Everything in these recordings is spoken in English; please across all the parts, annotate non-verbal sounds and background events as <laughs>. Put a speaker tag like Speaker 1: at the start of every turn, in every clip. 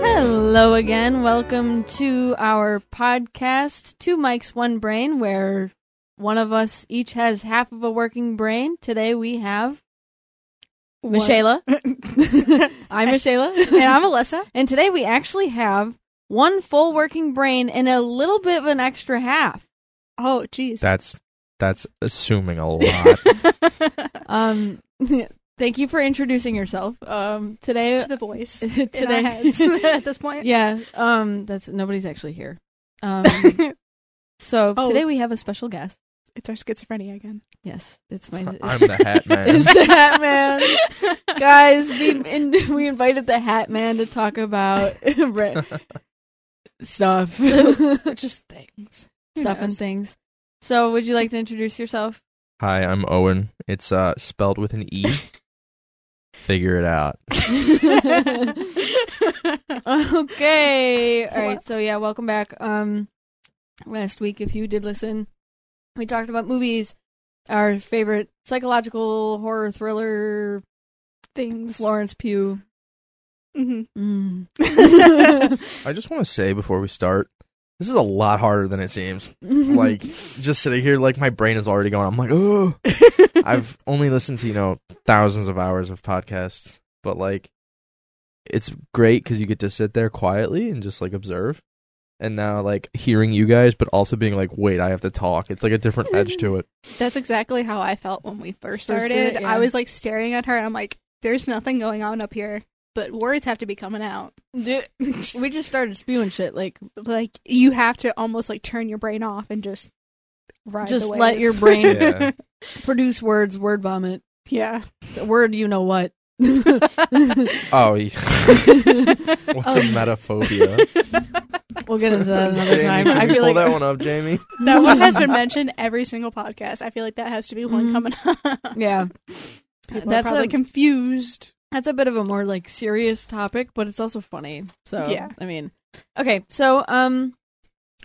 Speaker 1: Hello again. Welcome to our podcast, Two Mics, One Brain, where one of us each has half of a working brain. Today we have <laughs>
Speaker 2: What?
Speaker 1: Michaela.
Speaker 2: and
Speaker 1: I'm Michaela.
Speaker 2: I'm Alyssa.
Speaker 1: and today we actually have one full working brain and a little bit of an extra half.
Speaker 2: Oh, jeez.
Speaker 3: That's that's assuming a lot.
Speaker 1: Um, <laughs> thank you for introducing yourself. Um, today,
Speaker 2: to the
Speaker 1: <laughs>
Speaker 2: voice in our
Speaker 1: today,
Speaker 2: heads <laughs> at this point.
Speaker 1: yeah. Um, that's nobody's actually here.
Speaker 2: <laughs>
Speaker 1: Um, so
Speaker 2: Oh.
Speaker 1: today we have a special guest.
Speaker 2: it's our schizophrenia again.
Speaker 1: Yes, it's my.
Speaker 3: <laughs> I'm the Hat Man.
Speaker 1: It's the Hat Man, guys? We in, we invited the Hat Man to talk about <laughs> re- stuff, stuff
Speaker 2: Just things. <laughs> Who
Speaker 1: and
Speaker 2: knows?
Speaker 1: things. So, would you like to introduce yourself?
Speaker 3: <laughs>
Speaker 1: <laughs>
Speaker 3: Hi, I'm Owen. It's uh spelled with an E. Figure it out.
Speaker 2: <laughs>
Speaker 1: <laughs> okay, all
Speaker 2: Wow.
Speaker 1: right. So, yeah, welcome back. Um, last week, if you did listen, we talked about movies, our favorite psychological horror thriller,
Speaker 2: things.
Speaker 1: Florence Pugh. <laughs>
Speaker 2: Mhm.
Speaker 1: Mm.
Speaker 3: I just want to say before we start, this is a lot harder than it seems.
Speaker 1: <laughs>
Speaker 3: Like just sitting here, like my brain is already going. I'm like, oh, I've only listened to you know thousands of hours of podcasts, but like, it's great because you get to sit there quietly and just like observe. And now, like hearing you guys, but also being like, wait, I have to talk. It's like a different edge to it.
Speaker 2: That's exactly how I felt when we first
Speaker 1: First
Speaker 2: started.
Speaker 1: did it, yeah.
Speaker 2: I was like staring at her and I'm like, there's nothing going on up here, but words have to be coming out.
Speaker 1: we just started spewing shit. Like,
Speaker 2: <laughs> like you have to almost like turn your brain off and just ride
Speaker 1: Just
Speaker 2: the wave.
Speaker 1: let your brain-
Speaker 3: <laughs> Yeah.
Speaker 1: produce words, word vomit,
Speaker 2: <laughs>
Speaker 1: <laughs>
Speaker 2: yeah.
Speaker 1: So word you know
Speaker 2: <laughs>
Speaker 1: what. <laughs>
Speaker 3: Oh, yeah. What's a
Speaker 1: Um,
Speaker 3: metaphobia?
Speaker 1: We'll get into that another
Speaker 3: Jamie,
Speaker 1: time.
Speaker 3: can
Speaker 1: I
Speaker 3: you
Speaker 1: feel
Speaker 3: pull
Speaker 1: like
Speaker 3: that one up, Jamie?
Speaker 2: That one has been mentioned every single podcast. I feel like that has to be one
Speaker 1: Mhm.
Speaker 2: coming up.
Speaker 1: <laughs> Yeah,
Speaker 2: People
Speaker 1: That's
Speaker 2: That's
Speaker 1: a-
Speaker 2: are probably confused. <laughs>
Speaker 1: that's a bit of a more like serious topic, but it's also funny. So
Speaker 2: Yeah.
Speaker 1: I mean, okay, so um,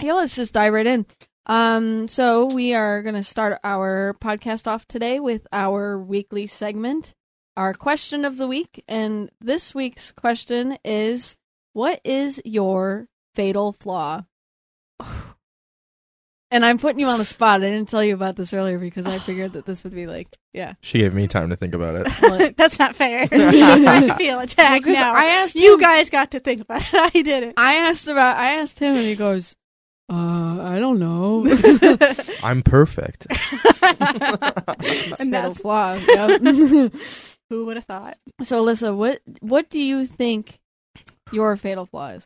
Speaker 1: yeah, let's just dive right in. Um, so we are gonna start our podcast off today with our weekly segment, our question of the week, and this week's question is, what is your fatal flaw? And I'm putting you on the spot. I didn't tell you about this earlier because I figured that this would be like,
Speaker 2: <laughs>
Speaker 1: yeah.
Speaker 3: <laughs> She gave me time to think about it.
Speaker 1: Well,
Speaker 2: That's
Speaker 1: <laughs>
Speaker 2: not fair. <laughs> I feel attacked
Speaker 1: because
Speaker 2: now.
Speaker 1: I asked
Speaker 2: you
Speaker 1: him-
Speaker 2: guys got to think about it. I didn't.
Speaker 1: I asked about I asked him and he goes, uh, I don't <laughs> know.
Speaker 2: <laughs>
Speaker 3: I'm perfect.
Speaker 1: It's
Speaker 2: and
Speaker 1: fatal
Speaker 2: that's
Speaker 1: flaw. <laughs> Yep.
Speaker 2: who would have thought.
Speaker 1: so Alyssa, what what do you think your fatal flaw is?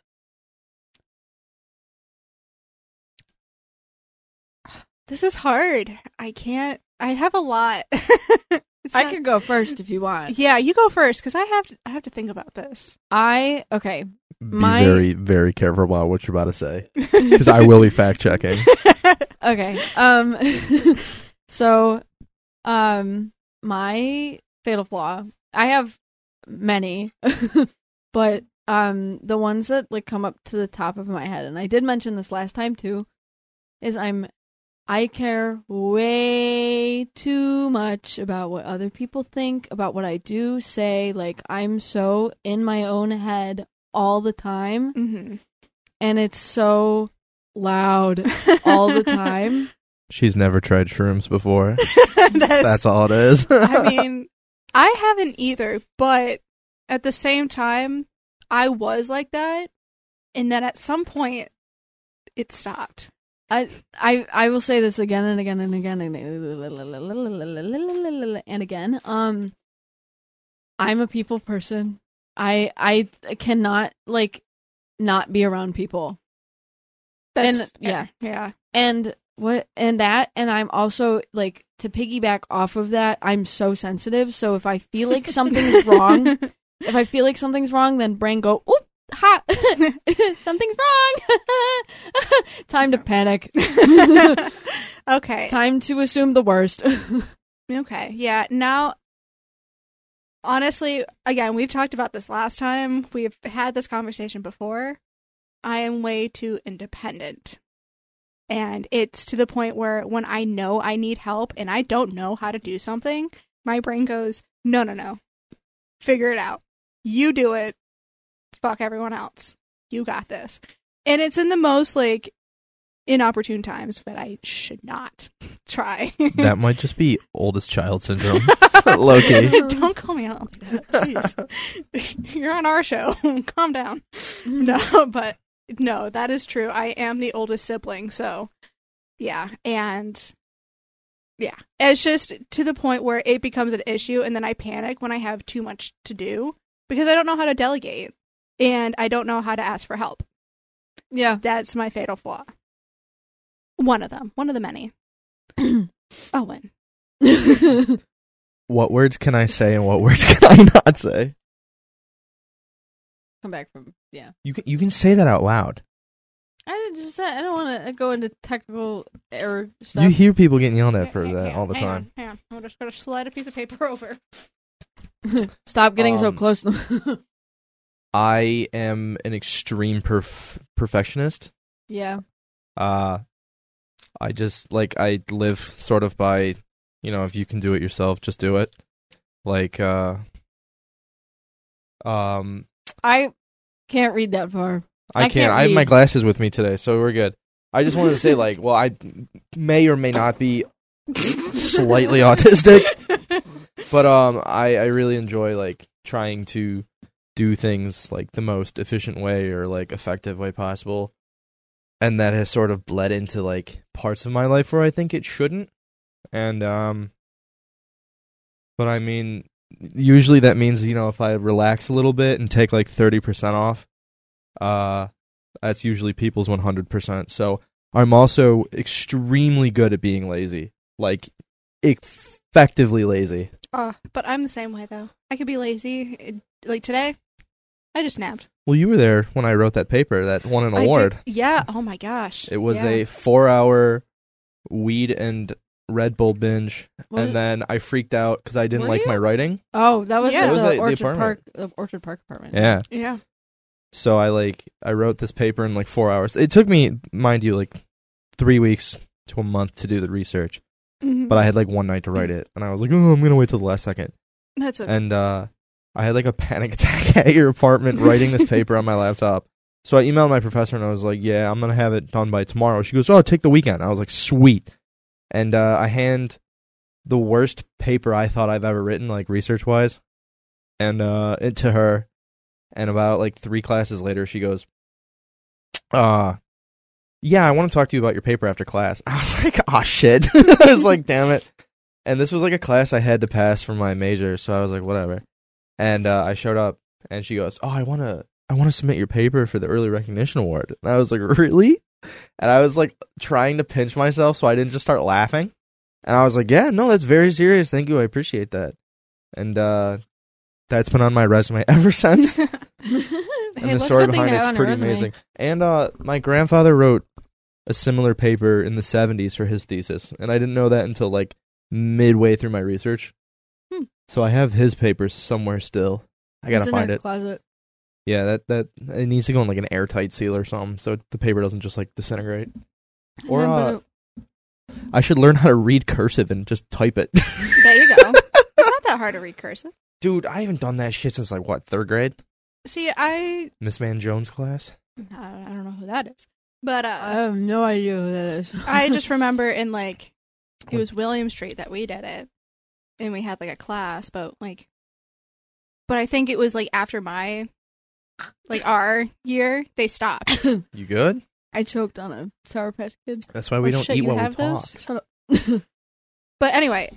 Speaker 2: This is hard. I can't. I have a lot. <laughs> It's
Speaker 1: I
Speaker 2: not-
Speaker 1: could go first if you want.
Speaker 2: <laughs> Yeah, you go first because I have to. I have to think about this. <laughs>
Speaker 1: I okay.
Speaker 3: Be
Speaker 1: My-
Speaker 3: very, very careful about what you're about to say. Because
Speaker 2: <laughs>
Speaker 3: I will be fact checking.
Speaker 1: Okay. Um <laughs> so um my fatal flaw. I have many, <laughs> but um the ones that like come up to the top of my head and I did mention this last time too is I'm I care way too much about what other people think, about what I do, say, like I'm so in my own head all the time
Speaker 2: Mhm.
Speaker 1: and it's so loud all
Speaker 2: <laughs>
Speaker 1: the time.
Speaker 3: She's never tried shrooms before.
Speaker 2: that's,
Speaker 3: That's all
Speaker 1: <laughs>
Speaker 3: it is.
Speaker 2: I mean, I haven't either, but at the same time, I was like that, and then at some point, it stopped.
Speaker 1: I I I will say this again and again and again and and again. Um, I'm a people person. I I cannot like not be around people.
Speaker 2: That's
Speaker 1: And-
Speaker 2: fair. yeah.
Speaker 1: and what and that and i'm also like to piggyback off of that i'm so sensitive so if i feel like
Speaker 2: <laughs>
Speaker 1: something's wrong if i feel like something's wrong then brain go oop ha <laughs> something's wrong <laughs> time to panic
Speaker 2: okay.
Speaker 1: time to assume the worst <laughs>
Speaker 2: Okay. Yeah. Now, honestly, again, we've talked about this last time. We've had this conversation before. I am way too independent. And it's to the point where when I know I need help and I don't know how to do something, my brain goes, no, no, no. Figure it out. You do it. Fuck everyone else. You got this. And it's in the most like inopportune times that I should not <laughs> try.
Speaker 3: that might just be oldest child
Speaker 1: <laughs>
Speaker 3: syndrome. Loki.
Speaker 2: <laughs> Don't call me out like that. Jeez. <laughs> You're on our show. Calm down. No, <laughs> but no, that is true. I am the oldest sibling, so yeah, and yeah, it's just to the point where it becomes an issue, and then I panic when I have too much to do because I don't know how to delegate and I don't know how to ask for help.
Speaker 1: <clears throat> yeah
Speaker 2: That's my fatal flaw. One of them, one of the many. Owen.
Speaker 3: What words can I say and what words <laughs> can I not say?
Speaker 1: come back from yeah
Speaker 3: You can you can say that out loud.
Speaker 1: i just i don't want to go into technical error
Speaker 3: You
Speaker 1: stuff
Speaker 3: hear people getting yelled at
Speaker 2: Yeah,
Speaker 3: for
Speaker 2: yeah,
Speaker 3: that
Speaker 2: yeah.
Speaker 3: all the
Speaker 2: Hang on,
Speaker 3: time.
Speaker 2: hang on. I'm just going to slide a piece of paper <laughs> over.
Speaker 1: stop getting so
Speaker 3: Um,
Speaker 1: close to <laughs> them
Speaker 3: I am an extreme perf- perfectionist.
Speaker 1: yeah
Speaker 3: uh i just like i live sort of by you know if you can do it yourself just do it like uh um
Speaker 1: i can't read that far I
Speaker 3: i, can't,
Speaker 1: can't
Speaker 3: i have my
Speaker 1: read.
Speaker 3: glasses with me today so we're good i just wanted to say like well i may or may not be slightly autistic but um i i really enjoy like trying to do things like the most efficient way or like effective way possible and that has sort of bled into like parts of my life where i think it shouldn't and um but i mean usually that means you know if i relax a little bit and take like 30% off uh that's usually people's 100% so i'm also extremely good at being lazy like effectively lazy
Speaker 2: Uh, but I'm the same way though. I could be lazy. It- Like today, I just napped.
Speaker 3: Well, you were there when I wrote that paper that won an
Speaker 2: I did-
Speaker 3: award.
Speaker 2: yeah. Oh my gosh.
Speaker 3: It was
Speaker 2: Yeah.
Speaker 3: a four hour weed and Red Bull binge.
Speaker 1: What-
Speaker 3: And then I freaked out because I didn't
Speaker 1: Were
Speaker 3: like my
Speaker 1: you?
Speaker 3: writing.
Speaker 1: Oh, that was,
Speaker 2: Yeah.
Speaker 1: the,
Speaker 2: That
Speaker 3: was, like, the
Speaker 1: Orchard
Speaker 3: apartment.
Speaker 1: Park, the Orchard Park apartment. <laughs>
Speaker 3: Yeah.
Speaker 2: yeah.
Speaker 3: So I like, I wrote this paper in like four hours. It took me, mind you, like three weeks to a month to do the research,
Speaker 2: Mhm.
Speaker 3: but I had like one night to write it. And I was like, oh, I'm going to wait till the last second.
Speaker 2: <laughs> that's what.
Speaker 3: and uh, I had like a panic <laughs> attack at your apartment writing this paper on my laptop. So I emailed my professor and I was like, "Yeah, I'm gonna have it done by tomorrow." She goes, "Oh, take the weekend." I was like, "Sweet," and uh, I hand the worst paper I thought I've ever written, like research wise, and uh, it to her. And about like three classes later, she goes, "Uh, yeah, I want to talk to you about your paper after class." <laughs> I was like, "Oh shit!" <laughs> I was like, "Damn it." and this was like a class I had to pass for my major, so I was like, whatever. And uh, I showed up, and she goes, "Oh, I want to, I want to submit your paper for the early recognition award." And I was like, "Really?" And I was like trying to pinch myself so I didn't just start laughing. And I was like, "Yeah, no, that's very serious. Thank you, I appreciate that." And uh, that's been on my resume <laughs> ever since. and
Speaker 1: Hey,
Speaker 3: the
Speaker 1: what's
Speaker 3: story
Speaker 1: the thing
Speaker 3: behind
Speaker 1: to have
Speaker 3: it's
Speaker 1: on a
Speaker 3: pretty
Speaker 1: resume?
Speaker 3: amazing. And uh, my grandfather wrote a similar paper in the 70s for his thesis, and I didn't know that until like midway through my research.
Speaker 2: Hmm.
Speaker 3: So I have his paper somewhere still. I gotta
Speaker 1: It's in
Speaker 3: find
Speaker 1: our
Speaker 3: it.
Speaker 1: Closet.
Speaker 3: Yeah, that that it needs to go in like an airtight seal or something, so the paper doesn't just like disintegrate. Or,
Speaker 1: Yeah, but
Speaker 3: uh, I should learn how to read cursive and just type it.
Speaker 2: There you go. it's not that hard to read cursive.
Speaker 3: <laughs> Dude, I haven't done that shit since like what third grade?
Speaker 2: See, I
Speaker 3: Miss Man Jones class.
Speaker 2: I I don't know who that is, but
Speaker 1: I <laughs>
Speaker 2: uh,
Speaker 1: have no idea who that is.
Speaker 2: I just remember in like it was William Street that we did it, and we had like a class, but like, but I think it was like after my like our year they stopped.
Speaker 3: You good?
Speaker 1: <laughs> I choked on a Sour Patch
Speaker 3: <laughs>
Speaker 1: Kid.
Speaker 3: That's why
Speaker 2: Well,
Speaker 3: we don't
Speaker 2: Oh, shit,
Speaker 3: eat
Speaker 2: you
Speaker 3: while we
Speaker 2: have
Speaker 3: talk.
Speaker 2: those?
Speaker 1: Shut up. <laughs>
Speaker 2: But anyway,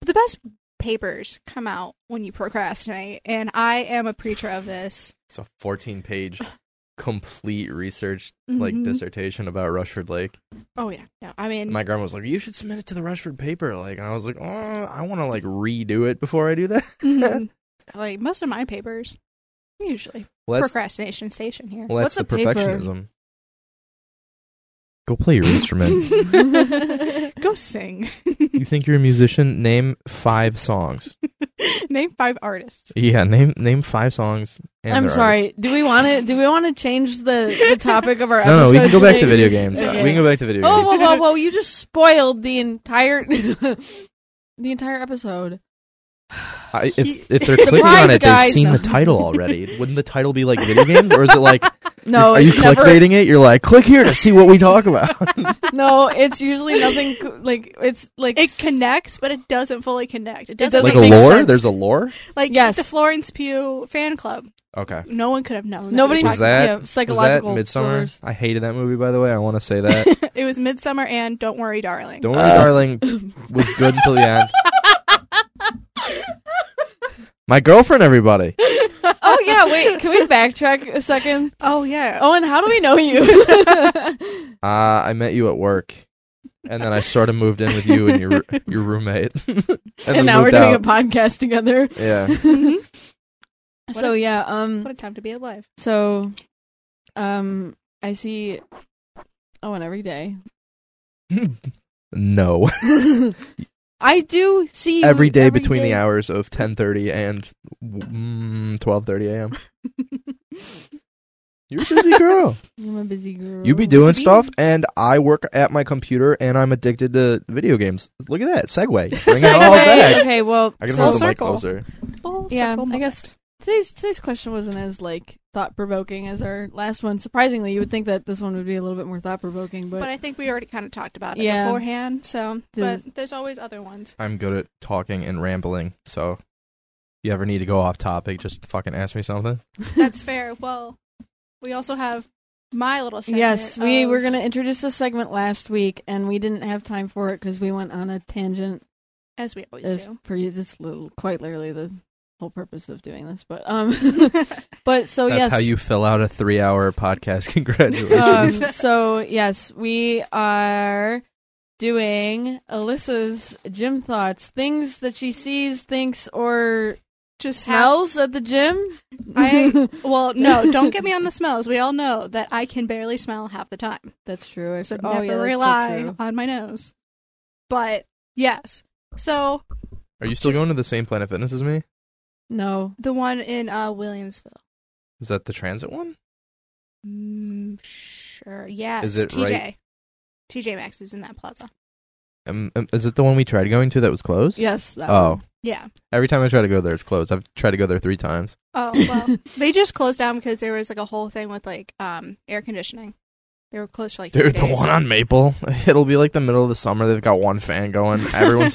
Speaker 2: the best papers come out when you procrastinate, and I am a preacher of this.
Speaker 3: It's a
Speaker 1: <laughs>
Speaker 3: 14 page complete research like
Speaker 1: Mm-hmm.
Speaker 2: Mhm.
Speaker 3: dissertation about Rushford Lake.
Speaker 2: Oh yeah, no, I mean,
Speaker 3: My grandma was like, "You should submit it to the Rushford paper." Like, and I was like, "Oh, I want to like redo it before I do that." <laughs>
Speaker 2: mhm. <laughs> like most of my papers, usually
Speaker 3: Well, that's,
Speaker 2: procrastination station here.
Speaker 3: well, that's
Speaker 1: What's
Speaker 3: the
Speaker 1: a paper?
Speaker 3: perfectionism. Go play
Speaker 1: <laughs>
Speaker 3: your instrument.
Speaker 2: <laughs> Go sing. <laughs>
Speaker 3: you think you're a musician? Name five songs.
Speaker 2: Name five artists.
Speaker 3: Yeah, name name five songs. And
Speaker 1: I'm
Speaker 3: their
Speaker 1: sorry. Do we want to? Do we want to change the, the topic of our?
Speaker 3: artist. No, no, we can
Speaker 1: episode
Speaker 3: go back to
Speaker 1: today? <laughs>
Speaker 3: video games.
Speaker 1: Okay.
Speaker 3: We can go back to video
Speaker 1: Oh,
Speaker 3: games.
Speaker 1: whoa, whoa, whoa! You just spoiled the entire <laughs> the entire episode.
Speaker 3: I,
Speaker 2: He-
Speaker 3: if, if they're clicking
Speaker 1: <laughs>
Speaker 3: on
Speaker 1: Surprise,
Speaker 3: it, they've
Speaker 1: guys.
Speaker 3: seen
Speaker 1: No.
Speaker 3: the title already. Wouldn't the title be like video games, or is it like
Speaker 1: No,
Speaker 3: are you
Speaker 1: it's never.
Speaker 3: clickbaiting it? You're like, click here to see what we talk about.
Speaker 1: No, it's usually nothing. co- Like it's like
Speaker 2: <laughs> It connects, but it doesn't fully connect. It doesn't
Speaker 1: <laughs> doesn't
Speaker 3: like a
Speaker 1: make
Speaker 3: lore?
Speaker 1: sense.
Speaker 3: There's a lore.
Speaker 2: like
Speaker 1: Yes.
Speaker 2: the Florence Pugh fan club.
Speaker 3: Okay.
Speaker 2: No one could have known. that we
Speaker 1: Nobody-
Speaker 2: were
Speaker 3: Was
Speaker 1: talking-
Speaker 3: that
Speaker 1: yeah,
Speaker 3: was that
Speaker 1: psychological
Speaker 3: Midsummer?
Speaker 1: thrillers.
Speaker 3: I hated that movie. By the way, I want to
Speaker 1: <laughs>
Speaker 3: say that.
Speaker 2: talking- it was Midsummer and Don't Worry, Darling.
Speaker 3: Don't worry, darling. Was good until the end.
Speaker 1: <laughs>
Speaker 3: My girlfriend, everybody.
Speaker 1: Oh yeah, wait. Can
Speaker 2: <laughs>
Speaker 1: we backtrack a
Speaker 3: <laughs>
Speaker 1: second?
Speaker 2: Oh yeah.
Speaker 1: Owen, how do we know you?
Speaker 3: Uh, I met you at work, and then I sort of moved in with you and your your roommate. <laughs> and
Speaker 1: <laughs> and
Speaker 3: we
Speaker 1: now we're
Speaker 3: moved
Speaker 1: doing
Speaker 3: out.
Speaker 1: a podcast together. <laughs>
Speaker 3: yeah.
Speaker 2: Mhm. What
Speaker 1: so
Speaker 2: a-
Speaker 1: yeah, um,
Speaker 2: what a time to be alive.
Speaker 1: so, um, I see Owen every day. <laughs>
Speaker 3: No.
Speaker 1: I do see you
Speaker 3: every day between the
Speaker 1: day.
Speaker 3: hours of 10:30 and mm, 12:30 a.m. <laughs> You're a busy girl.
Speaker 1: I'm a busy girl.
Speaker 3: you be doing
Speaker 2: Busy bee.
Speaker 3: stuff, and I work at my computer, and I'm addicted to video games. Look at that segue. Bring
Speaker 2: <laughs>
Speaker 3: it all
Speaker 1: Okay,
Speaker 3: back.
Speaker 1: okay, well,
Speaker 3: I can
Speaker 1: so-
Speaker 2: Full
Speaker 3: hold the mic
Speaker 2: circle.
Speaker 3: closer.
Speaker 2: <laughs> Full
Speaker 1: Yeah,
Speaker 2: circle
Speaker 1: I guess-
Speaker 2: moment.
Speaker 1: today's today's question wasn't as like thought provoking as our last one. Surprisingly, you would think that this one would be a little bit more thought provoking, but, <laughs>
Speaker 2: But I think we already kind of talked about it
Speaker 1: Yeah.
Speaker 2: beforehand. So,
Speaker 1: Does-
Speaker 2: but there's always other ones.
Speaker 1: <laughs>
Speaker 3: I'm good at talking and rambling, so if you ever need to go off topic, just fucking ask me something.
Speaker 2: That's fair. Well, we also have my little segment.
Speaker 1: yes, we
Speaker 2: of-
Speaker 1: were going to introduce this segment last week, and we didn't have time for it because we went on a tangent
Speaker 2: as we always
Speaker 1: It's
Speaker 2: do.
Speaker 1: pretty it's little, quite literally the whole purpose of doing this but
Speaker 2: <laughs>
Speaker 1: um <laughs> but
Speaker 2: Oh,
Speaker 1: so
Speaker 3: That's
Speaker 1: yes
Speaker 3: how you fill out a
Speaker 2: <laughs>
Speaker 3: three-hour podcast. <laughs>
Speaker 1: um,
Speaker 2: Uh,
Speaker 3: Congratulations.
Speaker 1: so yes we are doing alyssa's gym thoughts things that she sees thinks or
Speaker 2: Just have-
Speaker 1: smells at the gym <laughs>
Speaker 2: I- <laughs> well, no, don't get me on the smells. We all know that I can barely smell half the time,
Speaker 1: that's true I
Speaker 2: so
Speaker 1: for-
Speaker 2: never
Speaker 1: oh yeah that's so
Speaker 2: rely
Speaker 1: true.
Speaker 2: on my nose. But yes, so
Speaker 3: Are you still going to the same Planet Fitness as me?
Speaker 1: no
Speaker 2: the one in uh, Williamsville.
Speaker 3: Is that the transit one?
Speaker 2: Mm, sure. Yes.
Speaker 3: Is it
Speaker 2: TJ?
Speaker 3: right-
Speaker 2: TJ Maxx is in that plaza.
Speaker 3: Um, um, is it the one we tried going to that was closed?
Speaker 1: yes that
Speaker 3: Oh.
Speaker 1: one.
Speaker 2: Yeah.
Speaker 3: Every time I try to go there, it's closed. I've tried to go there three times.
Speaker 2: <laughs> Oh well, they just closed down because there was like a whole thing with like um air conditioning. They were closed for like three
Speaker 3: Dude, <laughs> the
Speaker 2: days.
Speaker 3: one on Maple, it'll be like the middle of the summer. They've got one fan going. Everyone's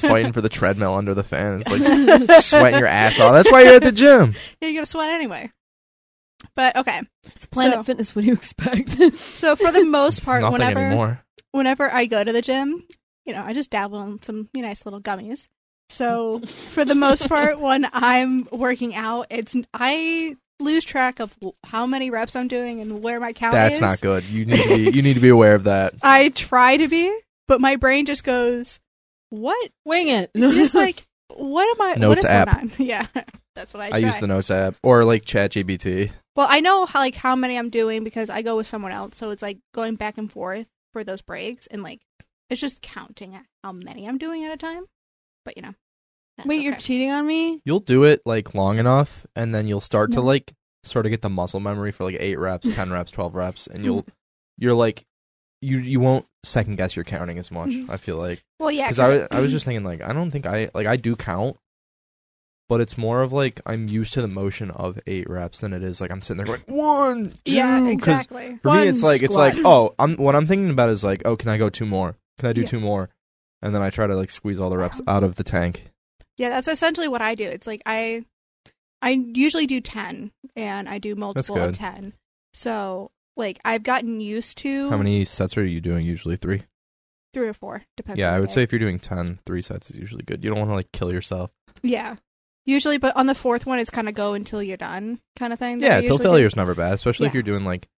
Speaker 2: <laughs>
Speaker 3: fighting for the treadmill under the fan. It's like sweating your ass off. That's why you're at the gym.
Speaker 2: <laughs> Yeah, you're gonna sweat anyway. But okay,
Speaker 1: <laughs> it's planet
Speaker 2: So-
Speaker 1: fitness what do you expect
Speaker 2: so for the most <laughs> part,
Speaker 3: <laughs> Nothing
Speaker 2: whenever
Speaker 3: anymore.
Speaker 2: whenever I go to the gym, you know, I just dabble in some nice little gummies. <laughs> So for the most part, when I'm working out, it's I lose track of how many reps I'm doing and where my count
Speaker 3: That's
Speaker 2: is.
Speaker 3: not good. You need
Speaker 2: <laughs>
Speaker 3: to be. You need to be aware of that.
Speaker 2: I try to be, but my brain just goes, "What?"
Speaker 1: <laughs> wing it <laughs>
Speaker 2: You're
Speaker 3: <laughs>
Speaker 2: just like, "What am I? what
Speaker 3: Notes
Speaker 2: is
Speaker 3: app.
Speaker 2: going on?" <laughs> Yeah, that's what I.
Speaker 3: I,
Speaker 2: Try.
Speaker 3: use the Notes app or like ChatGPT.
Speaker 2: Well, I know how like how many I'm doing because I go with someone else, so it's like going back and forth for those breaks, and like it's just counting at how many I'm doing at a time. But you know, that's
Speaker 1: wait you're
Speaker 2: okay.
Speaker 1: cheating on me
Speaker 3: You'll do it like long enough, and then you'll start to
Speaker 2: No.
Speaker 3: like sort of get the muscle memory for like eight reps, ten reps, twelve reps,
Speaker 2: <laughs>
Speaker 3: and you'll you're like you you won't second guess your counting as much.
Speaker 2: Mhm.
Speaker 3: I feel like.
Speaker 2: well, yeah,
Speaker 3: because I, wa- I
Speaker 2: <clears throat>
Speaker 3: was <clears throat> just thinking like i don't think i like i do count but it's more of like i'm used to the motion of eight reps than it is like i'm sitting there going one two.
Speaker 2: yeah,
Speaker 3: 'cause
Speaker 2: exactly.
Speaker 3: for
Speaker 1: One
Speaker 3: me it's like it's
Speaker 1: squat.
Speaker 3: like oh i'm what i'm thinking about is like oh can i go two more can i do
Speaker 2: Yeah.
Speaker 3: two more and then i try to like squeeze all the reps out of the tank
Speaker 2: Yeah, that's essentially what I do. It's like I I usually do 10 and I do multiple of
Speaker 3: good.
Speaker 2: 10. So Like I've gotten used to
Speaker 3: How many sets are you doing usually? Three.
Speaker 2: three or four, depends. on
Speaker 3: yeah,
Speaker 2: the
Speaker 3: I would
Speaker 2: day.
Speaker 3: say if you're doing ten, three sets is usually good. You don't want to like kill yourself.
Speaker 2: yeah. Usually, but on the fourth one, it's kind of go until you're done kind of thing. that I
Speaker 3: Yeah, till
Speaker 2: usually do.
Speaker 3: failure's never bad, especially if
Speaker 2: Yeah.
Speaker 3: you're doing like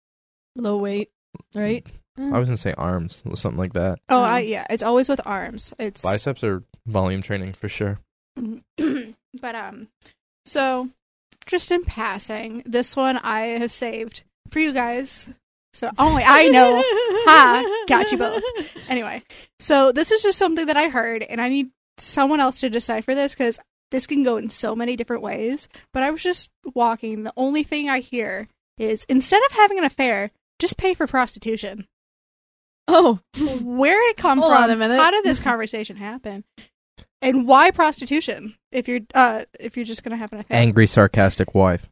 Speaker 1: Low weight, right?
Speaker 3: I was gonna say arms or something like that.
Speaker 2: Oh, I,
Speaker 1: um,
Speaker 2: yeah, it's always with arms. It's
Speaker 3: Biceps are volume training for sure.
Speaker 2: <clears throat> but um, so just in passing, this one I have saved for you guys. So only Oh, I
Speaker 3: <laughs>
Speaker 2: know.
Speaker 1: <laughs>
Speaker 2: Ha, got you both. anyway, so this is just something that I heard, and I need someone else to decipher this because this can go in so many different ways. But I was just walking. The only thing I hear is instead of having an affair, just pay for <laughs> prostitution.
Speaker 1: Oh,
Speaker 2: Where did it come
Speaker 1: Hold
Speaker 2: from?
Speaker 1: on a minute.
Speaker 2: How did this conversation happen? And why prostitution? If you're uh, if you're just gonna have an affair,
Speaker 3: Angry, sarcastic wife.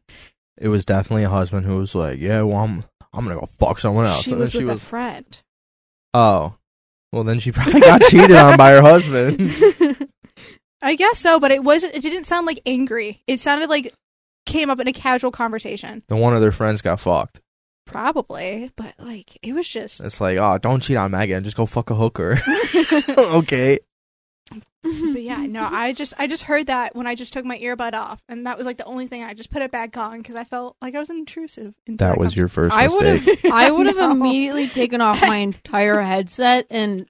Speaker 3: It was definitely a husband who was like, "Yeah, well, I'm I'm gonna go fuck someone else."
Speaker 2: she
Speaker 3: and then
Speaker 2: was
Speaker 3: she
Speaker 2: with
Speaker 3: was,
Speaker 2: a friend.
Speaker 3: "Oh, well, then she <laughs> probably got
Speaker 2: <laughs>
Speaker 3: cheated on by her husband."
Speaker 2: I guess so, but it wasn't. It didn't sound like angry. It sounded like came up in a casual conversation,
Speaker 3: Then one of their friends got fucked.
Speaker 2: probably. But like, it was just <laughs>
Speaker 3: It's like, "Oh, don't cheat on Megan. Just go fuck a hooker." <laughs> okay.
Speaker 2: but yeah, no, I just I just heard that when I just took my earbud off, and that was like the only thing I just put it back on because I felt like I was intrusive. Into
Speaker 3: That was your first
Speaker 1: I would've-
Speaker 3: mistake.
Speaker 1: mistake. <laughs>
Speaker 2: <laughs>
Speaker 1: I would have
Speaker 2: know.
Speaker 1: immediately taken off my entire headset and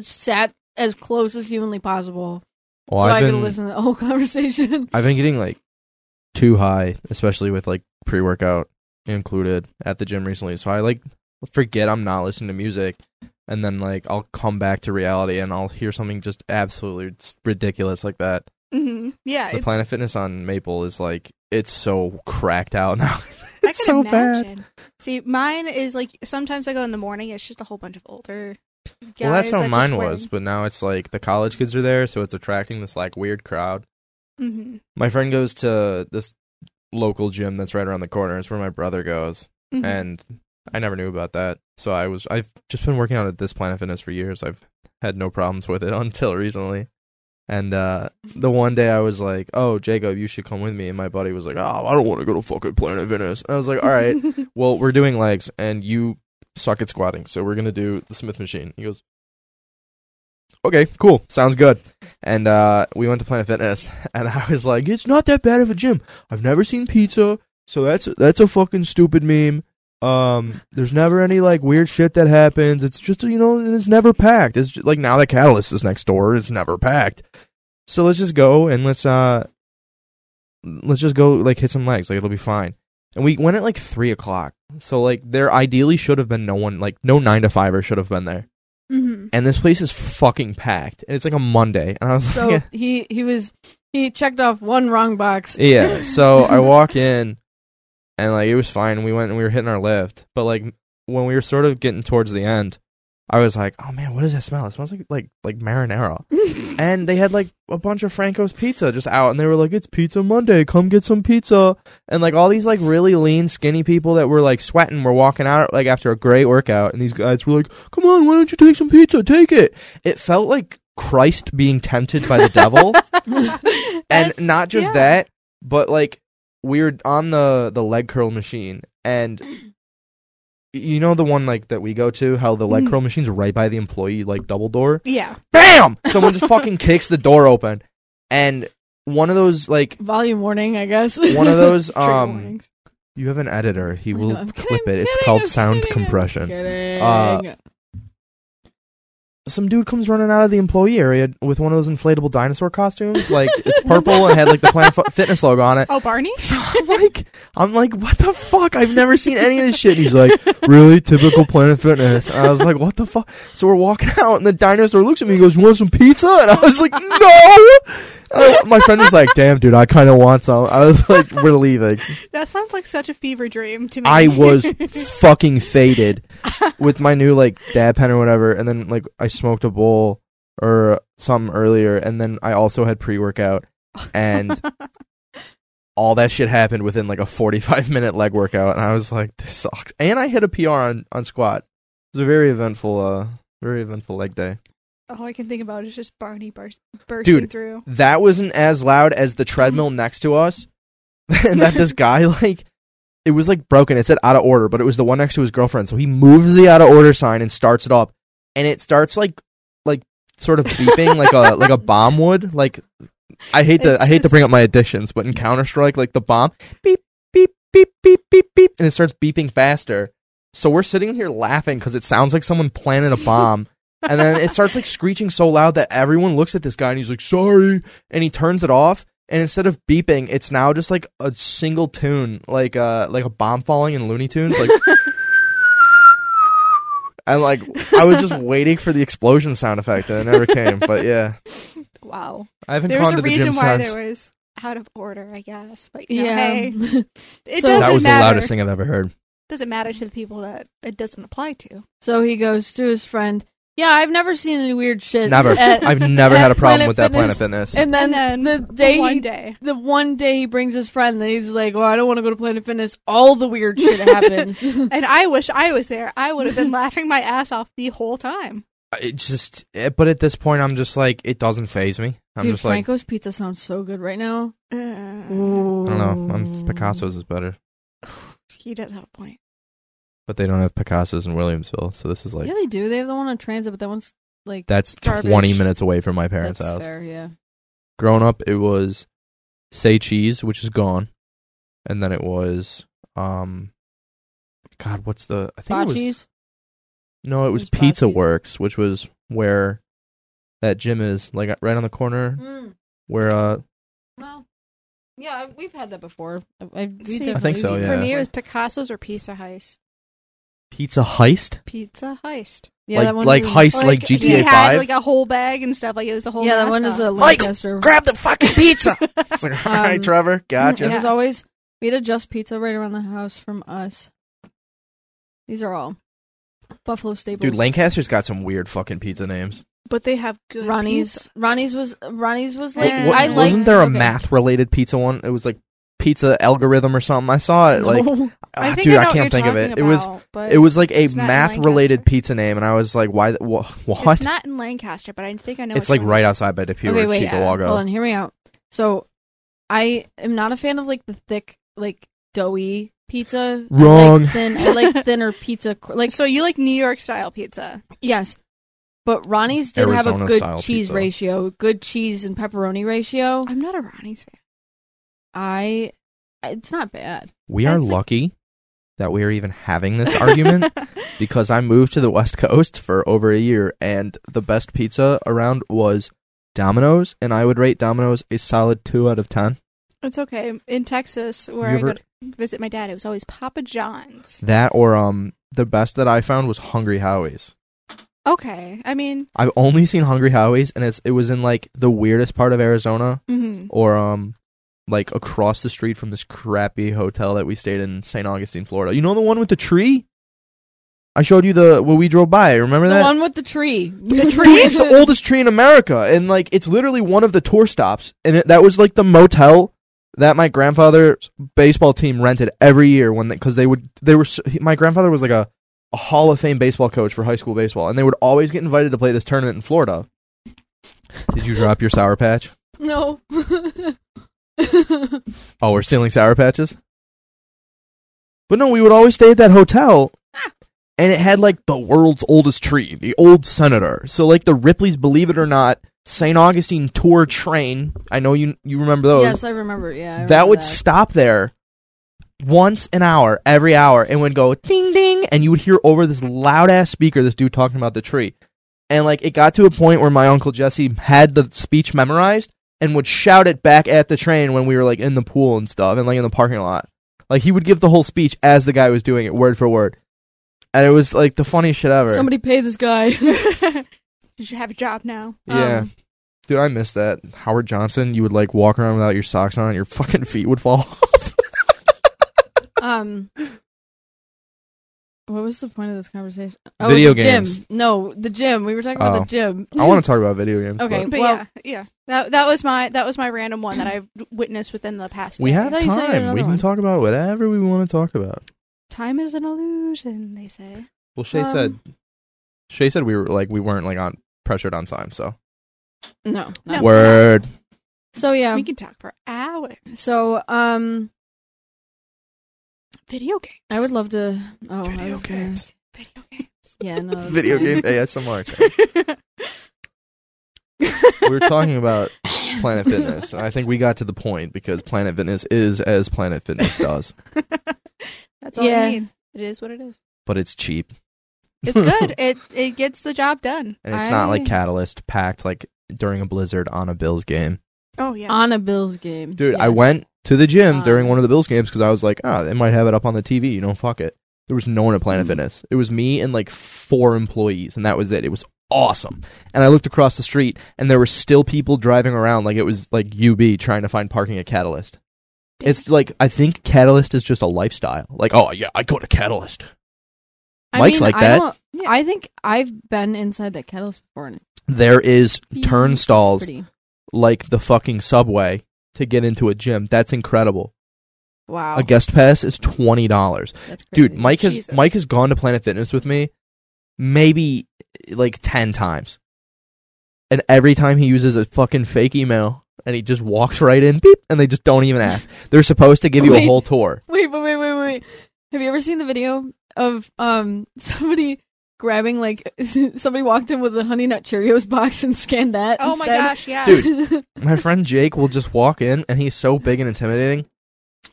Speaker 1: sat as close as humanly possible
Speaker 3: Well,
Speaker 1: so
Speaker 3: I've
Speaker 1: I could
Speaker 3: been-
Speaker 1: listen to the whole <laughs> conversation.
Speaker 3: I've been getting like too high, especially with like pre workout included at the gym recently. So I like forget I'm not listening to music, and then like I'll come back to reality and I'll hear something just absolutely s- ridiculous like that.
Speaker 2: Mhm. yeah.
Speaker 3: The
Speaker 2: it's-
Speaker 3: Planet Fitness on Maple is like it's so cracked out <laughs> now.
Speaker 2: I
Speaker 3: it's
Speaker 2: can
Speaker 3: so bad.
Speaker 2: imagine. See, mine is like sometimes I go in the morning. It's just a whole bunch of older. Guys
Speaker 3: well, that's how
Speaker 2: that just
Speaker 3: mine
Speaker 2: wear-
Speaker 3: was, but now it's like the college kids are there, so it's attracting this like weird crowd.
Speaker 2: Mhm.
Speaker 3: My friend goes to this local gym that's right around the corner. It's where my brother goes.
Speaker 2: Mhm.
Speaker 3: and I never knew about that. So I was I've just been working out at this Planet Fitness for years. I've had no problems with it <laughs> until recently. And uh, the one day I was like, "Oh, Jacob, you should come with me." And my buddy was like, "Oh, I don't want to go to fucking Planet Fitness." And I was like, "All right, well, we're doing legs, and you suck at squatting, so we're gonna do the Smith machine." He goes, "Okay, cool, sounds good." And uh, we went to Planet Fitness, <laughs> and I was like, "It's not that bad of a gym. I've never seen pizza, so that's that's a fucking stupid meme. Um, there's never any like weird shit that happens. It's just you know, it's never packed. It's just, like now that Catalyst is next door, it's never packed. So let's just go and let's uh, let's just go like hit some legs. Like it'll be fine." And we went at like three o'clock. So like there ideally should have been no one like no nine to fiver should have been there.
Speaker 2: Mhm.
Speaker 3: And this place is fucking packed. And it's like a Monday. And <laughs> I was
Speaker 1: So
Speaker 3: like <laughs>
Speaker 1: he he was he checked off one wrong box.
Speaker 3: Yeah. So I walk in and like it was fine. We went and we were hitting our lift. But like when we were sort of getting towards the end, I was like, Oh man, what does that smell? It smells like like like marinara.
Speaker 2: Mm-hmm. <laughs>
Speaker 3: and they had like a bunch of Franco's pizza just out, and they were like, "It's Pizza Monday, come get some pizza." And like all these like really lean, skinny people that were like sweating were walking out like after a great workout, and these guys were like, "Come on, why don't you take some pizza? Take it." It felt like Christ being tempted by the devil, and not just
Speaker 2: yeah.
Speaker 3: that, but like we were on the the leg curl machine, and you know the one like that we go to, how the leg
Speaker 2: Mhm.
Speaker 3: curl machine's right by the employee like double door
Speaker 2: yeah.
Speaker 3: bam someone
Speaker 1: <laughs>
Speaker 3: just fucking kicks the door open and one of those like
Speaker 1: <laughs> Volume warning, I guess.
Speaker 3: <laughs> one of
Speaker 1: <laughs>
Speaker 3: those
Speaker 2: Trigger
Speaker 3: um
Speaker 2: warnings.
Speaker 3: you have an editor he will
Speaker 1: I'm kidding,
Speaker 3: clip it it's
Speaker 1: kidding,
Speaker 3: called
Speaker 1: I'm
Speaker 3: sound
Speaker 1: kidding, I'm
Speaker 3: compression
Speaker 1: kidding.
Speaker 3: Uh, some dude comes running out of the employee area with one of those inflatable dinosaur costumes like it's purple and had like the planet F- fitness logo on it <laughs>
Speaker 2: Oh, Barney.
Speaker 3: so I'm like, I'm like, what the fuck? I've never seen any of this shit. He's like, really typical Planet Fitness. And I was like, what the fuck? So we're walking <laughs> out, and the dinosaur looks at me. and goes, you want some pizza? And I was like, no. Uh, my friend was like, damn, dude, I kind of want some. I was like, we're leaving.
Speaker 2: That sounds like such a fever dream to me. <laughs>
Speaker 3: I was fucking faded with my new like dab pen or whatever, and then like I smoked a bowl or something earlier, and then I also had pre workout, and all that shit happened within like a forty five minute leg workout, and I was like, this sucks. And I hit a PR on on squat. It was a very eventful, uh, very eventful leg day.
Speaker 2: <laughs> All I can think about is just Barney burst, bursting
Speaker 3: Dude.
Speaker 2: through.
Speaker 3: <laughs> that wasn't as loud as the treadmill next to us and that this guy <laughs> like it was like broken. It said out of order, but it was the one next to his girlfriend. So he moves the out of order sign and starts it up, and it starts like like sort of beeping like a like a bomb would. Like I hate to I
Speaker 2: It's-
Speaker 3: hate to bring up my additions, but in Counter Strike, like the bomb beep beep beep beep beep beep, and it starts beeping faster. So we're sitting here laughing because it sounds like someone planted a bomb. And then it starts like screeching so loud that everyone looks at this guy and he's like, sorry. And he turns it off. And instead of beeping, it's now just like a single tune, like uh like a bomb falling in Looney Tunes. Like <laughs> and like I was just waiting for the explosion sound effect and it never came. But yeah.
Speaker 2: Wow.
Speaker 3: I haven't
Speaker 2: There's
Speaker 3: gone
Speaker 2: a
Speaker 3: to the
Speaker 2: reason
Speaker 3: gym
Speaker 2: why
Speaker 3: since.
Speaker 2: there was out of order, I guess. But you know,
Speaker 1: yeah.
Speaker 2: hey, it
Speaker 1: So-
Speaker 2: doesn't
Speaker 3: that was
Speaker 2: matter.
Speaker 3: the loudest thing I've ever heard.
Speaker 2: Doesn't matter to the people that it doesn't apply to.
Speaker 1: <laughs> So he goes to his friend. Yeah, I've never seen any weird shit.
Speaker 3: Never.
Speaker 1: At-
Speaker 3: I've never
Speaker 1: at
Speaker 2: <laughs>
Speaker 3: had a problem
Speaker 1: Planet
Speaker 3: with that Planet
Speaker 1: Fitness- <laughs>
Speaker 3: Fitness.
Speaker 1: and then,
Speaker 2: And then
Speaker 1: the day
Speaker 2: one
Speaker 1: he,
Speaker 2: day.
Speaker 1: the one day he brings his friend, and he's like, "Well, I don't want to go to Planet Fitness." All the weird shit
Speaker 2: <laughs>
Speaker 1: happens.
Speaker 2: And I wish I was there. I would have <laughs> been laughing my ass off the whole time.
Speaker 3: It just, eh, but at this point, I'm just like, it doesn't phase me. I'm
Speaker 1: Dude,
Speaker 3: just like,
Speaker 1: Franco's pizza sounds so good right now. Mm.
Speaker 2: Uh,
Speaker 3: I don't know. I'm, Picasso's is better,
Speaker 2: he does have a point.
Speaker 3: but they don't have Picasso's in Williamsville, so this is like
Speaker 1: yeah, they do. They have the one on transit, but that one's like
Speaker 3: that's
Speaker 1: Garbage.
Speaker 3: 20 minutes away from my parents'
Speaker 1: that's
Speaker 3: house.
Speaker 1: fair. Yeah.
Speaker 3: Growing up, it was say cheese, which is gone, and then it was um, God, what's the? I think it was
Speaker 1: Bocce's.
Speaker 3: no, it was,
Speaker 1: was
Speaker 3: Pizza
Speaker 1: Bocce's.
Speaker 3: Works, which was where that gym is, like uh, right on the corner
Speaker 1: Mm,
Speaker 3: where uh,
Speaker 1: well, yeah, I- we've had that before. I, I, we
Speaker 2: See,
Speaker 1: definitely-
Speaker 3: I think so,
Speaker 1: we've-
Speaker 3: Oh, yeah.
Speaker 2: For me, it was Picasso's or Pizza Heist.
Speaker 3: Pizza Heist,
Speaker 2: Pizza Heist.
Speaker 1: yeah,
Speaker 3: like
Speaker 1: that one
Speaker 3: like
Speaker 1: was-
Speaker 3: heist, like,
Speaker 2: He
Speaker 3: GTA
Speaker 2: had
Speaker 3: Five.
Speaker 2: like a whole bag and stuff. Like it was a whole.
Speaker 1: Yeah, that one is a
Speaker 2: mascot.
Speaker 3: Michael,
Speaker 1: Lancaster.
Speaker 3: Grab the fucking pizza. <laughs> It's like, all right,
Speaker 1: Um,
Speaker 3: Trevor, gotcha.
Speaker 1: It was
Speaker 2: Yeah.
Speaker 1: always we had a Just Pizza right around the house from us. These are all Buffalo staples.
Speaker 3: Dude, Lancaster's got some weird fucking pizza names.
Speaker 2: <laughs> but they have good.
Speaker 1: Ronnie's.
Speaker 2: pizza.
Speaker 1: Ronnie's was Ronnie's was
Speaker 2: Like,
Speaker 1: like
Speaker 2: what-
Speaker 1: I like.
Speaker 3: wasn't there a math related pizza one? It was like pizza algorithm or something. I saw
Speaker 1: <laughs>
Speaker 3: it <laughs> like ah,
Speaker 2: I think
Speaker 3: dude,
Speaker 2: I, know
Speaker 3: I
Speaker 2: what
Speaker 3: can't
Speaker 2: you're
Speaker 3: think of it.
Speaker 2: talking
Speaker 3: It was
Speaker 2: about, but
Speaker 3: it was like a
Speaker 2: it's not in
Speaker 3: math related
Speaker 2: Lancaster.
Speaker 3: pizza name and I was like why the, wha- what?
Speaker 2: It's not in Lancaster, but I think I know.
Speaker 3: It's
Speaker 2: which
Speaker 3: like
Speaker 2: one
Speaker 3: right
Speaker 2: it is.
Speaker 3: outside by Depew
Speaker 1: okay,
Speaker 3: or
Speaker 1: wait,
Speaker 3: Chicago.
Speaker 1: hold on, hear me out. So, I am not a fan of like the thick, like doughy pizza. I like
Speaker 3: Wrong.
Speaker 1: thin, I like thinner pizza. cr- Like
Speaker 2: so you like New York style pizza?
Speaker 1: yes, but Ronnie's did have a good
Speaker 3: Arizona-style
Speaker 1: cheese
Speaker 3: pizza.
Speaker 1: ratio, good cheese and pepperoni ratio.
Speaker 2: I'm not a Ronnie's fan.
Speaker 1: I, it's not bad.
Speaker 3: We are
Speaker 2: It's like-
Speaker 3: lucky that we are even having this argument
Speaker 2: <laughs>
Speaker 3: because I moved to the West Coast for over a year, and the best pizza around was Domino's, and I would rate Domino's a solid two out of ten.
Speaker 2: it's okay. In Texas, where
Speaker 3: You
Speaker 2: I
Speaker 3: ever-
Speaker 2: go to visit my dad, it was always Papa John's.
Speaker 3: That or um, the best that I found was Hungry Howie's.
Speaker 2: Okay, I mean,
Speaker 3: I've only seen Hungry Howie's, and it's it was in like the weirdest part of Arizona,
Speaker 2: mhm.
Speaker 3: or um, like across the street from this crappy hotel that we stayed in St. Augustine, Florida. You know the one with the tree? I showed you the when we drove by. Remember
Speaker 1: The
Speaker 3: that?
Speaker 1: one with the tree. The
Speaker 3: Dude, it's the oldest tree in America, and like it's literally one of the tour stops, and it, that was like the motel that my grandfather's baseball team rented every year when because they, would they were s- he- my grandfather was like a, a Hall of Fame baseball coach for high school baseball, and they would always get invited to play this tournament in Florida. Did you drop your sour patch?
Speaker 1: No.
Speaker 3: Oh, we're stealing sour patches. But no, we would always stay at that hotel, and it had like the world's oldest tree, the old senator. So like the Ripley's Believe It or Not, St. Augustine tour train. I know you you remember those.
Speaker 1: yes, I remember. Yeah, I
Speaker 3: that
Speaker 1: remember
Speaker 3: would stop there once an hour, every hour, and would go ding ding, and you would hear over this loud ass speaker this dude talking about the tree. And like it got to a point where my uncle Jesse had the speech memorized and would shout it back at the train when we were like in the pool and stuff and like in the parking lot. Like he would give the whole speech as the guy was doing it, word for word. And it was like the funniest shit ever.
Speaker 1: Somebody pay this guy.
Speaker 2: <laughs>
Speaker 1: <laughs>
Speaker 2: you should have a job now.
Speaker 3: yeah.
Speaker 1: Um,
Speaker 3: Dude, I miss that. Howard Johnson, you would like walk around without your socks on, your fucking feet would fall <laughs> off.
Speaker 1: um, what was the point of this conversation? Oh,
Speaker 3: Video
Speaker 1: the gym.
Speaker 3: games.
Speaker 1: No, the gym. We were talking
Speaker 3: Oh.
Speaker 1: about the gym.
Speaker 3: I want to talk about video games.
Speaker 1: Okay.
Speaker 3: but-
Speaker 2: But
Speaker 1: Well-
Speaker 2: yeah, yeah. That that was my that was my random one that I've <clears throat> witnessed within the past.
Speaker 3: We
Speaker 2: day.
Speaker 3: have
Speaker 1: thought you said you had
Speaker 3: time. We
Speaker 1: another
Speaker 3: can
Speaker 1: one.
Speaker 3: talk about whatever we want to talk about.
Speaker 2: time is an illusion. They say.
Speaker 3: Well, Shay
Speaker 1: Um,
Speaker 3: said Shay said we were like we weren't like on pressured on time. So
Speaker 1: <laughs> No.
Speaker 2: No.
Speaker 1: no.
Speaker 3: word.
Speaker 1: So yeah.
Speaker 2: We can talk for hours.
Speaker 1: So um,
Speaker 2: Video games.
Speaker 1: I would love to. Oh, I
Speaker 3: Video
Speaker 1: was gonna-
Speaker 3: games.
Speaker 2: Video games.
Speaker 1: yeah, no. that's
Speaker 3: <laughs> Video
Speaker 1: fine.
Speaker 3: game ASMR. time. <laughs> we were talking about Planet Fitness. and I think we got to the point because Planet Fitness is as Planet Fitness does,
Speaker 2: <laughs> That's all
Speaker 1: Yeah.
Speaker 2: I need. It is what it is.
Speaker 3: but it's cheap.
Speaker 1: <laughs>
Speaker 2: It's
Speaker 3: <laughs>
Speaker 2: good. it it gets the job done.
Speaker 3: and it's not like
Speaker 1: I-
Speaker 3: Catalyst packed like during a blizzard on a Bills game.
Speaker 2: Oh yeah.
Speaker 1: on a Bills game,
Speaker 3: Dude, I
Speaker 1: Yes.
Speaker 3: went to the gym
Speaker 1: Uh,
Speaker 3: during one of the Bills games because I was like, ah, they might have it up on the TV. You know, fuck it. There was no one at
Speaker 1: Mm.
Speaker 3: Planet Fitness. It was me and like four employees, and that was it. It was awesome. And I looked across the street, and there were still people driving around like it was like UB trying to find parking at Catalyst. It's like I think Catalyst is just a lifestyle. Like, oh yeah, I go to Catalyst. Mike's like
Speaker 1: I
Speaker 3: that.
Speaker 1: don't- I think I've been inside that catalyst before, and it's
Speaker 3: There is turnstiles
Speaker 1: pretty.
Speaker 3: like the fucking subway to get into a gym. That's incredible.
Speaker 1: Wow,
Speaker 3: A guest pass is twenty dollars.
Speaker 1: that's crazy.
Speaker 3: Dude, Mike has
Speaker 2: Jesus.
Speaker 3: Mike has gone to Planet Fitness with me maybe like 10 times. And every time he uses a fucking fake email and he just walks right in beep and they just don't even ask. They're supposed to give you a
Speaker 1: Wait.
Speaker 3: whole tour.
Speaker 1: <laughs> Wait, but wait, wait, wait. Have you ever seen the video of um <laughs> somebody grabbing like <laughs> somebody walked in with a Honey Nut Cheerios box and scanned that?
Speaker 2: oh my
Speaker 1: instead?
Speaker 2: gosh, yeah.
Speaker 1: <laughs>
Speaker 3: Dude. My friend Jake will just walk in and he's so big and intimidating.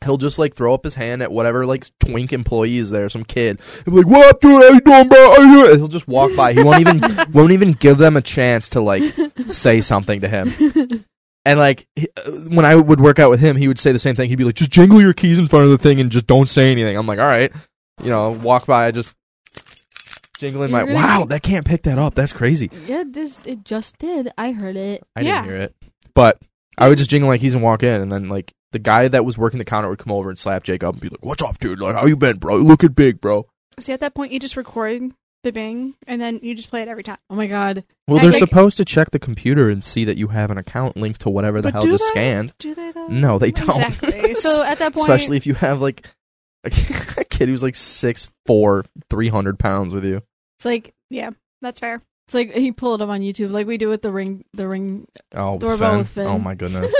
Speaker 3: He'll just like throw up his hand at whatever like twink employee is there, some kid. He'll be like, "What up, dude? How you doing, bro?" How you doing?" He'll just walk by. He won't even <laughs> won't even give them a chance to like say something to him. And like he- uh, when I would work out with him, he would say the same thing. He'd be like, "Just jingle your keys in front of the thing and just don't say anything." I'm like, "All right," you know, walk by, I just jingling my.
Speaker 1: You're gonna
Speaker 3: Wow,
Speaker 1: keep-
Speaker 3: that can't pick that up. That's crazy.
Speaker 1: <laughs> yeah, this it just did. I heard it.
Speaker 3: I
Speaker 2: Yeah.
Speaker 3: didn't hear it, but I would just jingle like keys and walk in, and then like the guy that was working the counter would come over and slap Jake up and be like, "What's up, dude? Like, how you been, bro? You Looking big, bro."
Speaker 2: See, at that point, you just record the bing, and then you just play it every time.
Speaker 1: Oh my god.
Speaker 3: Well,
Speaker 2: I
Speaker 3: they're
Speaker 2: think-
Speaker 3: supposed to check the computer and see that you have an account linked to whatever the
Speaker 2: But
Speaker 3: hell
Speaker 2: do
Speaker 3: just
Speaker 2: they?
Speaker 3: scanned.
Speaker 2: Do they though?
Speaker 3: No, they don't.
Speaker 1: <laughs>
Speaker 2: Exactly. So at that point,
Speaker 3: especially if you have like <laughs> a kid who's like six four, three hundred pounds with you.
Speaker 1: It's like
Speaker 2: that's fair.
Speaker 1: it's like he pulled it up on YouTube, like we do with the ring. The ring. <laughs>
Speaker 3: Oh,
Speaker 1: Doorbell with Finn.
Speaker 3: Oh my goodness,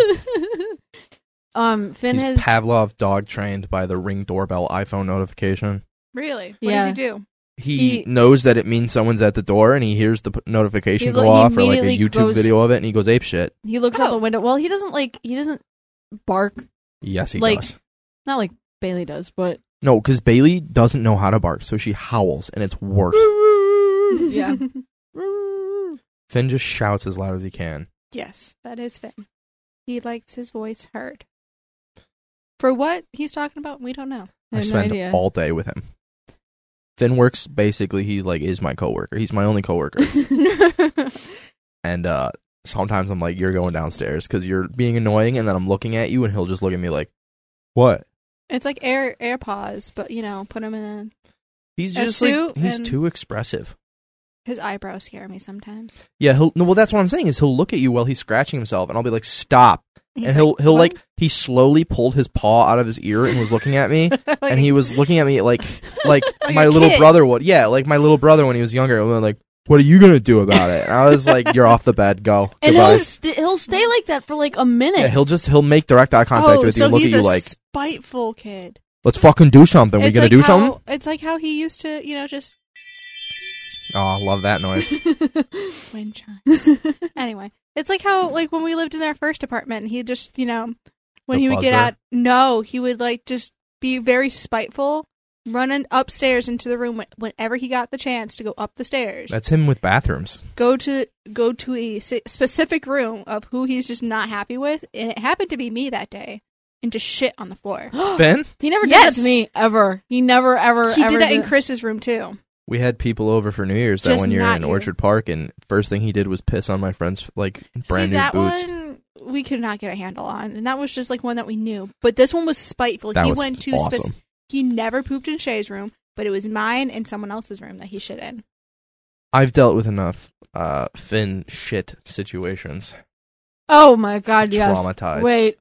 Speaker 1: um, <laughs> Finn
Speaker 3: he's
Speaker 1: has
Speaker 3: Pavlov dog trained by the Ring doorbell iPhone notification.
Speaker 2: Really? What
Speaker 1: Yeah.
Speaker 2: does he do?
Speaker 3: He,
Speaker 1: He-
Speaker 3: knows that it means someone's at the door, and he hears the p- notification
Speaker 1: He
Speaker 3: go
Speaker 1: lo- he
Speaker 3: off or like a
Speaker 1: immediately
Speaker 3: YouTube
Speaker 1: goes-
Speaker 3: video of it, and he goes ape shit.
Speaker 1: he looks out
Speaker 2: Oh.
Speaker 1: the window. Well, he doesn't like he doesn't bark,
Speaker 3: Yes, he
Speaker 1: Like-
Speaker 3: does.
Speaker 1: not like Bailey does, but
Speaker 3: No, because Bailey doesn't know how to bark, so she howls, and
Speaker 1: <laughs>
Speaker 3: it's worse.
Speaker 1: yeah.
Speaker 3: Finn just shouts as loud as he can.
Speaker 2: <laughs> yes, that is Finn. He likes his voice heard. For what he's talking about, we
Speaker 1: <laughs>
Speaker 2: don't know.
Speaker 1: I
Speaker 3: I,
Speaker 1: have no
Speaker 3: spend
Speaker 1: idea.
Speaker 3: all day with him. Finn works basically. He like is my coworker. He's my only coworker. and uh sometimes I'm like, "You're going downstairs" because you're being annoying, and then I'm looking at you, and he'll just look at me like, "What?"
Speaker 2: it's like air AirPods, but you know, put him in a.
Speaker 3: He's
Speaker 2: A
Speaker 3: just like
Speaker 2: suit
Speaker 3: he's
Speaker 2: and-
Speaker 3: too expressive.
Speaker 2: His eyebrows scare me sometimes.
Speaker 3: Yeah, he'll no. Well, that's what I'm saying is he'll look at you while he's scratching himself, and I'll be like, "Stop!"
Speaker 2: He's
Speaker 3: and he'll he'll
Speaker 2: "What?"
Speaker 3: like he slowly pulled his paw out of his ear and was looking at me,
Speaker 2: <laughs> Like,
Speaker 3: and he was looking at me
Speaker 2: <laughs>
Speaker 3: like like
Speaker 2: Like
Speaker 3: my
Speaker 2: a
Speaker 3: little
Speaker 2: kid.
Speaker 3: brother would. Yeah, like my little brother when he was younger. and we were like, what are you gonna do about it? And I was like, you're off the
Speaker 2: <laughs>
Speaker 3: bed, go.
Speaker 1: And
Speaker 3: Goodbye.
Speaker 1: he'll st- he'll stay like that for like a minute.
Speaker 3: yeah, he'll just he'll make direct eye contact
Speaker 2: oh,
Speaker 3: with you
Speaker 2: so
Speaker 3: and look at
Speaker 2: he's a
Speaker 3: you like,
Speaker 2: spiteful kid.
Speaker 3: let's fucking do something. we
Speaker 2: It's
Speaker 3: gonna
Speaker 2: like
Speaker 3: do
Speaker 2: how-
Speaker 3: something?
Speaker 2: It's like how he used to, you know, just
Speaker 3: Oh, I love that noise.
Speaker 1: <laughs>
Speaker 2: <laughs> wind chime. anyway, it's like how like when we lived in our first apartment, he just you know when
Speaker 3: The
Speaker 2: he would get
Speaker 3: buzzer.
Speaker 2: out, no, he would like just be very spiteful, running upstairs into the room wh- whenever he got the chance to go up the stairs,
Speaker 3: That's him with bathrooms.
Speaker 2: go to go to a s- specific room of who he's just not happy with, and it happened to be me that day, and just shit on the floor.
Speaker 3: Ben,
Speaker 1: <gasps> he never did
Speaker 2: Yes.
Speaker 1: that to me ever. He never ever.
Speaker 2: He
Speaker 1: ever
Speaker 2: did that in Chris's room too.
Speaker 3: we had people over for New Year's that
Speaker 2: Just
Speaker 3: one year
Speaker 2: not
Speaker 3: in
Speaker 2: you.
Speaker 3: Orchard Park, and first thing he did was piss on my friend's like brand
Speaker 2: See
Speaker 3: new
Speaker 2: that
Speaker 3: boots.
Speaker 2: one we could not get a handle on, and that was just like one that we knew. But this one was spiteful.
Speaker 3: That
Speaker 2: he
Speaker 3: was
Speaker 2: went to
Speaker 3: awesome.
Speaker 2: spec- he never pooped in Shay's room, but it was mine and someone else's room that he shit in.
Speaker 3: I've dealt with enough uh Finn shit situations.
Speaker 1: oh my god! Yes.
Speaker 3: Traumatized.
Speaker 1: Wait.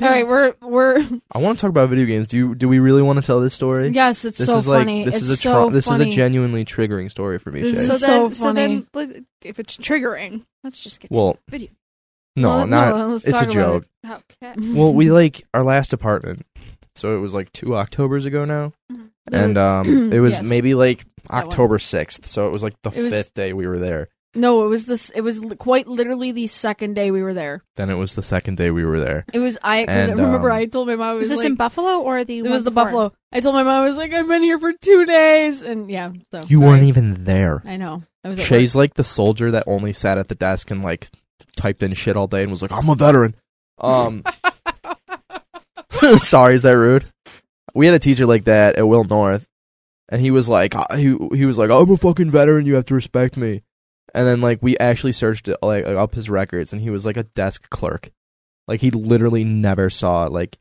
Speaker 1: All right, we're we're
Speaker 3: I want to talk about video games. Do you, do we really want to tell this story?
Speaker 1: yes, it's
Speaker 3: This
Speaker 1: so
Speaker 3: is like
Speaker 1: funny.
Speaker 3: this
Speaker 1: it's
Speaker 3: is a
Speaker 1: so
Speaker 3: trau- this is a
Speaker 1: funny.
Speaker 3: genuinely triggering story for me.
Speaker 1: This
Speaker 3: Shay.
Speaker 1: is
Speaker 2: so
Speaker 1: so
Speaker 2: then, so
Speaker 1: funny.
Speaker 2: then, like, if it's triggering, let's just get
Speaker 3: well,
Speaker 2: video.
Speaker 3: no,
Speaker 1: Well,
Speaker 3: not
Speaker 1: let's
Speaker 3: it's a
Speaker 1: talk about
Speaker 3: joke.
Speaker 2: to okay.
Speaker 1: it. <laughs>
Speaker 3: Well, we like our last apartment. So it was like two Octobers ago now,
Speaker 1: Mhm.
Speaker 3: and um, it
Speaker 1: <clears throat>
Speaker 3: was
Speaker 1: Yes.
Speaker 3: maybe like
Speaker 1: one.
Speaker 3: October sixth. So it was like the
Speaker 1: It was-
Speaker 3: fifth day we were there.
Speaker 1: No, it was this. It was li- quite literally the second day we were there.
Speaker 3: Then it was the second day we were there.
Speaker 1: It was I 'cause I
Speaker 3: And,
Speaker 1: remember
Speaker 3: um,
Speaker 1: I told my mom I was
Speaker 2: Is this
Speaker 1: like,
Speaker 2: in Buffalo or the?
Speaker 1: it
Speaker 2: one
Speaker 1: was the
Speaker 2: before?
Speaker 1: Buffalo. I told my mom I was like I've been here for two days and yeah. So
Speaker 3: You
Speaker 1: Oh, sorry.
Speaker 3: weren't even there.
Speaker 1: I know. I was at
Speaker 3: Shay's like the soldier that only sat at the desk and like typed in shit all day and was like, "I'm a veteran." Um, <laughs> sorry, is that rude? We had a teacher like that at Will North, and he was like, uh, he he was like, "I'm a fucking veteran. You have to respect me." And then like we actually searched it, like up his records, and he was like a desk clerk. Like he literally never saw like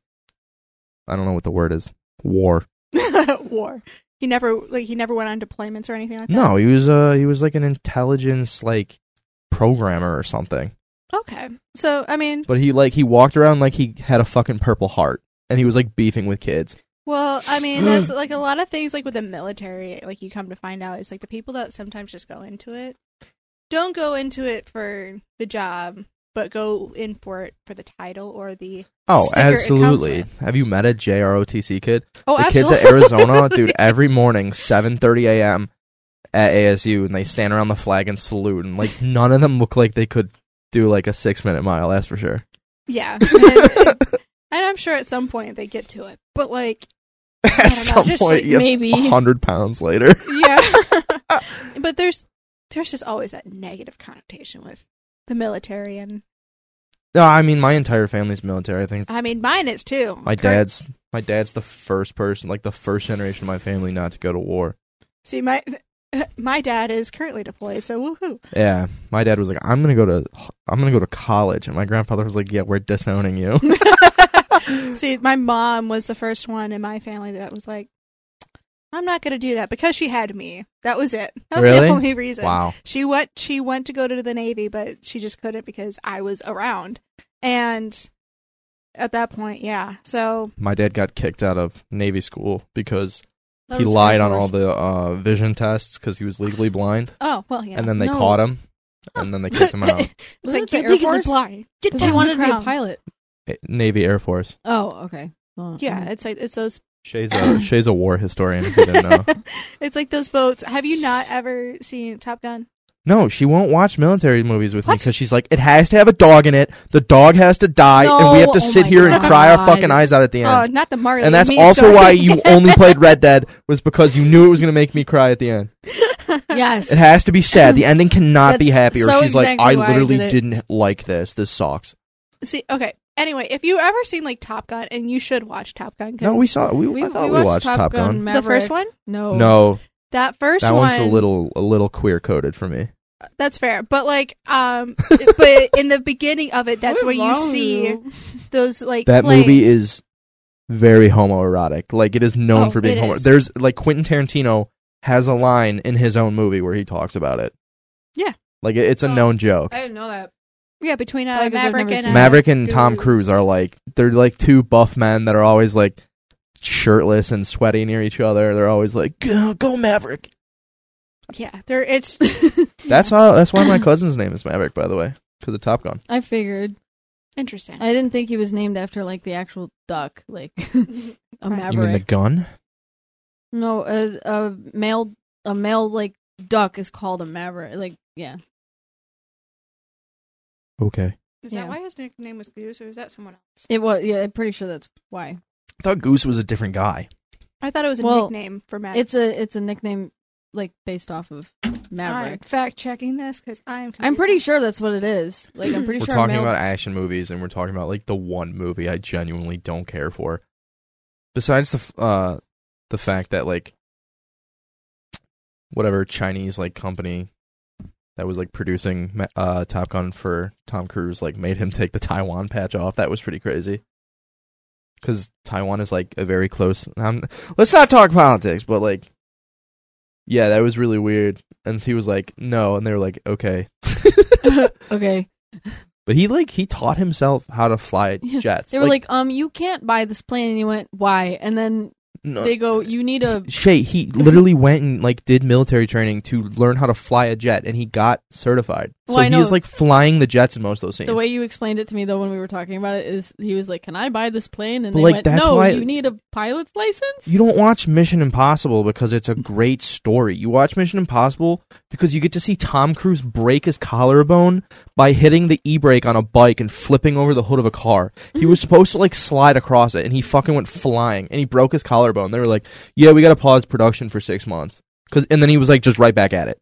Speaker 3: I don't know what the word is war.
Speaker 2: <laughs> War. He never like he never went on deployments or anything like that.
Speaker 3: No, he was uh he was like an intelligence like programmer or something.
Speaker 2: Okay. So I mean,
Speaker 3: But he like he walked around like he had a fucking purple heart, and he was like beefing with kids.
Speaker 2: well, I mean
Speaker 3: <clears throat>
Speaker 2: that's like a lot of things like with the military. Like you come to find out is like the people that sometimes just go into it don't go into it for the job, but go in for it for the title or the
Speaker 3: Oh,
Speaker 2: Sticker it comes
Speaker 3: absolutely.
Speaker 2: with.
Speaker 3: Have you met a JROTC kid?
Speaker 2: oh
Speaker 3: the
Speaker 2: absolutely.
Speaker 3: kids at
Speaker 2: <laughs>
Speaker 3: Arizona, dude, every morning, seven thirty a.m. at ASU, and they stand around the flag and salute, and like none of them look like they could do like a six minute mile. That's
Speaker 2: <laughs>
Speaker 3: for sure.
Speaker 2: yeah. And, and I'm sure at some point they get to it, but like
Speaker 3: <laughs>
Speaker 2: know,
Speaker 3: at some
Speaker 2: just,
Speaker 3: point,
Speaker 2: like, Uh,
Speaker 3: yeah,
Speaker 1: maybe
Speaker 3: hundred pounds later.
Speaker 2: <laughs> yeah. but there's there's just always that negative connotation with the military and
Speaker 3: <laughs> No, I mean my entire family's military. I think
Speaker 2: I mean mine is too.
Speaker 3: my
Speaker 2: Kurt-
Speaker 3: dad's my dad's the first person, like the first generation of my family not to go to war.
Speaker 2: See my <laughs> my dad is currently deployed, so
Speaker 3: <laughs>
Speaker 2: woohoo.
Speaker 3: Yeah, my dad was like, "I'm gonna go to, I'm gonna go to college," and my grandfather was like, "Yeah, we're disowning
Speaker 1: <laughs>
Speaker 3: you." <laughs>
Speaker 2: See, my mom was the first one in my family that was like I'm not going to do that because she had me. That was it. That was
Speaker 3: Really?
Speaker 2: the only reason.
Speaker 3: wow,
Speaker 2: She went she went to go to the Navy, but she just couldn't because I was around. And at that point, yeah. So
Speaker 3: my dad got kicked out of Navy school because
Speaker 1: That
Speaker 3: he
Speaker 1: was
Speaker 3: lied
Speaker 1: Air
Speaker 3: on
Speaker 1: Force.
Speaker 3: all the uh, vision tests because he was legally blind,
Speaker 2: oh well yeah.
Speaker 3: and then they
Speaker 1: No. <laughs>
Speaker 3: caught him, and then they kicked him out.
Speaker 2: it's
Speaker 1: Was
Speaker 2: like
Speaker 1: it the
Speaker 2: you're
Speaker 1: Air
Speaker 2: legally
Speaker 1: Force?
Speaker 2: blind. Get
Speaker 1: because
Speaker 2: down
Speaker 1: he
Speaker 2: on
Speaker 1: wanted
Speaker 2: the
Speaker 1: to be a
Speaker 2: ground.
Speaker 1: pilot.
Speaker 3: Eh, Navy Air Force.
Speaker 1: Oh, okay. Well,
Speaker 2: Yeah, it's like it's those.
Speaker 3: Shay's a Shay's a war historian. If you didn't know.
Speaker 1: <laughs>
Speaker 2: <laughs> it's like those boats. Have you not ever seen Top Gun?
Speaker 3: No, she won't watch military movies with me
Speaker 2: What?
Speaker 3: because she's like, it has to have a dog in it. The dog has to die, and
Speaker 1: No,
Speaker 3: we have to
Speaker 1: oh
Speaker 3: sit
Speaker 1: my
Speaker 3: here and cry our
Speaker 1: God.
Speaker 3: fucking eyes out at the end.
Speaker 2: Oh, not the Marley.
Speaker 3: and that's
Speaker 2: Me,
Speaker 3: also
Speaker 2: sorry. <laughs>
Speaker 3: why you only played Red Dead was because you knew it was going to make me cry at the end.
Speaker 1: <laughs> yes.
Speaker 3: It has to be sad. The ending cannot be
Speaker 1: That's
Speaker 3: happy. Or
Speaker 1: so
Speaker 3: she's
Speaker 1: exactly
Speaker 3: like,
Speaker 1: why
Speaker 3: I
Speaker 1: I
Speaker 3: literally
Speaker 1: did it."
Speaker 3: did not like this. This sucks.
Speaker 2: See, okay. Anyway, if you ever seen like Top Gun, and you should watch Top Gun. 'cause
Speaker 3: No, we saw. We, I thought we watched, Top Gun.
Speaker 2: the
Speaker 1: Maverick.
Speaker 2: first one.
Speaker 1: No.
Speaker 3: No,
Speaker 2: That first
Speaker 3: that
Speaker 2: one.
Speaker 3: one's a little a little queer coded for me.
Speaker 2: That's fair, but like, um, but in the beginning of it, that's
Speaker 1: What
Speaker 2: where you
Speaker 1: wrong with
Speaker 2: see
Speaker 1: you?
Speaker 2: those like
Speaker 3: <laughs> That
Speaker 2: planes.
Speaker 3: movie is very homoerotic. Like it is known
Speaker 2: Oh,
Speaker 3: for being
Speaker 2: it
Speaker 3: homo.
Speaker 2: is.
Speaker 3: There's like Quentin Tarantino has a line in his own movie where he talks about it.
Speaker 2: Yeah.
Speaker 3: like it, it's a
Speaker 1: Oh,
Speaker 3: known joke.
Speaker 1: I didn't know that.
Speaker 2: yeah between uh,
Speaker 1: Like, 'cause I've
Speaker 2: Maverick
Speaker 1: never
Speaker 2: and
Speaker 1: seen
Speaker 2: uh,
Speaker 3: Maverick and Tom
Speaker 1: Dudes.
Speaker 3: Cruise are like they're like two buff men that are always like shirtless and sweaty near each other. They're always like go, go Maverick.
Speaker 2: Yeah, there. It's <laughs>
Speaker 3: That's how. That's why my cousin's name is Maverick, by the way, because of Top Gun.
Speaker 1: I figured.
Speaker 2: interesting.
Speaker 1: I didn't think he was named after like the actual duck, like <laughs>
Speaker 2: <laughs>
Speaker 1: a
Speaker 2: Right.
Speaker 3: You mean the
Speaker 1: maverick.
Speaker 3: gun?
Speaker 1: no, a, a male, a male like duck is called a maverick. Like, yeah,
Speaker 3: Okay.
Speaker 2: is
Speaker 1: Yeah.
Speaker 2: that why his nickname was Goose, or is that someone else?
Speaker 1: it was. Yeah, I'm pretty sure that's why.
Speaker 3: I thought Goose was a different guy.
Speaker 2: I thought it was a
Speaker 1: Well,
Speaker 2: nickname for Maverick.
Speaker 1: It's a it's a nickname like based off of
Speaker 2: I'm
Speaker 1: maverick.
Speaker 2: fact checking this because I'm.
Speaker 1: I'm pretty sure that's what it is. Like, I'm pretty
Speaker 3: We're
Speaker 1: sure. a
Speaker 3: talking
Speaker 1: male-
Speaker 3: about action movies, and we're talking about like the one movie I genuinely don't care for. Besides the f- uh, the fact that like whatever Chinese like company that was like producing Ma- uh, Top Gun for Tom Cruise like made him <laughs> take the Taiwan patch off. That was pretty crazy. Because Taiwan is like a very close. Um, let's not talk politics, but like, yeah, that was really weird. And he was like, no, and they were like, okay. <laughs>
Speaker 1: okay,
Speaker 3: But he like he taught himself how to fly
Speaker 1: <laughs> Yeah,
Speaker 3: jets.
Speaker 1: they were like, um, you can't buy this plane, and he went, why? And then
Speaker 3: no-
Speaker 1: they go, you need
Speaker 3: <laughs>
Speaker 1: a
Speaker 3: Shay.
Speaker 1: <laughs>
Speaker 3: He literally went and like did military training to learn how to fly a jet, and he got certified. So
Speaker 1: Well, I know-
Speaker 3: he's like flying the jets in most of those scenes.
Speaker 1: The way you explained it to me though when we were talking about it is he was like, "Can I buy this plane?" And
Speaker 3: But,
Speaker 1: they
Speaker 3: like,
Speaker 1: went,
Speaker 3: that's
Speaker 1: "No,
Speaker 3: why-
Speaker 1: you need a pilot's license."
Speaker 3: you don't watch Mission Impossible because it's a great story. You watch Mission Impossible because you get to see Tom Cruise break his collarbone by hitting the e brake on a bike and flipping over the hood of a car. He was supposed to like slide across it and he fucking went flying and he broke his collarbone. They were like, yeah, we got to pause production for six months. Cause, and then he was like just right back at it.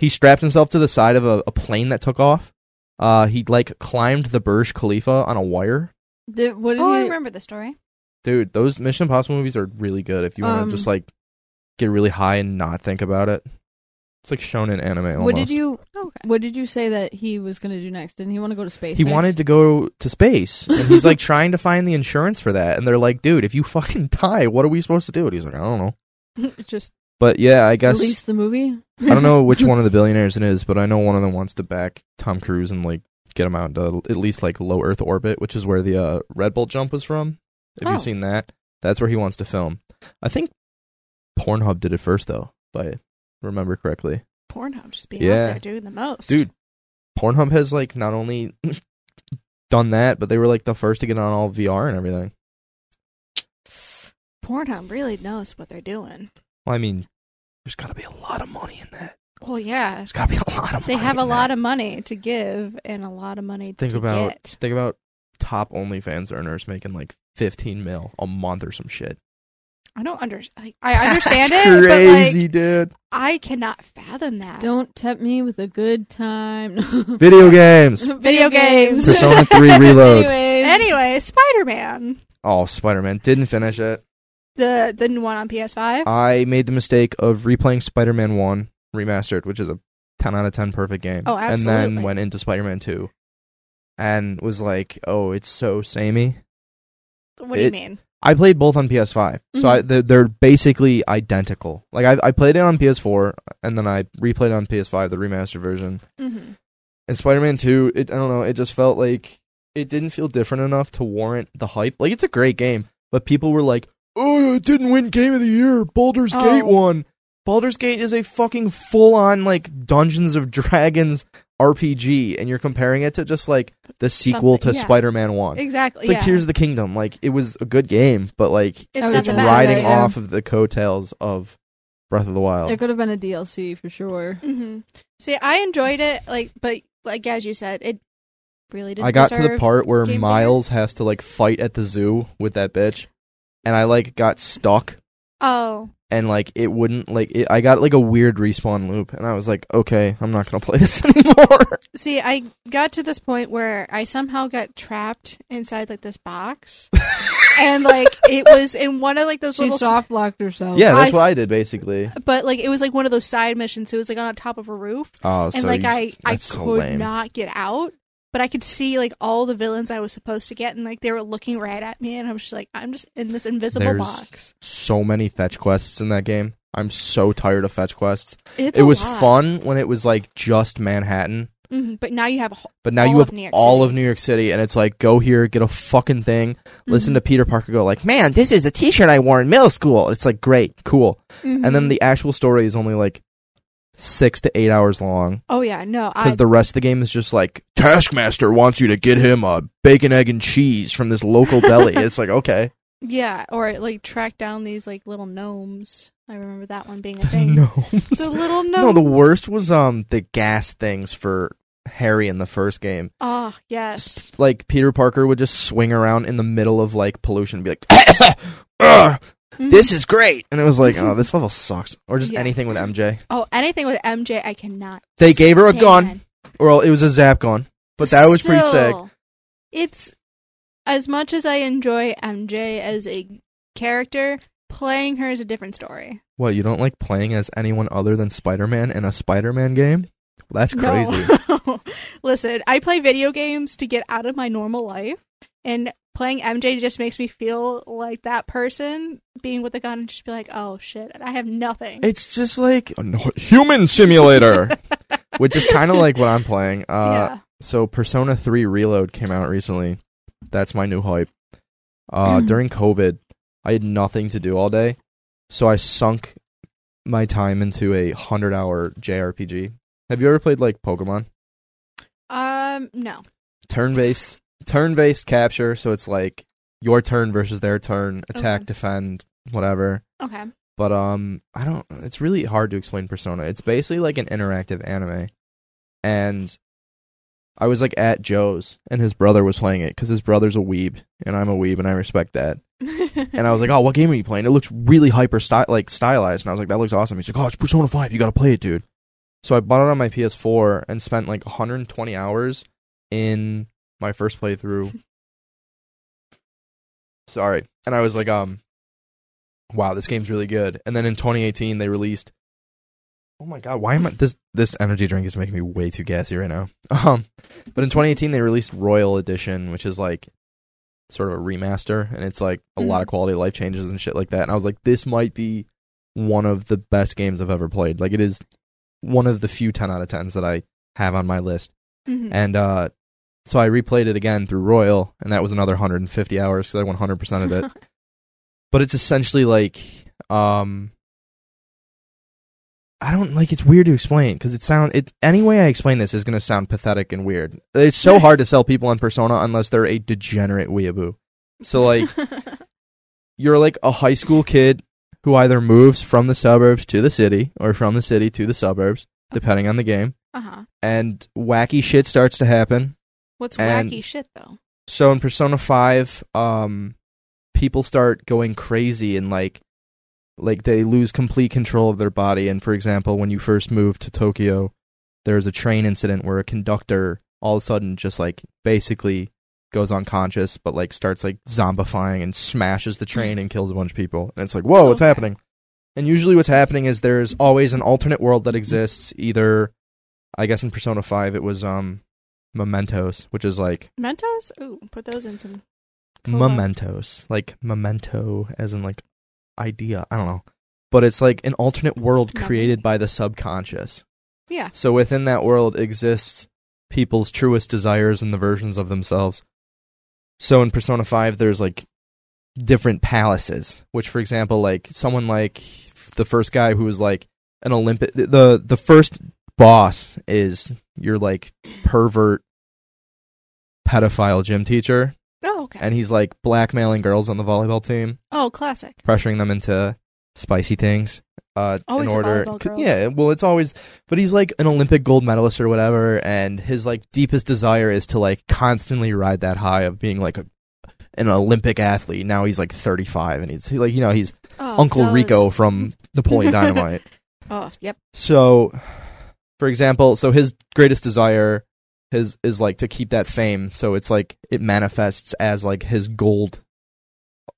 Speaker 3: He strapped himself to the side of a, a plane that took off. Uh, he like climbed the Burj Khalifa on a wire.
Speaker 1: Did, what did
Speaker 2: Oh,
Speaker 1: he-
Speaker 2: I remember the story.
Speaker 3: Dude, those Mission Impossible movies are really good if you want to
Speaker 1: Um,
Speaker 3: just like get really high and not think about it. It's like shown in anime almost.
Speaker 1: What did you?
Speaker 2: Okay.
Speaker 1: What did you say that he was going to do next? Didn't he want to go to space?
Speaker 3: he
Speaker 1: next?
Speaker 3: wanted to go to space and
Speaker 1: <laughs>
Speaker 3: he's like trying to find the insurance for that and they're like, "Dude, if you fucking die, what are we supposed to do?" And he's like, "I don't know."
Speaker 2: <laughs> Just
Speaker 3: But yeah, I guess
Speaker 1: release the movie.
Speaker 3: I don't
Speaker 1: <laughs>
Speaker 2: <laughs>
Speaker 3: know which one of the billionaires it is, but I know one of them wants to back Tom Cruise and like get him out into at least like low Earth orbit, which is where the uh, Red Bull jump was from. Have
Speaker 1: Oh.
Speaker 3: you seen that? That's where he wants to film. I think Pornhub did it first, though, if I remember correctly.
Speaker 2: Pornhub just being
Speaker 3: Yeah.
Speaker 2: out there doing the most.
Speaker 3: Dude, Pornhub has like not only <laughs> done that, but they were like the first to get on all VR and everything.
Speaker 2: Pornhub really knows what they're doing.
Speaker 3: Well, I mean, there's got to be a lot of money in that.
Speaker 2: Well, yeah.
Speaker 3: There's got to be a lot of
Speaker 2: They
Speaker 3: money
Speaker 2: have a
Speaker 3: in that.
Speaker 2: lot of money to give and a lot of money
Speaker 3: Think
Speaker 2: to
Speaker 3: about-
Speaker 2: get.
Speaker 3: Think about top OnlyFans earners making like 15 mil a month or some shit.
Speaker 2: I don't understand. Like, I understand
Speaker 3: That's
Speaker 2: it,
Speaker 3: Crazy,
Speaker 2: but like,
Speaker 3: dude.
Speaker 2: I cannot fathom that.
Speaker 1: Don't tempt me with a good time. <laughs>
Speaker 3: Video
Speaker 2: <laughs>
Speaker 3: games.
Speaker 1: Video games. <laughs>
Speaker 3: Persona 3 Reload.
Speaker 1: Anyways,
Speaker 2: Anyway, Spider Man,
Speaker 3: Oh, Spider Man. Didn't finish it.
Speaker 2: the the new one on PS5.
Speaker 3: I made the mistake of replaying Spider Man 1 remastered, which is a 10 out of 10 perfect game.
Speaker 2: Oh,
Speaker 3: And then
Speaker 2: absolutely.
Speaker 3: went into Spider Man 2 and was like, oh, it's so samey.
Speaker 2: what do you
Speaker 3: it-
Speaker 2: mean?
Speaker 3: I played both on PS5,
Speaker 2: Mm-hmm.
Speaker 3: so I, they're, they're basically identical. Like I, I played it on PS4, and then I replayed it on PS5, the remastered version.
Speaker 2: Mm-hmm.
Speaker 3: And Spider Man Two, it, I don't know, it just felt like it didn't feel different enough to warrant the hype. Like it's a great game, but people were like, "Oh, it didn't win Game of the Year. Baldur's
Speaker 2: Oh.
Speaker 3: Gate won." Baldur's Gate is a fucking full on like Dungeons of Dragons RPG, and you're comparing it to just like the sequel
Speaker 2: Something-
Speaker 3: to
Speaker 2: yeah.
Speaker 3: Spider Man One.
Speaker 2: Exactly.
Speaker 3: It's like
Speaker 2: yeah.
Speaker 3: Tears of the Kingdom. Like it was a good game, but like
Speaker 2: It's
Speaker 1: I
Speaker 2: not
Speaker 1: would
Speaker 3: it's
Speaker 2: the
Speaker 1: just
Speaker 2: best.
Speaker 3: riding
Speaker 1: Yeah.
Speaker 3: off of the coattails of Breath of the Wild.
Speaker 1: it could have been a DLC for sure.
Speaker 2: hmm See, I enjoyed it, like, but like as you said, it really didn't.
Speaker 3: I got to the
Speaker 2: deserve-
Speaker 3: part where
Speaker 2: Game
Speaker 3: Miles has to like fight at the zoo with that bitch, and I like got stuck,
Speaker 2: Oh,
Speaker 3: and like it wouldn't like it, I got like a weird respawn loop, and I was like, okay, I'm not gonna <laughs> play this anymore.
Speaker 2: see, I got to this point where I somehow got trapped inside like this box, and like it was in one of like those
Speaker 1: She
Speaker 2: little.
Speaker 1: soft locked herself.
Speaker 3: <laughs> yeah,
Speaker 2: I
Speaker 3: that's what
Speaker 2: s-
Speaker 3: I did basically.
Speaker 2: But like it was like one of those side missions. So it was like on top of a roof,
Speaker 3: Oh,
Speaker 2: and
Speaker 3: so
Speaker 2: like
Speaker 3: you-
Speaker 2: I I could
Speaker 3: that's so lame.
Speaker 2: not get out. But I could see like all the villains I was supposed to get, and like they were looking right at me, and I was just like, I'm just in this invisible
Speaker 3: There's-
Speaker 2: box.
Speaker 3: So many fetch quests in that game. I'm so tired of fetch quests.
Speaker 2: It's
Speaker 3: it
Speaker 2: a
Speaker 3: was
Speaker 2: lot.
Speaker 3: fun when it was like just Manhattan.
Speaker 2: Mhm, but now you have a whole,
Speaker 3: But now
Speaker 2: all
Speaker 3: you
Speaker 2: of
Speaker 3: have
Speaker 2: New York
Speaker 3: all
Speaker 2: City.
Speaker 3: of New York City, and it's like, go here, get a fucking thing. Listen
Speaker 2: Mm-hmm.
Speaker 3: to Peter Parker go like, man, this is a T-shirt I wore in middle school. It's like great, cool.
Speaker 2: mm-hmm.
Speaker 3: And then the actual story is only like six to eight hours long
Speaker 2: oh yeah, no, I
Speaker 3: because the rest of the game is just like Taskmaster wants you to get him a bacon, egg, and cheese from this
Speaker 2: <laughs>
Speaker 3: local deli. It's like okay,
Speaker 2: Yeah, or it, like track down these like little gnomes. I remember that one
Speaker 3: <laughs>
Speaker 2: being a thing. <laughs>
Speaker 3: no,
Speaker 2: The little gnomes.
Speaker 3: <laughs> no. The worst was um the gas things for Harry in the first game.
Speaker 2: Oh yes.
Speaker 3: Like Peter Parker would just swing around in the middle of like pollution, and be like. <coughs> "Ugh,
Speaker 2: Mm-hmm.
Speaker 3: this is great. And it was like, oh, this level sucks. Or just
Speaker 2: Yeah.
Speaker 3: anything with MJ.
Speaker 2: Oh, anything with MJ, I cannot.
Speaker 3: They gave her a gun,
Speaker 2: stand.
Speaker 3: Or well, it was a zap gun. But that was pretty sick.
Speaker 2: Still, It's as much as I enjoy MJ as a character, playing her is a different story.
Speaker 3: What, you don't like playing as anyone other than Spider Man in a Spider Man game? Well,
Speaker 2: <laughs>
Speaker 3: that's crazy.
Speaker 2: No. Listen, I play video games to get out of my normal life, and playing MJ just makes me feel like that person being with a gun and just be like, "Oh shit, I have nothing."
Speaker 3: It's just like a no- human simulator. <laughs> which is kinda like what I'm playing. Uh
Speaker 2: yeah.
Speaker 3: so Persona 3 Reload came out recently. That's my new hype. Uh, During COVID, I had nothing to do all day, so I sunk my time into a hundred-hour JRPG. Have you ever played like Pokemon?
Speaker 2: Um, no.
Speaker 3: turn based turn based capture so it's like your turn versus their turn attack
Speaker 2: Okay.
Speaker 3: defend whatever
Speaker 2: Okay.
Speaker 3: but um i don't it's really hard to explain persona it's basically like an interactive anime and i was like at joe's and his brother was playing it because his brother's a weeb and i'm a weeb and i respect that
Speaker 2: <laughs>
Speaker 3: and i was like oh what game are you playing it looks really hyper sty- like stylized and i was like that looks awesome he's like oh it's persona 5 you gotta play it dude so i bought it on my ps4 and spent like 120 hours in my first playthrough sorry and i was like um wow, this game's really good. And then in 2018, they released. Oh my god, why am I this? This energy drink is making me way too gassy right now. <laughs> Um, but in 2018, they released Royal Edition, which is like sort of a remaster, and it's like a lot of quality of life changes and shit like that. And I was like, this might be one of the best games I've ever played. Like, it is one of the few 10 out of 10s that I have on my list.
Speaker 2: Mhm.
Speaker 3: And uh, so I replayed it again through Royal, and that was another 150 hours because I 100% of
Speaker 2: <laughs>
Speaker 3: it but it's essentially like um I don't like it's weird to explain because it sound it any way I explain this is gonna sound pathetic and weird. It's so hard to sell people on Persona unless they're a degenerate weeaboo.
Speaker 2: <laughs>
Speaker 3: So like you're like a high school kid who either moves from the suburbs to the city or from the city to the suburbs, depending on the game,
Speaker 2: uh huh.
Speaker 3: and wacky shit starts to happen.
Speaker 2: What's
Speaker 3: And-
Speaker 2: wacky shit though?
Speaker 3: So in Persona Five, um, people start going crazy and like, like they lose complete control of their body. And for example, when you first move to Tokyo, there's a train incident where a conductor all of a sudden just like basically goes unconscious, but like starts like zombifying and smashes the train and kills a bunch of people. And it's like, whoa, what's
Speaker 2: Okay.
Speaker 3: happening? And usually, what's happening is there's always an alternate world that exists. Either, I guess, in Persona Five, it was um, Mementos, which is like
Speaker 2: Mentos? Ooh, put those in some. Cola.
Speaker 3: mementos like memento as in like idea i don't know but it's like an alternate world
Speaker 2: Memory.
Speaker 3: created by the subconscious
Speaker 2: Yeah.
Speaker 3: so within that world exists people's truest desires and the versions of themselves so in persona 5 there's like different palaces which for example like someone like the first guy who was like an olympic the the first boss is your like pervert pedophile gym teacher
Speaker 2: Oh, okay.
Speaker 3: <laughs> and he's like blackmailing girls on the volleyball team,
Speaker 2: oh, classic.
Speaker 3: pressuring them into spicy things. Uh,
Speaker 2: Always
Speaker 3: in
Speaker 2: the
Speaker 3: order,
Speaker 2: volleyball
Speaker 3: c-
Speaker 2: girls.
Speaker 3: yeah. Well, it's always, but he's like an Olympic gold medalist or whatever, and his like deepest desire is to like constantly ride that high of being like a, an Olympic athlete. Now he's like thirty five, and he's he, like you know he's
Speaker 2: Oh,
Speaker 3: Uncle
Speaker 2: those. <laughs>
Speaker 3: Rico from Napoleon Dynamite.
Speaker 2: Oh, yep.
Speaker 3: So, for example, so his greatest desire his is like to keep that fame. So it's like it manifests as like his gold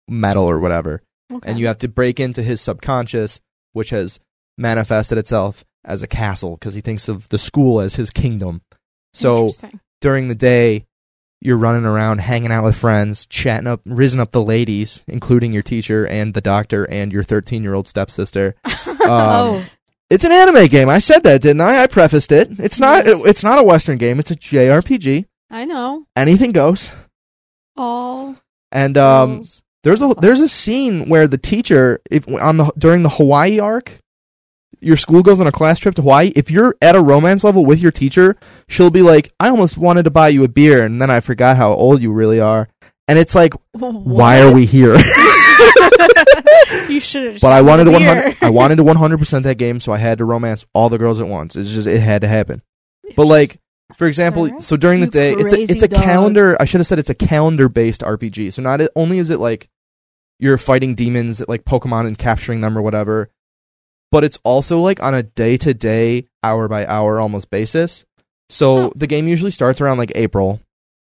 Speaker 3: medal or whatever.
Speaker 2: Okay.
Speaker 3: And you have to break into his subconscious, which has manifested itself as a castle because he thinks of the school as his kingdom. So
Speaker 2: Interesting.
Speaker 3: during the day, you're running around, hanging out with friends, chatting up, risen up the ladies, including your teacher and the doctor and your 13 year old
Speaker 2: <laughs>
Speaker 3: stepsister. Um,
Speaker 1: oh,
Speaker 3: it's an anime game. I said that, didn't I? I prefaced it. It's not.
Speaker 2: Yes.
Speaker 3: It's not a Western game. It's a JRPG.
Speaker 1: I know.
Speaker 3: Anything goes.
Speaker 2: All
Speaker 3: And um,
Speaker 2: girls.
Speaker 3: there's a there's a scene where the teacher, if on the during the Hawaii arc, your school goes on a class trip to Hawaii. If you're at a romance level with your teacher, she'll be like, "I almost wanted to buy you a beer, and then I forgot how old you really are." And it's like, why
Speaker 1: Mm.
Speaker 3: are we here?
Speaker 2: you should have.
Speaker 3: <laughs> But I wanted to 100
Speaker 1: <laughs>
Speaker 3: I wanted to 100% that game, so I had to romance all the girls at once. It's just it had to happen. But like for example,
Speaker 1: Alright.
Speaker 3: so during the
Speaker 1: You
Speaker 3: day, it's a, it's
Speaker 1: crazy
Speaker 3: a
Speaker 1: dog.
Speaker 3: calendar. I should have said it's a calendar-based RPG. So not only is it like you're fighting demons that like Pokemon and capturing them or whatever, but it's also like on a day-to-day, hour-by-hour almost basis. So
Speaker 2: Oh.
Speaker 3: the game usually starts around like April,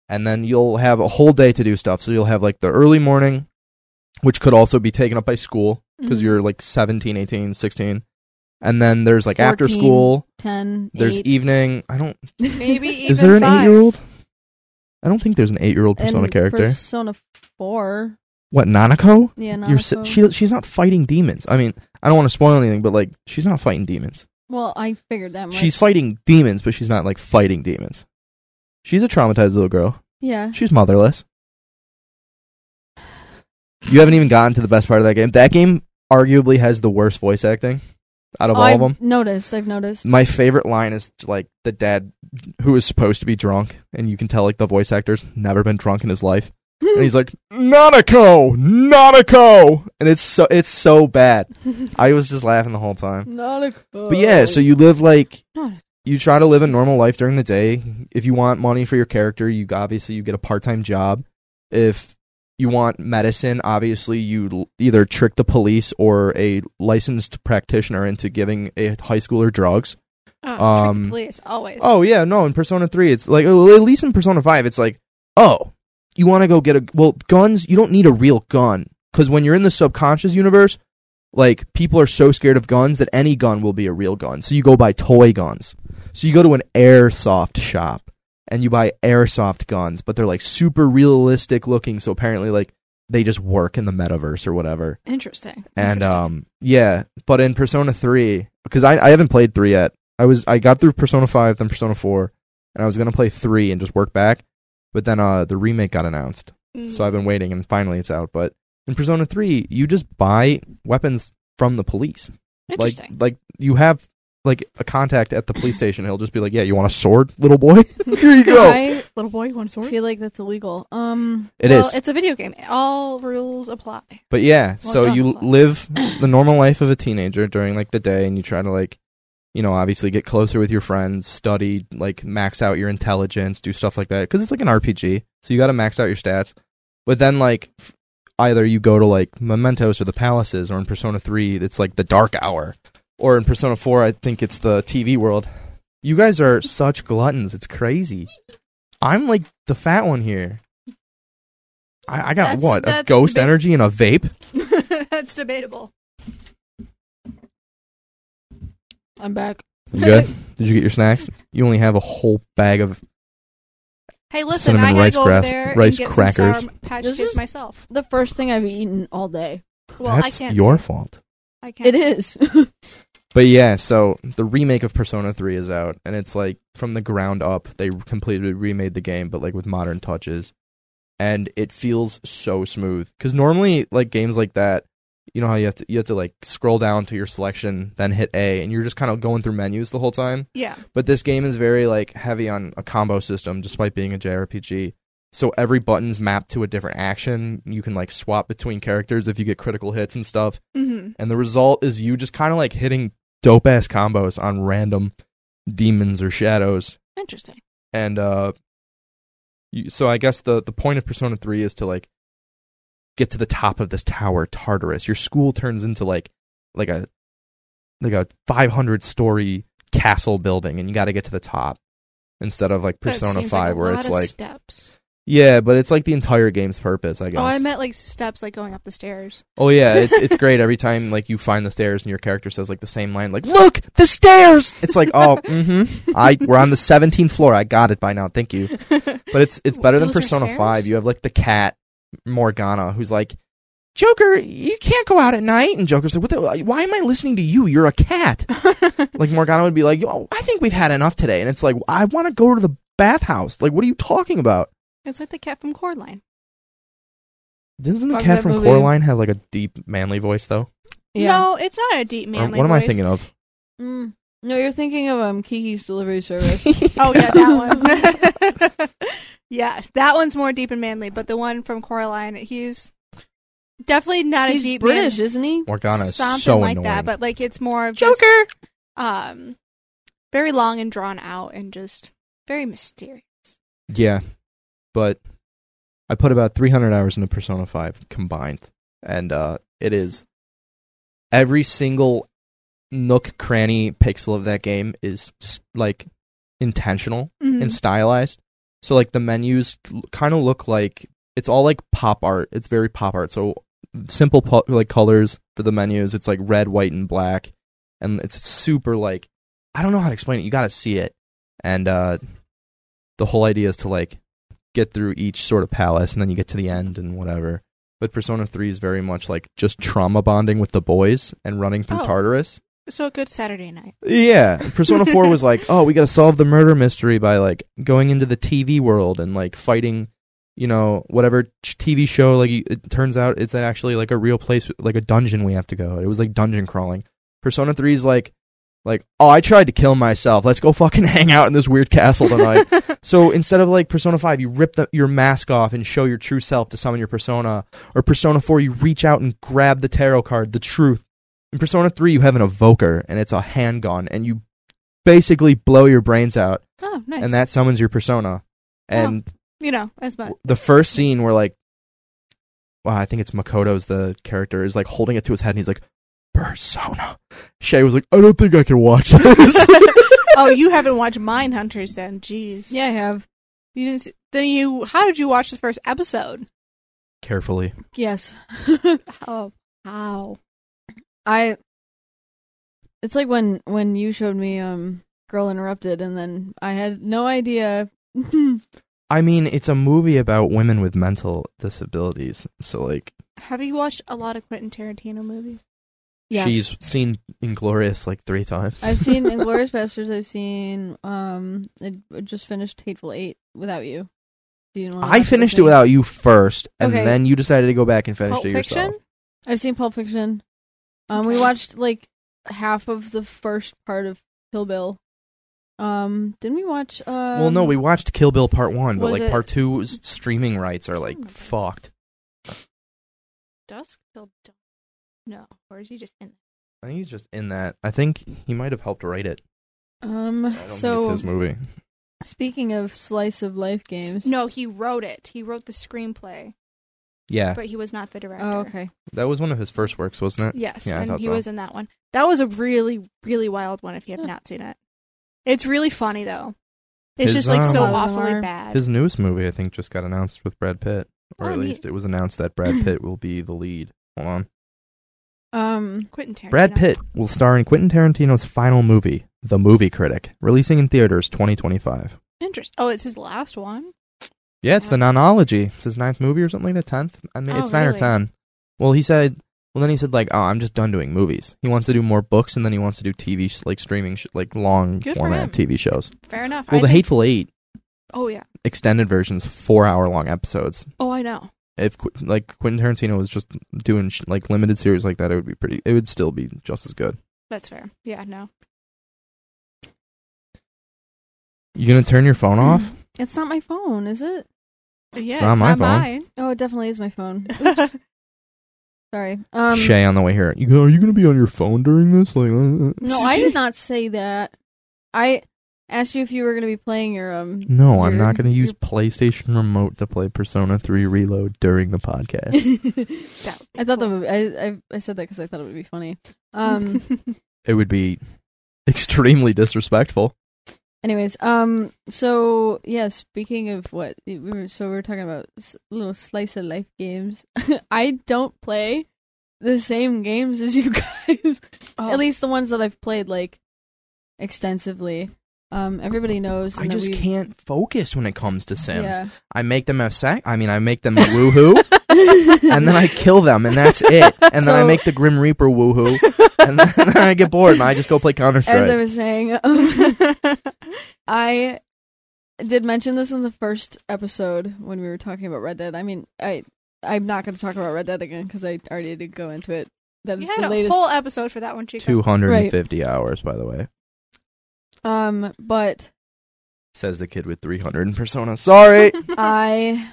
Speaker 3: and then you'll have a whole day to do stuff. So you'll have like the early morning, which could also be taken up by school because
Speaker 1: Mm-hmm.
Speaker 3: you're like 17 18 16 and then there's like after
Speaker 1: 14,
Speaker 3: school
Speaker 1: ten. <laughs>
Speaker 3: there's
Speaker 1: eight.
Speaker 3: evening i don't
Speaker 2: Maybe
Speaker 3: is there an
Speaker 2: five.
Speaker 3: eight-year-old i don't think there's an eight-year-old persona
Speaker 1: And
Speaker 3: character
Speaker 1: Persona four.
Speaker 3: what nanako
Speaker 1: Yeah,
Speaker 3: you're si-
Speaker 1: Nanako.
Speaker 3: she, she's not fighting demons i mean i don't want to spoil anything but like she's not fighting demons
Speaker 1: Well, I figured that much.
Speaker 3: she's fighting demons but she's not like fighting demons she's a traumatized little girl
Speaker 1: yeah.
Speaker 3: she's motherless you haven't even gotten to the best part of that game that game arguably has the worst voice acting out of all
Speaker 1: I've
Speaker 3: of them.
Speaker 1: noticed. I've noticed.
Speaker 3: My favorite line is like the dad who is supposed to be drunk, and you can tell like the voice actor's never been drunk in his life, and he's like Nanako, Nanako, and it's so it's so bad. I was just laughing the whole
Speaker 1: <laughs>
Speaker 3: time.
Speaker 1: Not a.
Speaker 3: But yeah, so you live like <laughs>
Speaker 1: Not a-
Speaker 3: you try to live a normal life during the day. If you want money for your character, you obviously you get a part-time job. If you want medicine, obviously you l- either trick the police or a licensed practitioner into giving a high schooler drugs.
Speaker 2: <laughs> Oh, trick the
Speaker 3: Um,
Speaker 2: police always.
Speaker 3: Oh yeah, no, in Persona 3 it's like at least in Persona 5 it's like, "Oh, you want to go get a well, guns, you don't need a real gun cuz when you're in the subconscious universe, like people are so scared of guns that any gun will be a real gun. So you go buy toy guns. So you go to an airsoft shop and you buy airsoft guns, but they're like super realistic looking, so apparently like they just work in the metaverse or whatever.
Speaker 2: interesting.
Speaker 3: And
Speaker 2: Interesting.
Speaker 3: um yeah, but in Persona 3 cuz I I haven't played 3 yet. I was I got through Persona 5 then Persona 4 and I was going to play 3 and just work back, but then uh the remake got announced. So I've
Speaker 2: Mm.
Speaker 3: been waiting and finally it's out, but in Persona 3 you just buy weapons from the police. Like
Speaker 2: interesting.
Speaker 3: like you have like a contact at the police station, he'll just be like, "Yeah, you want a sword, little boy? <laughs> Here you go."
Speaker 1: I
Speaker 2: Little boy, you want a sword?
Speaker 1: feel like that's illegal. Um.
Speaker 3: It is.
Speaker 2: well, It's a video game. All rules apply. <laughs>
Speaker 3: But yeah,
Speaker 2: Well
Speaker 3: so
Speaker 2: done,
Speaker 3: you
Speaker 2: Eli.
Speaker 3: live the normal life of a teenager during like the day and you try to like you know, obviously get closer with your friends, study, like max out your intelligence, do stuff like that cuz it's like an RPG. So you got to max out your stats. But then like f- either you go to like Mementos or the palaces or in Persona 3 it's like the dark hour or in Persona 4 I think it's the TV world. You guys are such gluttons. It's crazy. I'm like the fat one here. I, I got
Speaker 2: That's-
Speaker 3: what? A
Speaker 2: that's
Speaker 3: ghost
Speaker 2: debate-
Speaker 3: energy and a vape?
Speaker 2: That's debatable.
Speaker 1: I'm back.
Speaker 3: You good?
Speaker 2: <laughs>
Speaker 3: Did you get your snacks? You only have a whole bag of.
Speaker 2: Hey, listen,
Speaker 3: Cinnamon
Speaker 2: I gotta
Speaker 3: rice
Speaker 2: go
Speaker 3: crack-
Speaker 2: over there
Speaker 3: rice
Speaker 2: and get
Speaker 3: crackers.
Speaker 2: some Sour Patch
Speaker 1: This
Speaker 2: Kids
Speaker 1: is-
Speaker 2: myself.
Speaker 1: The first thing I've eaten all day.
Speaker 2: Well,
Speaker 3: That's
Speaker 2: I can't.
Speaker 3: your
Speaker 2: say.
Speaker 3: fault.
Speaker 2: I can't.
Speaker 1: It
Speaker 2: say.
Speaker 1: is. <laughs>
Speaker 3: But yeah, so the remake of Persona 3 is out, and it's like from the ground up. They completely remade the game, but like with modern touches. And it feels so smooth. Because normally, like games like that, you know how you have to you have to like scroll down to your selection, then hit A, and you're just kind of going through menus the whole time.
Speaker 2: Yeah.
Speaker 3: But this game is very like heavy on a combo system, despite being a JRPG. So every button's mapped to a different action. You can like swap between characters if you get critical hits and stuff.
Speaker 2: Mm-hmm.
Speaker 3: And the result is you just kind of like hitting dope ass combos on random demons or shadows.
Speaker 2: Interesting.
Speaker 3: And uh, you, so I guess the the point of Persona Three is to like get to the top of this tower, Tartarus. Your school turns into like like a like a 500 story castle building, and you got to get to the top instead of like
Speaker 2: That
Speaker 3: Persona
Speaker 2: seems
Speaker 3: Five,
Speaker 2: like a
Speaker 3: where
Speaker 2: lot
Speaker 3: it's
Speaker 2: of
Speaker 3: like
Speaker 2: steps.
Speaker 3: yeah, but it's like the entire game's purpose, I guess.
Speaker 2: Oh, I meant like steps, like going up the stairs. <laughs>
Speaker 3: Oh yeah, it's it's great every time like you find the stairs and your character says like the same line like look the stairs. It's like
Speaker 2: <laughs>
Speaker 3: oh mm-hmm. I we're on the 17th floor. I got it by now. Thank you. But it's it's better than
Speaker 2: Those are
Speaker 3: Persona
Speaker 2: stairs?
Speaker 3: 5. You have like the cat Morgana who's like Joker, you can't go out at night. And Joker's like, what the, why am I listening to you? You're
Speaker 2: <laughs>
Speaker 3: a cat. Like Morgana would be like, Yo, I think we've had enough today. And it's like, I want to go to the bathhouse. Like, what are you talking about?
Speaker 2: it's like the cat from Coraline.
Speaker 3: Doesn't the
Speaker 1: Fuck
Speaker 3: cat
Speaker 1: that
Speaker 3: from
Speaker 1: movie.
Speaker 3: Coraline have like a deep manly voice though?
Speaker 1: yeah.
Speaker 2: No, it's not a deep
Speaker 3: Or
Speaker 2: manly
Speaker 3: Uh, what am I
Speaker 2: voice.
Speaker 3: thinking of?
Speaker 1: No. Mm. No, you're thinking of um Kiki's delivery
Speaker 3: <laughs>
Speaker 1: service.
Speaker 2: Oh yeah, that one.
Speaker 1: <laughs>
Speaker 2: <laughs> yes, that one's more deep and manly. But the one from Coraline, he's definitely not
Speaker 1: He's
Speaker 2: a deep man-
Speaker 1: British, isn't he?
Speaker 3: Morgana is
Speaker 2: something
Speaker 3: so
Speaker 2: like
Speaker 3: annoying.
Speaker 2: that. But like it's more of just,
Speaker 1: Joker.
Speaker 2: um, very long and drawn out, and just very mysterious.
Speaker 3: yeah, but I put about 300 hours into Persona 5 combined, and uh, it is every single nook, cranny, pixel of that game is s- like intentional
Speaker 2: Mhm.
Speaker 1: Mm-hmm.
Speaker 3: and stylized. So like the menus kind of look like it's all like pop art. It's very pop art. So simple po- like colors for the menus. It's like red, white, and black, and it's super like I don't know how to explain it. You got to see it, and uh, the whole idea is to like get through each sort of palace, and then you get to the end and whatever. But Persona Three is very much like just trauma bonding with the boys and running through
Speaker 2: Oh.
Speaker 3: Tartarus.
Speaker 2: So a good Saturday night.
Speaker 3: Yeah, Persona 4 was like, "Oh, we got to solve the murder mystery by like going into the TV world and like fighting, you know, whatever ch- TV show like you- it turns out it's actually like a real place like a dungeon we have to go." It was like dungeon crawling. Persona 3 is like like, "Oh, I tried to kill myself. Let's go fucking <laughs> hang out in this weird castle tonight." so instead of like Persona 5, you rip the, your mask off and show your true self to summon your persona, or Persona 4, you reach out and grab the tarot card, the truth. In Persona 3, you have an evoker and it's a handgun and you basically blow your brains out
Speaker 1: Oh, nice.
Speaker 3: and that summons your persona. And
Speaker 2: <laughs> you know, as much.
Speaker 3: the first scene where like, well, I think it's Makoto's the character is like holding it to his head, and he's like, "Persona." Shay was like, "I don't think I can watch this." <laughs>
Speaker 2: oh, you haven't watched Mine Hunters then? Jeez.
Speaker 1: yeah, I have.
Speaker 2: You didn't. See, then you. How did you watch the first episode?
Speaker 3: Carefully,
Speaker 1: Yes. <laughs>
Speaker 2: Oh, how?
Speaker 1: I It's like when when you showed me um Girl Interrupted and then I had no idea <laughs>
Speaker 3: I mean, it's a movie about women with mental disabilities, so like,
Speaker 2: Have you watched a lot of Quentin Tarantino movies?
Speaker 1: Yes.
Speaker 3: she's seen Inglorious like three times.
Speaker 1: I've
Speaker 3: <laughs>
Speaker 1: seen Inglorious Bastards. I've seen. Um, I I just finished Hateful Eight without you. Do you know?
Speaker 3: I finished it without you first, and
Speaker 1: Okay.
Speaker 3: then you decided to go back and finish
Speaker 2: Pulp
Speaker 3: it yourself.
Speaker 2: Fiction.
Speaker 1: I've seen Pulp Fiction. Um, we watched like half of the first part of Kill Bill. Um, didn't we watch? Um,
Speaker 3: Well, no, we watched Kill Bill Part One, but
Speaker 2: Was
Speaker 3: like
Speaker 2: it-
Speaker 3: Part Two's streaming rights are
Speaker 1: Hmm.
Speaker 3: like fucked.
Speaker 2: Dusk till dawn. No, or is he just in?
Speaker 3: I think he's just in that. I think he might have helped write it.
Speaker 1: Um,
Speaker 3: I don't think
Speaker 1: so
Speaker 3: it's his movie.
Speaker 1: speaking of slice of life games.
Speaker 2: No, he wrote it. He wrote the screenplay,
Speaker 3: Yeah,
Speaker 2: but he was not the director.
Speaker 1: Oh, okay.
Speaker 3: that was one of his first works, wasn't it?
Speaker 2: Yes,
Speaker 3: Yeah, I
Speaker 2: and
Speaker 3: thought
Speaker 2: he
Speaker 3: so.
Speaker 2: was in that one. That was a really, really wild one. If you have
Speaker 1: Huh.
Speaker 2: not seen it, it's really funny though. It's
Speaker 3: His,
Speaker 2: just like so
Speaker 1: um, A lot of them
Speaker 2: awfully
Speaker 1: are.
Speaker 2: bad.
Speaker 3: His newest movie, I think, just got announced with Brad Pitt, or
Speaker 2: Oh,
Speaker 3: at
Speaker 2: neat.
Speaker 3: least it was announced that
Speaker 1: <clears throat>
Speaker 3: Brad Pitt will be the lead. Hold on,
Speaker 1: Um,
Speaker 2: Quentin Tarantino.
Speaker 3: Brad Pitt will star in Quentin Tarantino's final movie, The Movie Critic, releasing in theaters 2025.
Speaker 2: Interesting. Oh, it's his last one.
Speaker 3: Yeah, it's the nonology. It's his ninth movie or something like that. Tenth. I mean,
Speaker 2: Oh,
Speaker 3: it's nine or
Speaker 2: really?
Speaker 3: ten. Well, he said. Well, then he said like, "Oh, I'm just done doing movies. He wants to do more books, and then he wants to do TV sh- like streaming sh- like long
Speaker 2: Good for him.
Speaker 3: format TV shows."
Speaker 2: Fair enough.
Speaker 3: Well,
Speaker 2: I
Speaker 3: the
Speaker 2: think-
Speaker 3: Hateful Eight
Speaker 2: Oh yeah.
Speaker 3: extended versions, four hour long episodes.
Speaker 2: Oh, I know.
Speaker 3: If Qu- like Quentin Tarantino was just doing sh- like limited series like that, it would be pretty. It would still be just as good.
Speaker 2: That's fair. Yeah, no.
Speaker 3: You gonna turn your phone off?
Speaker 1: it's not my phone, is it?
Speaker 2: Yeah,
Speaker 3: not
Speaker 2: it's
Speaker 3: my
Speaker 2: not
Speaker 3: phone.
Speaker 2: mine.
Speaker 1: Oh, it definitely is my phone.
Speaker 2: <laughs>
Speaker 1: Sorry. Um,
Speaker 3: Shay on the way here. You go, are you gonna be on your phone during this? Like, uh, uh."
Speaker 1: No, I did not say that. I asked you if you were going to be playing your um.
Speaker 3: No, I'm not
Speaker 1: Weird. <laughs>
Speaker 3: gonna use PlayStation Remote to play Persona 3 Reload during the podcast.
Speaker 1: <laughs>
Speaker 2: That would be
Speaker 1: I thought that
Speaker 2: cool.
Speaker 1: would, I, I I said that because I thought it would be
Speaker 2: <laughs>
Speaker 1: funny. Um.
Speaker 3: it would be extremely disrespectful.
Speaker 1: anyways, um. So yeah, speaking of what we were, so we were talking about s- little slice of life games. <laughs> I don't play the same games as you guys.
Speaker 2: Oh.
Speaker 1: At least the ones that I've played like extensively. Um. Everybody knows.
Speaker 3: I
Speaker 1: and that
Speaker 3: just
Speaker 1: we've-
Speaker 3: can't focus when it comes to Sims.
Speaker 1: Yeah.
Speaker 3: I make them have sex. I mean, I make them woohoo,
Speaker 1: <laughs>
Speaker 3: and then I kill them, and that's it. And then I
Speaker 1: So-
Speaker 3: make the Grim
Speaker 1: <laughs>
Speaker 3: Reaper woohoo, and then I get bored, and I just go play Counter
Speaker 1: As I
Speaker 3: Strike.
Speaker 1: was saying, um, <laughs> I did mention this in the first episode when we were talking about Red Dead. I mean, I I'm not going to talk about Red Dead again because I already did go into it. That is
Speaker 2: you had
Speaker 1: the
Speaker 2: a
Speaker 1: latest.
Speaker 2: whole episode for that one, Chico. <laughs>
Speaker 3: Two hundred and fifty hours, by the way,
Speaker 1: um, but
Speaker 3: says the kid with three hundred in Persona.
Speaker 1: <laughs>
Speaker 3: Sorry,
Speaker 2: Uh,
Speaker 1: I,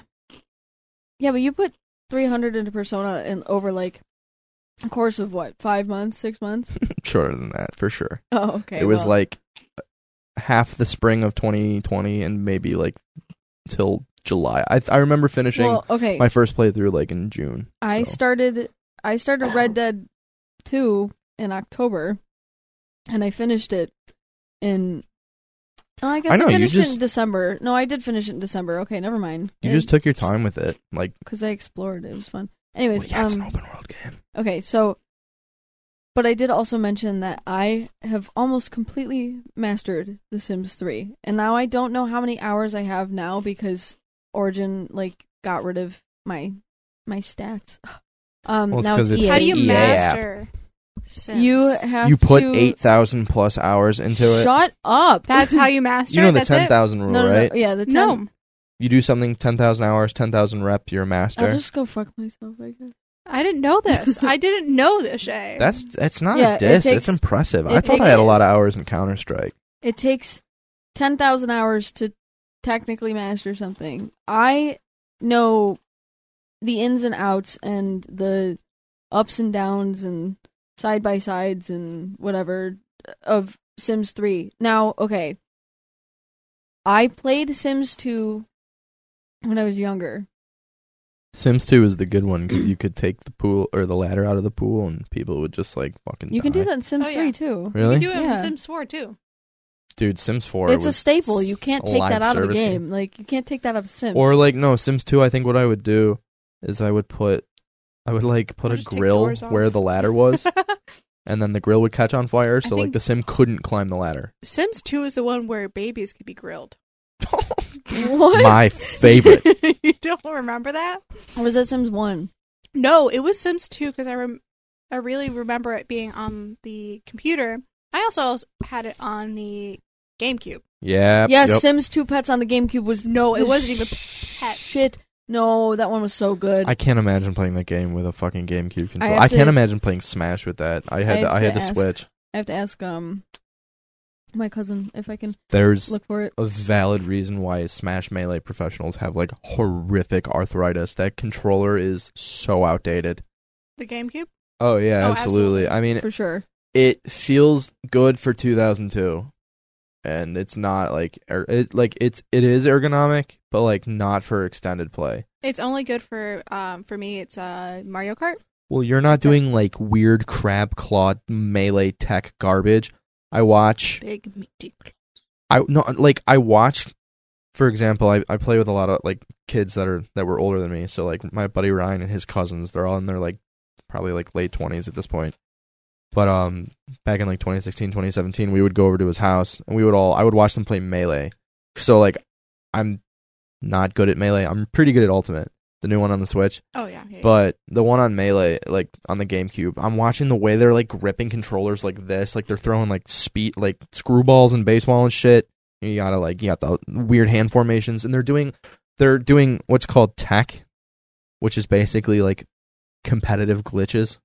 Speaker 1: yeah, but you put 300 into Persona in over like a course of what five months, six
Speaker 3: <laughs>
Speaker 1: months.
Speaker 3: shorter than that for sure.
Speaker 1: Oh, okay.
Speaker 3: it was
Speaker 1: well,
Speaker 3: like half the spring of 2020, and maybe like till July. I I remember finishing
Speaker 1: well, okay.
Speaker 3: my first playthrough like in June.
Speaker 1: I
Speaker 3: so.
Speaker 1: started I
Speaker 3: <coughs>
Speaker 1: started Red Dead 2 in October and I finished it in Oh, I guess
Speaker 3: I
Speaker 1: I,
Speaker 3: know, you
Speaker 1: finished it in
Speaker 3: just-
Speaker 1: December. No, I did finish it in December. Okay, never mind.
Speaker 3: You just took your time with it. Like,
Speaker 1: cuz I explored. It was fun.
Speaker 3: well,
Speaker 1: Anyways,
Speaker 3: yeah, it's an
Speaker 1: um
Speaker 3: open world game.
Speaker 1: okay, so but I did also mention that I have almost completely mastered The Sims 3. And now I don't know how many hours I have now because Origin like got rid of my my stats. <sighs> Um
Speaker 3: Well, it's
Speaker 1: now
Speaker 3: 'cause it's
Speaker 1: EA.
Speaker 2: How do you
Speaker 3: EA app.
Speaker 2: master Sims?
Speaker 1: You have
Speaker 3: You put
Speaker 1: to
Speaker 3: eight thousand plus hours into it.
Speaker 1: Shut up. <laughs>
Speaker 2: That's how you master.
Speaker 3: you know the
Speaker 2: That's
Speaker 3: ten
Speaker 2: it?
Speaker 3: thousand rule,
Speaker 1: no, no,
Speaker 3: right?
Speaker 1: no. Yeah, the ten.
Speaker 2: No,
Speaker 3: You do something ten thousand hours, ten thousand reps, you're a master.
Speaker 1: I'll just go fuck myself. I guess.
Speaker 2: I didn't know
Speaker 1: <laughs>
Speaker 2: this. I didn't know this, Shay.
Speaker 3: That's that's not
Speaker 1: Yeah,
Speaker 3: a
Speaker 1: it
Speaker 3: diss.
Speaker 1: takes-
Speaker 3: it's impressive.
Speaker 1: it
Speaker 3: I thought I had a
Speaker 1: takes-
Speaker 3: lot of hours in Counter Strike.
Speaker 1: It takes 10,000 hours to technically master something. I know the ins and outs and the ups and downs and side by sides and whatever of Sims 3. Now, okay. I played Sims 2 when I was younger.
Speaker 3: Sims Two is the good one. 'cause You could take the pool or the ladder out of the pool, and people would just like fucking.
Speaker 1: You can do
Speaker 3: die.
Speaker 1: that in Sims
Speaker 2: Oh, yeah.
Speaker 1: 3 too.
Speaker 3: Really,
Speaker 2: You do it
Speaker 1: Yeah.
Speaker 2: in Sims 4 too.
Speaker 3: dude? Sims Four.
Speaker 1: It's a
Speaker 3: was
Speaker 1: staple. You can't
Speaker 3: a
Speaker 1: take
Speaker 3: live
Speaker 1: that out of the
Speaker 3: service
Speaker 1: game.
Speaker 3: game.
Speaker 1: Like you can't take that out of Sims.
Speaker 3: Or like no, Sims 2, I think what I would do is I would put I would like put
Speaker 2: Or
Speaker 3: a
Speaker 2: just take
Speaker 3: grill
Speaker 2: doors off.
Speaker 3: where the ladder was and then the grill would catch on fire so like
Speaker 2: think-
Speaker 3: the sim couldn't climb
Speaker 2: <laughs>
Speaker 3: the ladder.
Speaker 2: <laughs> Sims 2 is the one where babies could be grilled.
Speaker 1: <laughs>
Speaker 2: <laughs>
Speaker 1: what?
Speaker 3: My favorite.
Speaker 2: you don't remember that?
Speaker 1: Or was that Sims 1?
Speaker 2: No, it was Sims 2 because I rem- I really remember it being on the computer. I also had it on the GameCube.
Speaker 3: Yeah.
Speaker 1: Yes, Sims 2 Pets on the GamCube was
Speaker 2: No, it
Speaker 1: the
Speaker 2: wasn't even
Speaker 1: sh-
Speaker 2: pets.
Speaker 1: Shit. No, that one was so good.
Speaker 3: I can't imagine playing that game with a fucking GameCube controller.
Speaker 1: have
Speaker 3: I, can't
Speaker 1: to-
Speaker 3: imagine playing Smash with that. I had
Speaker 1: I
Speaker 3: to,
Speaker 1: have
Speaker 3: I had
Speaker 1: to
Speaker 3: to
Speaker 1: ask.
Speaker 3: switch.
Speaker 1: I have to ask um my cousin if I can
Speaker 3: There's
Speaker 1: look for it.
Speaker 3: a valid reason why Smash Melee professionals have like horrific arthritis. That controller is so outdated.
Speaker 2: The GameCube?
Speaker 3: Oh yeah,
Speaker 2: Oh,
Speaker 3: absolutely. I mean,
Speaker 1: For sure.
Speaker 3: it feels good for 2002 and it's not like er- it, like it's it is ergonomic but like not for extended play
Speaker 2: It's only good for um for me it's uh Mario Kart.
Speaker 3: well you're not doing like weird crab claw melee tech garbage i watch
Speaker 2: Big meaty.
Speaker 3: i no like i watch for example I, I play with a lot of like kids that are that were older than me so like my buddy ryan and his cousins they're all in their like probably like late 20s at this point but um back in like 2016 2017 we would go over to his house and we would all i would watch them play melee so like i'm not good at melee i'm pretty good at ultimate the new one on the switch
Speaker 2: Oh yeah. yeah, yeah.
Speaker 3: but the one on melee like on the gamecube i'm watching the way they're like gripping controllers like this like they're throwing like speed like screwballs and baseball and shit you gotta like you got the weird hand formations and they're doing they're doing what's called tech which is basically like competitive glitches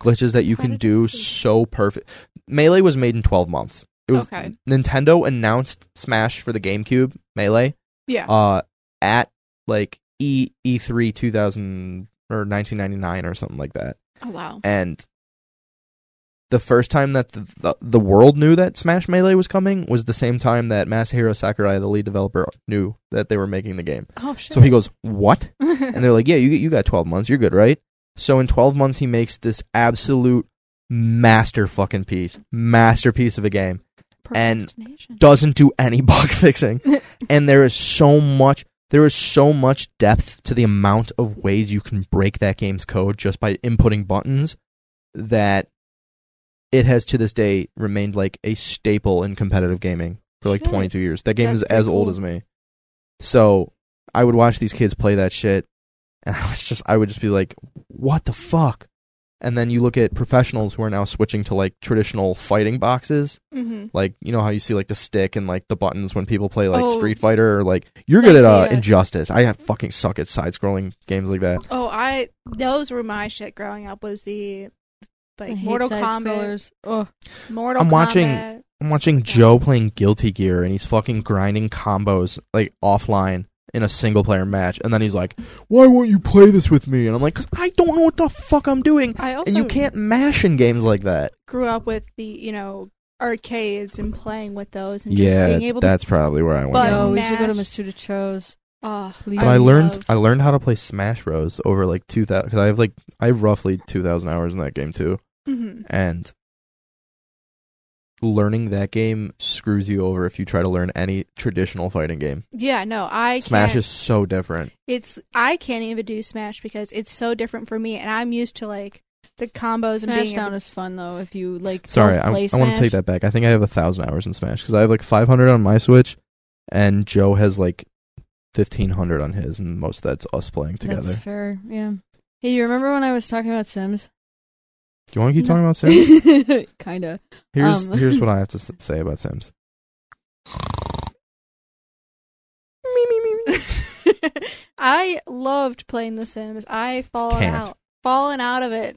Speaker 3: glitches that you can do
Speaker 2: Competitive glitches.
Speaker 3: so perfect melee was made in 12 months it was
Speaker 2: Okay.
Speaker 3: nintendo announced smash for the gamecube melee
Speaker 2: yeah.
Speaker 3: uh at like e e3 2000 or 1999 or something like that
Speaker 2: oh wow.
Speaker 3: and the first time that the, the, the world knew that Smash Melee was coming was the same time that Masahiro Sakurai, the lead developer, knew that they were making the game.
Speaker 2: Oh shit. <laughs>
Speaker 3: So he goes, "What?" And
Speaker 2: and
Speaker 3: they're like, "Yeah, you you got 12 months. You're good, right?" So in 12 months, he makes this absolute master fucking piece, masterpiece of a game and- doesn't do any <laughs> bug fixing and there is so much there is so much depth to the amount of ways you can break that game's code just by inputting buttons that it has to this day remained like a staple in competitive gaming for like
Speaker 2: Shit.
Speaker 3: 22 years that game
Speaker 2: That's
Speaker 3: is as
Speaker 2: pretty
Speaker 3: old
Speaker 2: cool.
Speaker 3: as me so i would watch these kids play that shit and <laughs> i was just i would just be like what the fuck and then you look at professionals who are now switching to like traditional fighting boxes
Speaker 2: hmm
Speaker 3: like you know how you see like the stick and like the buttons when people play like
Speaker 2: Oh.
Speaker 3: Street Fighter or like you're good at uh,
Speaker 2: Yeah.
Speaker 3: Injustice. I fucking suck at side scrolling games like that.
Speaker 2: Oh, I those were my shit growing up was the
Speaker 1: I
Speaker 2: like
Speaker 1: hate
Speaker 2: Mortal
Speaker 1: side
Speaker 2: Kombat.
Speaker 1: scrollers. Oh, Ugh.
Speaker 2: Mortal
Speaker 3: I'm watching-
Speaker 2: Kombat.
Speaker 3: I'm watching Joe playing Guilty Gear and he's fucking grinding combos like offline in a single player match and then he's like, "Why won't you play this with me?" And I'm like, "Cause I don't know what the fuck I'm doing."
Speaker 2: I also
Speaker 3: And you can't mash in games like that.
Speaker 2: grew up with the, you know, arcades and playing with those and just being able to
Speaker 3: probably where I
Speaker 2: But-
Speaker 1: no, we should go to
Speaker 2: Mash.
Speaker 1: Masuda Cho's.
Speaker 2: oh,
Speaker 1: Please.
Speaker 3: But I,
Speaker 1: I
Speaker 3: learned
Speaker 2: love-
Speaker 3: I learned how to play Smash Bros over like 2000 cuz I have like I have roughly 2000 hours in that game too.
Speaker 2: Mhm.
Speaker 3: and learning that game screws you over if you try to learn any traditional fighting game.
Speaker 2: Yeah, no, I
Speaker 3: Smash
Speaker 2: can't,
Speaker 3: is so different.
Speaker 2: it's I can't even do Smash because it's so different for me and I'm used to like the combos and
Speaker 1: Smash
Speaker 2: being able-
Speaker 1: Down is fun though if you like
Speaker 3: Sorry,
Speaker 1: don't
Speaker 3: I,
Speaker 1: play
Speaker 3: I
Speaker 1: Smash.
Speaker 3: want to take that back. I think I have a thousand hours in Smash because I have like 500 on my Switch, and Joe has like 1500 on his, and most of that's us playing together.
Speaker 1: That's fair. Yeah. Hey, you remember when I was talking about Sims?
Speaker 3: Do you want to keep
Speaker 1: No. <laughs>
Speaker 3: talking about Sims?
Speaker 1: Kinda.
Speaker 3: Here's
Speaker 1: Um.
Speaker 3: here's what I have to s- say about
Speaker 1: <laughs>
Speaker 3: Sims.
Speaker 2: <laughs> I loved playing The Sims. I fallen
Speaker 3: Can't.
Speaker 2: out. fallen out of it.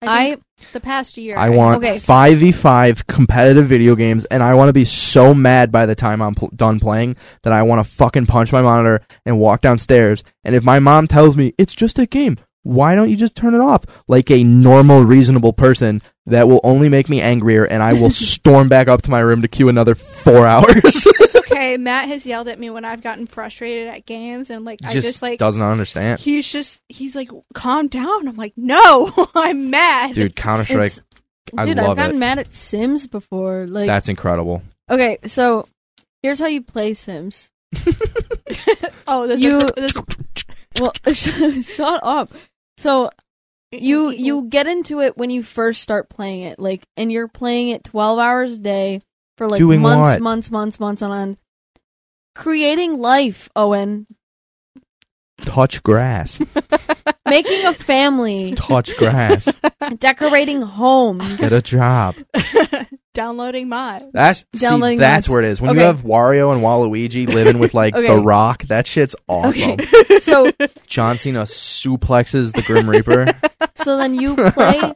Speaker 1: I,
Speaker 2: think the past year.
Speaker 3: I want
Speaker 1: Okay.
Speaker 3: 5v5 competitive video games, and I want to be so mad by the time I'm pl- done playing that I want to fucking punch my monitor and walk downstairs. And if my mom tells me it's just a game, why don't you just turn it off like a normal, reasonable person? That will only make me angrier, and I will storm back up to my room to queue another four <laughs> hours.
Speaker 2: It's okay. Matt has yelled at me when I've gotten frustrated at games, and like I just like
Speaker 3: doesn't understand,
Speaker 2: he's just he's like, calm down. I'm like, no, <laughs> I'm mad.
Speaker 3: dude. Counter Strike,
Speaker 1: it's-
Speaker 3: I
Speaker 1: dude,
Speaker 3: love
Speaker 1: I've gotten
Speaker 3: it.
Speaker 1: mad at Sims before. Like,
Speaker 3: that's incredible.
Speaker 1: okay, so here's how you play Sims.
Speaker 2: <laughs> Oh, this
Speaker 1: You-
Speaker 2: this
Speaker 1: Well, <laughs> sh- shut up. So <laughs> you you get into it when you first start playing it, like, and you're playing it 12 hours a day for like
Speaker 3: Doing
Speaker 1: months,
Speaker 3: what?
Speaker 1: months, months, months on end. Creating life, Owen.
Speaker 3: Touch grass,
Speaker 1: Making a
Speaker 2: <laughs>
Speaker 1: family,
Speaker 3: touch grass,
Speaker 1: decorating homes.
Speaker 3: get a job.
Speaker 2: <laughs> downloading mods.
Speaker 3: That's see,
Speaker 1: Downloading mods.
Speaker 3: that's where it is. When you
Speaker 1: Okay.
Speaker 3: have Wario and Waluigi living with like
Speaker 1: Okay.
Speaker 3: the Rock, that shit's awesome.
Speaker 1: So
Speaker 3: <laughs> John Cena suplexes the Grim Reaper.
Speaker 1: So then you play,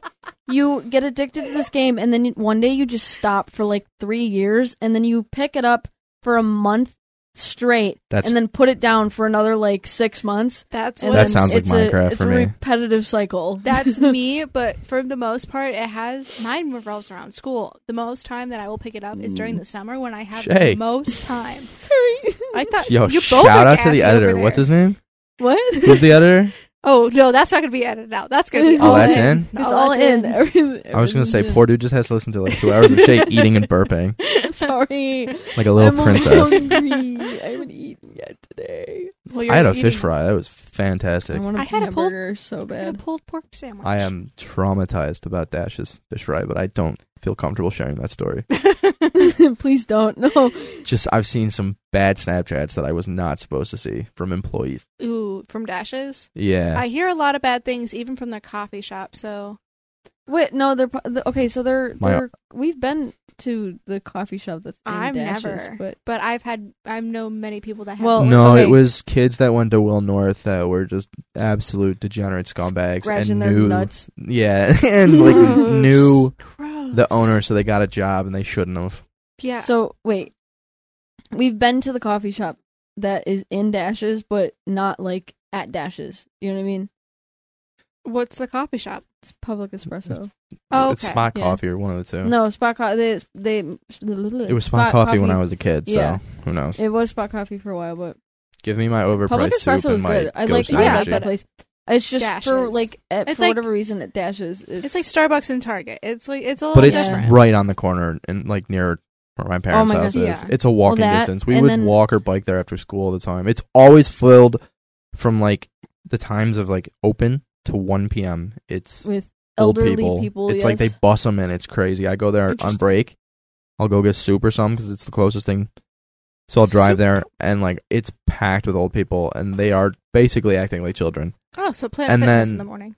Speaker 1: you get addicted to this game, and then you- one day you just stop for like three years, and then you pick it up for a month straight,
Speaker 3: That's-
Speaker 1: and then put it down for another like six months.
Speaker 2: That's
Speaker 1: And
Speaker 2: what
Speaker 3: That
Speaker 1: then
Speaker 2: I'm
Speaker 3: sounds like
Speaker 1: it's
Speaker 3: Minecraft
Speaker 1: a, it's
Speaker 3: for
Speaker 1: a
Speaker 3: me.
Speaker 1: repetitive cycle.
Speaker 3: <laughs>
Speaker 2: That's me, but for the most part, it has mine revolves around school. The most time that I will pick it up is during the summer when I have
Speaker 3: Mm. Shay.
Speaker 2: the most time.
Speaker 3: <laughs>
Speaker 1: Sorry.
Speaker 2: I thought
Speaker 3: Yo,
Speaker 2: you both are
Speaker 3: shout out to the
Speaker 2: gassy over
Speaker 3: editor. What's
Speaker 2: there.
Speaker 3: his name?
Speaker 1: what?
Speaker 3: Who's the editor?
Speaker 2: Oh no, that's not gonna be edited out. That's gonna be
Speaker 1: Oh,
Speaker 2: all
Speaker 3: that's in?
Speaker 1: It's all in.
Speaker 3: I was gonna say, poor dude just has to listen to like two hours of shit eating and burping
Speaker 1: <laughs> Sorry,
Speaker 3: like a <laughs> little
Speaker 1: I'm a
Speaker 3: princess.
Speaker 1: little hungry. I haven't eaten yet today.
Speaker 2: Well, you're
Speaker 3: I had a
Speaker 2: eating-
Speaker 3: fish fry. That was fantastic.
Speaker 1: want
Speaker 2: I had a pulled-
Speaker 1: hamburger so
Speaker 2: I had a
Speaker 1: bad.
Speaker 2: pulled pork sandwich.
Speaker 3: I am traumatized about Dash's fish fry, but I don't feel comfortable sharing that story.
Speaker 1: <laughs> Please don't. No.
Speaker 3: Just I've seen some bad Snapchats that I was not supposed to see from employees.
Speaker 2: Ooh, from Dashes.
Speaker 3: Yeah.
Speaker 2: I hear a lot of bad things, even from their coffee shop. So
Speaker 1: Wait, no, they're pro- the- okay. So they're
Speaker 3: My-
Speaker 1: they're we've been to the coffee shop that's in
Speaker 2: I've
Speaker 1: Dashes,
Speaker 2: never.
Speaker 1: but
Speaker 2: but I've had I know many people that have.
Speaker 1: Well,
Speaker 3: No,
Speaker 1: Oh, okay.
Speaker 3: it was kids that went to Will North that were just absolute degenerate scumbags
Speaker 1: scratching
Speaker 3: and
Speaker 1: their
Speaker 3: knew,
Speaker 1: nuts.
Speaker 3: yeah, <laughs> and
Speaker 1: <laughs>
Speaker 3: like
Speaker 2: Gross.
Speaker 3: knew
Speaker 2: Gross.
Speaker 3: the owner, so they got a job and they shouldn't have.
Speaker 2: Yeah.
Speaker 1: So wait, we've been to the coffee shop that is in Dashes, but not like at Dashes. You know what I mean?
Speaker 2: what's the coffee shop?
Speaker 1: It's public espresso.
Speaker 2: Oh,
Speaker 3: It's
Speaker 2: okay.
Speaker 3: Spot
Speaker 1: Yeah.
Speaker 3: Coffee or one of the two.
Speaker 1: No, spot coffee. They, they
Speaker 3: it was Spot, coffee, when I was a kid, so
Speaker 1: Yeah.
Speaker 3: who knows?
Speaker 1: It was spot coffee for a while, but
Speaker 3: Give me my
Speaker 1: public
Speaker 3: overpriced
Speaker 1: espresso
Speaker 3: soup
Speaker 1: is
Speaker 3: and my
Speaker 1: good. I like
Speaker 3: ghost
Speaker 1: I like
Speaker 3: energy.
Speaker 1: that place. It's just for
Speaker 2: Dashes.
Speaker 1: like at,
Speaker 2: It's
Speaker 1: for
Speaker 2: like-
Speaker 1: whatever reason at Dashes. It's,
Speaker 2: It's like Starbucks and Target. It's like it's a little
Speaker 1: Oh,
Speaker 3: but it's
Speaker 2: different.
Speaker 3: right on the corner and like near where my parents'
Speaker 1: my
Speaker 3: house
Speaker 1: God.
Speaker 3: is.
Speaker 2: Yeah.
Speaker 3: It's a walking
Speaker 1: that-
Speaker 3: distance. We
Speaker 1: and
Speaker 3: would
Speaker 1: then-
Speaker 3: walk or bike there after school all the time. It's always filled from like the times of like open to one p.m. It's
Speaker 1: with
Speaker 3: old
Speaker 1: elderly
Speaker 3: people.
Speaker 1: people.
Speaker 3: It's like they
Speaker 1: yes.
Speaker 3: bus them in. It's crazy. I go there on
Speaker 2: Interesting.
Speaker 3: break. I'll go get soup or something because it's the closest thing. So I'll drive
Speaker 2: Soup.
Speaker 3: there and like it's packed with old people and they are basically acting like children.
Speaker 2: Oh, so Planet
Speaker 3: And
Speaker 2: Fitness
Speaker 3: then-
Speaker 2: in the morning.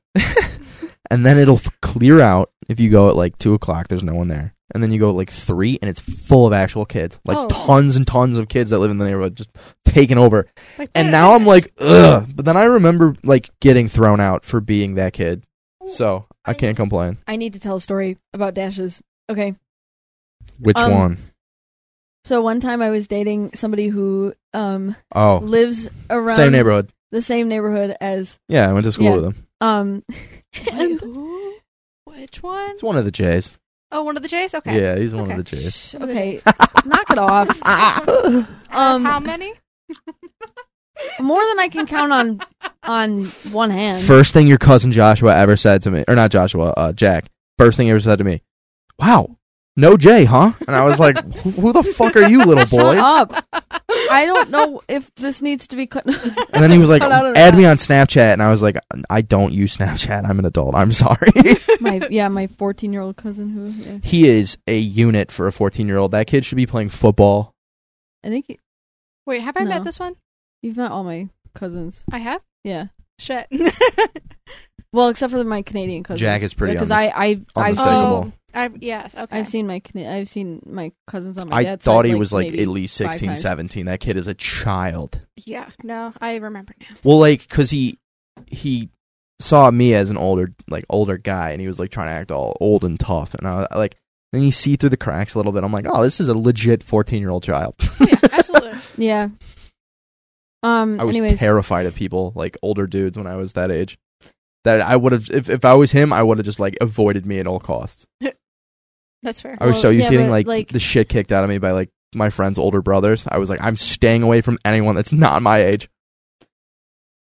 Speaker 3: and then it'll f- clear out if you go at like two o'clock. There's no one there. And then you go at like three and it's full of actual kids, like
Speaker 2: Oh.
Speaker 3: tons and tons of kids that live in the neighborhood just taking over.
Speaker 2: Like
Speaker 3: And
Speaker 2: Planet
Speaker 3: now I'm
Speaker 2: Fitness.
Speaker 3: like, ugh. But then I remember like getting thrown out for being that kid. So I can't complain.
Speaker 1: I need to tell a story about dashes. Okay.
Speaker 3: Which
Speaker 1: Um,
Speaker 3: one?
Speaker 1: So one time I was dating somebody who um
Speaker 3: Oh,
Speaker 1: lives around
Speaker 3: same neighborhood.
Speaker 1: the same neighborhood as
Speaker 3: Yeah, I went to school
Speaker 1: Yeah.
Speaker 3: with him.
Speaker 1: um <laughs>
Speaker 2: Wait, who? Which one?
Speaker 3: It's one of the Jays.
Speaker 2: Oh, one of the J's. Okay.
Speaker 3: Yeah, he's one
Speaker 2: Okay.
Speaker 3: of the Jays.
Speaker 1: okay, <laughs> knock it off.
Speaker 3: <laughs>
Speaker 2: Out of
Speaker 1: Um,
Speaker 2: how many?
Speaker 1: <laughs> More than I can count on on one hand.
Speaker 3: First thing your cousin Joshua ever said to me, or not Joshua, uh, Jack. First thing he ever said to me, "Wow, no Jay, huh?" And I was like, <laughs> "Who who the fuck are you, little
Speaker 1: Shut <laughs>
Speaker 3: boy?"
Speaker 1: up. I don't know if this needs to be cut. <laughs>
Speaker 3: And then he was like,
Speaker 1: Shut out of
Speaker 3: "Add
Speaker 1: that.
Speaker 3: me on Snapchat," and I was like, "I don't use Snapchat. I'm an adult.
Speaker 1: <laughs>
Speaker 3: I'm sorry."
Speaker 1: my yeah, my 14-year-old cousin who yeah.
Speaker 3: he is a unit for a 14 year old. That kid should be playing football.
Speaker 1: I think you-
Speaker 2: Wait, have I
Speaker 1: No.
Speaker 2: met this one?
Speaker 1: you've met all my cousins.
Speaker 2: I have.
Speaker 1: Yeah.
Speaker 2: Shit. <laughs>
Speaker 1: Well, except for my Canadian cousins.
Speaker 3: Jack is pretty
Speaker 1: because
Speaker 3: unmis-
Speaker 1: I I I've seen
Speaker 2: oh,
Speaker 3: unmistakable.
Speaker 2: I yes. Okay.
Speaker 1: I've seen my Cana- I've seen my cousins on my
Speaker 3: I
Speaker 1: dad's
Speaker 3: thought
Speaker 1: side,
Speaker 3: he was like
Speaker 1: maybe
Speaker 3: at least
Speaker 1: five
Speaker 3: 16,
Speaker 1: times.
Speaker 3: 17. That kid is a child.
Speaker 2: Yeah. No, I remember now. <laughs>
Speaker 3: Well, like, cause he he saw me as an older like older guy, and he was like trying to act all old and tough, and I was like. Then you see through the cracks a little bit. I'm like, oh, this is a legit 14 year old child.
Speaker 1: <laughs>
Speaker 2: Yeah, absolutely.
Speaker 1: Yeah. Um.
Speaker 3: <laughs> I was
Speaker 1: anyways,
Speaker 3: terrified of people like older dudes when I was that age. That I would have if, if I was him, I would have just like avoided me at all costs.
Speaker 2: That's fair.
Speaker 3: I was
Speaker 1: Well,
Speaker 3: so used
Speaker 1: yeah,
Speaker 3: to getting
Speaker 1: but,
Speaker 3: like,
Speaker 1: like-
Speaker 3: the shit kicked out of me by like my friends' older brothers. I was like, I'm staying away from anyone that's not my age.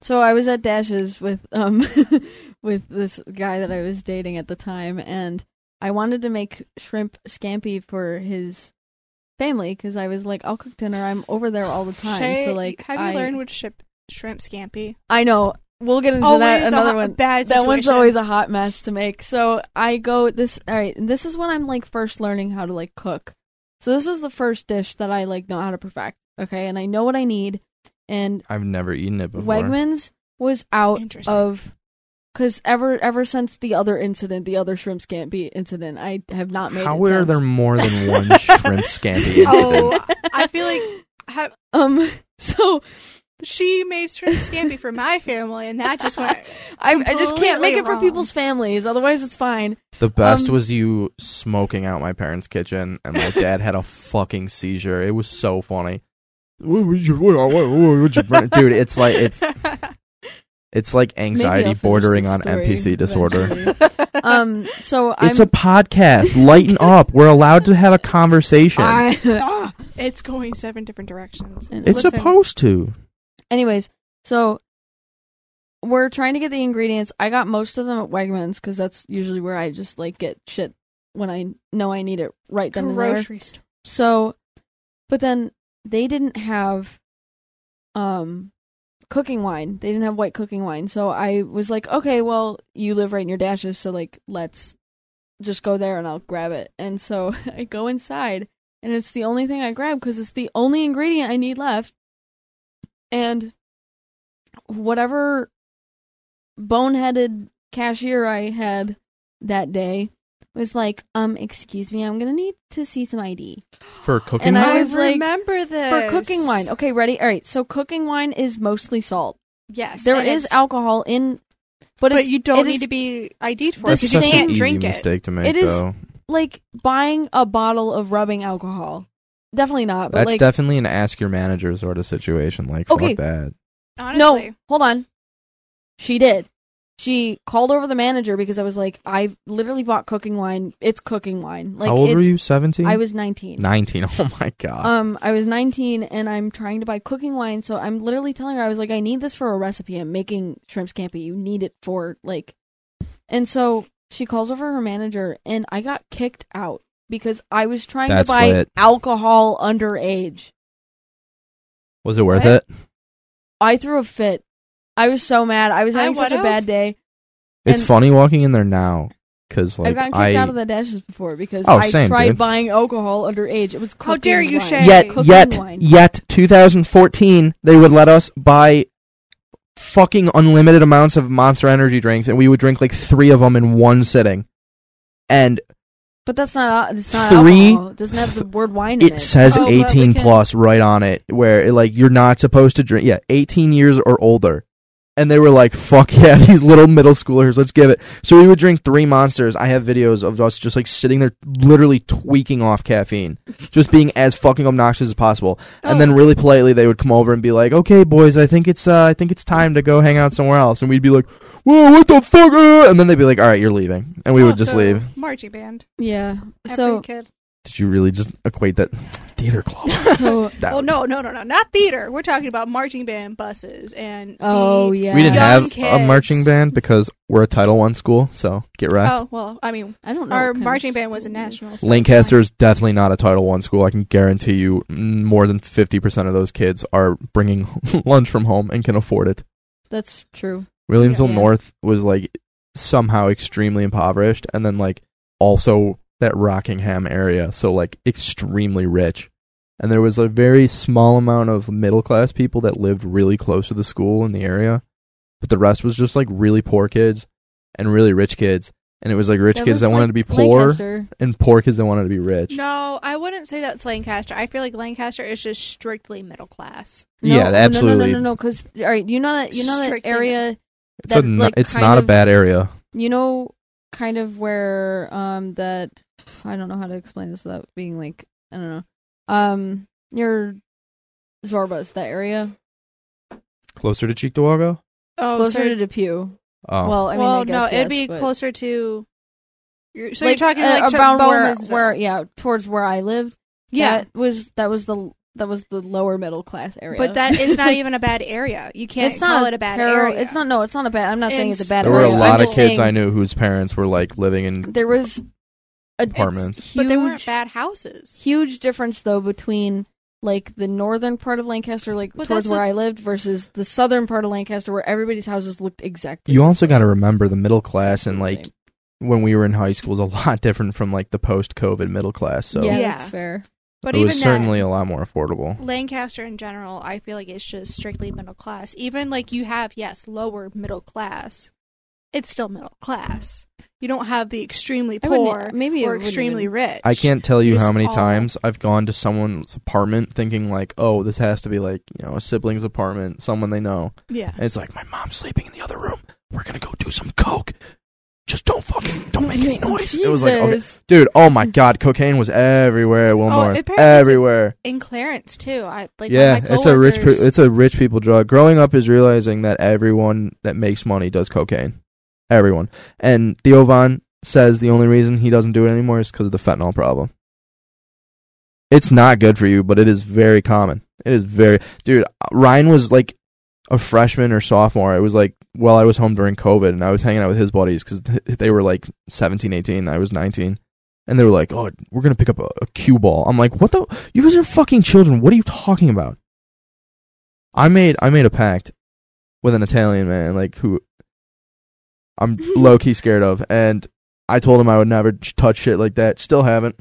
Speaker 1: so I was at Dash's with um <laughs> with this guy that I was dating at the time, and I wanted to make shrimp scampi for his family because I was like, I'll cook dinner. I'm over there all the time.
Speaker 2: Shay,
Speaker 1: so like,
Speaker 2: have you
Speaker 1: I,
Speaker 2: learned what ship, shrimp scampi?
Speaker 1: I know. We'll get into
Speaker 2: Always
Speaker 1: that
Speaker 2: a,
Speaker 1: another
Speaker 2: hot-
Speaker 1: one.
Speaker 2: <laughs> bad
Speaker 1: that one's
Speaker 2: situation.
Speaker 1: always a hot mess to make. So I go this all right. and This is when I'm like first learning how to like cook. So this is the first dish that I like know how to perfect. Okay, and I know what I need. And
Speaker 3: I've never eaten it before.
Speaker 1: Wegmans was out
Speaker 2: Interesting.
Speaker 1: of because ever ever since the other incident, the other shrimp scampi incident, I have not made.
Speaker 3: How
Speaker 1: it
Speaker 3: are
Speaker 1: since. <laughs>
Speaker 3: there more <laughs> than one shrimp scampi? Incident?
Speaker 2: Oh, I feel like ha-
Speaker 1: <laughs> Um. So
Speaker 2: she made shrimp scampi for my family, and that
Speaker 1: <laughs>
Speaker 2: just went.
Speaker 1: I, I just can't make
Speaker 2: Completely
Speaker 1: it for
Speaker 2: wrong.
Speaker 1: people's families. Otherwise, it's fine.
Speaker 3: The best
Speaker 1: Um,
Speaker 3: was you smoking out my parents' kitchen, and my dad had a fucking seizure. It was so funny. What would you- what- what- what would you bring- Dude, it's like it's it's like
Speaker 1: Maybe I'll
Speaker 3: anxiety
Speaker 1: finish
Speaker 3: bordering
Speaker 1: this
Speaker 3: on
Speaker 1: story <laughs>
Speaker 3: NPC disorder.
Speaker 1: eventually. <laughs> um. So
Speaker 3: It's
Speaker 1: I'm.
Speaker 3: a podcast.
Speaker 1: <laughs>
Speaker 3: Lighten up. We're allowed to have a conversation.
Speaker 1: I-
Speaker 2: Ah, it's going seven different directions.
Speaker 1: <laughs> And
Speaker 3: it's
Speaker 1: listen-
Speaker 3: supposed to.
Speaker 1: Anyways, so we're trying to get the ingredients. I got most of them at Wegmans because that's usually where I just like get shit when I know I need it right then and there.
Speaker 2: grocery store.
Speaker 1: So, but then they didn't have um cooking wine. They didn't have white cooking wine. So I was like, okay, well, you live right near Dash's, so like let's just go there and I'll grab it. And so <laughs> I go inside and it's the only thing I grab cuz it's the only ingredient I need left. And whatever boneheaded cashier I had that day was like, "Um, excuse me, I'm going to need to see some ID."
Speaker 3: For cooking
Speaker 1: And I
Speaker 2: I,
Speaker 1: was like,
Speaker 2: remember this
Speaker 1: For cooking wine. Oh, Okay, ready? All right. So cooking wine is mostly salt.
Speaker 2: Yes,
Speaker 1: There
Speaker 2: and
Speaker 1: is
Speaker 2: it's-
Speaker 1: alcohol in but,
Speaker 2: but
Speaker 1: it's
Speaker 2: you don't
Speaker 1: it
Speaker 2: need
Speaker 1: is-
Speaker 2: to be ID'd for
Speaker 1: the
Speaker 2: it because
Speaker 3: That's
Speaker 2: you
Speaker 3: such
Speaker 1: same-
Speaker 3: an
Speaker 2: can't
Speaker 3: easy
Speaker 2: drink it.
Speaker 3: mistake to make,
Speaker 1: It is-
Speaker 3: though.
Speaker 1: like buying a bottle of rubbing alcohol. Definitely not. But
Speaker 3: That's
Speaker 1: like
Speaker 3: definitely an ask your manager sort of situation. Like,
Speaker 1: Okay.
Speaker 3: fuck that.
Speaker 2: Honestly,
Speaker 1: No, hold on. She did. She called over the manager because I was like, I literally bought cooking wine. It's cooking wine. Like
Speaker 3: How old
Speaker 1: it's
Speaker 3: were you? 17?
Speaker 1: I was 19.
Speaker 3: 19. <laughs> Oh my god.
Speaker 1: Um, I was 19 and I'm trying to buy cooking wine, so I'm literally telling her I was like, I need this for a recipe. I'm making shrimp scampi. You need it for like, and so she calls over her manager, and I got kicked out because I was trying
Speaker 3: That's
Speaker 1: to buy
Speaker 3: lit.
Speaker 1: alcohol underage.
Speaker 3: was it worth
Speaker 2: what?
Speaker 3: it?
Speaker 1: I threw a fit. I was so mad. I was
Speaker 2: I
Speaker 1: having such a
Speaker 2: would've.
Speaker 1: bad day.
Speaker 3: It's
Speaker 1: And-
Speaker 3: funny walking in there now because
Speaker 1: I've
Speaker 3: like
Speaker 1: gotten kicked
Speaker 3: I
Speaker 1: out of the dashes before because
Speaker 3: Oh,
Speaker 1: I
Speaker 3: same,
Speaker 1: tried
Speaker 3: dude.
Speaker 1: buying alcohol underage. It was
Speaker 2: How dare
Speaker 1: cooking
Speaker 2: you,
Speaker 1: wine.
Speaker 2: Shay.
Speaker 3: yet
Speaker 1: Cooking
Speaker 3: yet
Speaker 1: wine.
Speaker 3: yet 2014 they would let us buy fucking unlimited amounts of Monster Energy drinks and we would drink like three of them in one sitting. And
Speaker 1: But that's not. It's not
Speaker 3: Three-
Speaker 1: alcohol. It doesn't have the word wine in
Speaker 3: it
Speaker 1: it.
Speaker 3: says
Speaker 2: Oh, but we
Speaker 3: 18
Speaker 2: can-
Speaker 3: plus right on it where it, like you're not supposed to drink yeah 18 years or older and they were like fuck yeah <laughs> these little middle schoolers let's give it so we would drink three monsters i have videos of us just like sitting there literally tweaking
Speaker 2: <laughs>
Speaker 3: off caffeine just being as fucking obnoxious as possible
Speaker 2: Oh.
Speaker 3: and then really politely they would come over and be like okay boys i think it's uh, i think it's time to go hang out somewhere else and we'd be like whoa what the fuck uh?" and then they'd be like all right you're leaving and we
Speaker 2: Oh,
Speaker 3: would just leave
Speaker 2: Margie band.
Speaker 1: Yeah.
Speaker 2: Every
Speaker 1: So,
Speaker 2: kid.
Speaker 3: did you really just equate
Speaker 2: <laughs>
Speaker 3: that theater club
Speaker 1: <laughs> so
Speaker 3: That
Speaker 2: Well, no, no, no, no, not theater. We're talking about marching band buses and.
Speaker 1: oh
Speaker 2: the-
Speaker 1: yeah.
Speaker 3: We didn't
Speaker 2: Young
Speaker 3: have a
Speaker 2: kids.
Speaker 3: marching band because we're a Title One school, so get right.
Speaker 2: Oh well, I mean,
Speaker 1: I don't know.
Speaker 2: our
Speaker 1: what kind of
Speaker 2: marching band was a
Speaker 1: school it is.
Speaker 2: national. so it's
Speaker 3: Lancaster is definitely not a Title One school. I can guarantee you, mm, more than fifty percent of those kids are bringing <laughs> lunch from home and can afford it.
Speaker 1: That's true.
Speaker 3: Williamsville
Speaker 1: Oh, Yeah.
Speaker 3: North was like somehow extremely impoverished, and then like also that Rockingham area, so like extremely rich. And there was a very small amount of middle class people that lived really close to the school in the area, but the rest was just like really poor kids and really rich kids. And it was like rich kids
Speaker 1: was
Speaker 3: that wanted
Speaker 1: like
Speaker 3: to be poor
Speaker 1: Lancaster.
Speaker 3: and poor kids that wanted to be rich.
Speaker 2: fine. No, I wouldn't say that's Lancaster. I feel like Lancaster is just strictly middle class.
Speaker 1: No,
Speaker 3: Yeah,
Speaker 1: no,
Speaker 3: absolutely.
Speaker 1: No, no, no, no. Because all right, you know that you know that
Speaker 2: Strictly
Speaker 1: area
Speaker 3: It's a
Speaker 1: That,
Speaker 3: n-
Speaker 1: like,
Speaker 3: it's
Speaker 1: kind
Speaker 3: not a
Speaker 1: of-
Speaker 3: bad area.
Speaker 1: you know kind of where um that i don't know how to explain this without being like i don't know um near zorbas that area
Speaker 3: Closer to Cheektowaga?
Speaker 2: Oh,
Speaker 1: closer
Speaker 2: sorry.
Speaker 1: to depew
Speaker 3: Oh.
Speaker 1: well i mean
Speaker 2: well,
Speaker 1: I guess,
Speaker 2: no,
Speaker 1: yes,
Speaker 2: it'd be
Speaker 1: but-
Speaker 2: closer to. You're, so
Speaker 1: like,
Speaker 2: you're talking
Speaker 1: uh,
Speaker 2: like to
Speaker 1: around where,
Speaker 2: Bowman'sville.
Speaker 1: where yeah towards where i lived
Speaker 2: yeah,
Speaker 1: that was that was the that was the lower middle class area
Speaker 2: but that
Speaker 1: <laughs>
Speaker 2: is not even a bad area. You can't
Speaker 1: it's
Speaker 2: call
Speaker 1: not
Speaker 2: it a bad
Speaker 1: terror-
Speaker 2: area.
Speaker 1: it's not no it's not a bad i'm not saying it's a
Speaker 2: It's-
Speaker 1: bad
Speaker 3: there were a
Speaker 1: area. I'm
Speaker 3: lot of
Speaker 1: just
Speaker 3: kids I
Speaker 1: saying
Speaker 3: knew whose parents were like living in
Speaker 1: there was a
Speaker 3: apartments.
Speaker 1: huge
Speaker 2: but they weren't bad houses.
Speaker 1: huge difference though between like the northern part of Lancaster, like
Speaker 2: Well,
Speaker 1: towards
Speaker 2: that's
Speaker 1: where
Speaker 2: what-
Speaker 1: I lived, versus the southern part of Lancaster where everybody's houses looked exactly.
Speaker 3: You
Speaker 1: the
Speaker 3: also
Speaker 1: same.
Speaker 3: got to remember the middle class
Speaker 1: Exactly
Speaker 3: and
Speaker 1: the
Speaker 3: like
Speaker 1: same.
Speaker 3: when we were in high school is a <laughs> lot different from like the post-COVID middle class. So
Speaker 1: yeah,
Speaker 2: Yeah.
Speaker 1: that's fair.
Speaker 2: But
Speaker 3: it
Speaker 2: even
Speaker 3: was
Speaker 2: that,
Speaker 3: certainly a lot more affordable.
Speaker 2: Lancaster in general, I feel like it's just strictly middle class. Even like you have, yes, lower middle class, it's still middle class. You don't have the extremely
Speaker 1: I wouldn't- e,
Speaker 2: poor
Speaker 1: maybe it
Speaker 2: or
Speaker 1: wouldn't
Speaker 2: extremely
Speaker 1: even-
Speaker 2: rich.
Speaker 3: I can't tell you
Speaker 2: There's
Speaker 3: how many
Speaker 2: all-
Speaker 3: times I've gone to someone's apartment thinking like, "Oh, this has to be like, you know, a sibling's apartment, someone they know."
Speaker 2: Yeah.
Speaker 3: And it's like, "My mom's sleeping in the other room. We're going to go do some coke. Just don't fucking don't make any noise." It was like, okay,
Speaker 1: Jesus.
Speaker 3: dude, oh my god, cocaine was everywhere at Wilmore.
Speaker 2: Oh, apparently it's a-
Speaker 3: everywhere.
Speaker 2: In Clarence too. I like.
Speaker 3: yeah,
Speaker 2: one of my
Speaker 3: it's a rich
Speaker 2: coworkers-
Speaker 3: pe- it's a rich people drug. Growing up is realizing that everyone that makes money does cocaine. Everyone. And Theo Von says the only reason he doesn't do it anymore is because of the fentanyl problem. It's not good for you, but it is very common. It is very dude. Ryan was like a freshman or sophomore. It was like well, I was home during COVID and I was hanging out with his buddies because they were like 17, 18. I was 19. And they were like, oh, we're going to pick up a, a cue ball. I'm like, what the? You guys are fucking children. What are you talking about? I made I made a pact with an Italian man, like who
Speaker 2: <laughs>
Speaker 3: I'm low key scared of, and I told him I would never ch- touch shit like that. Still haven't,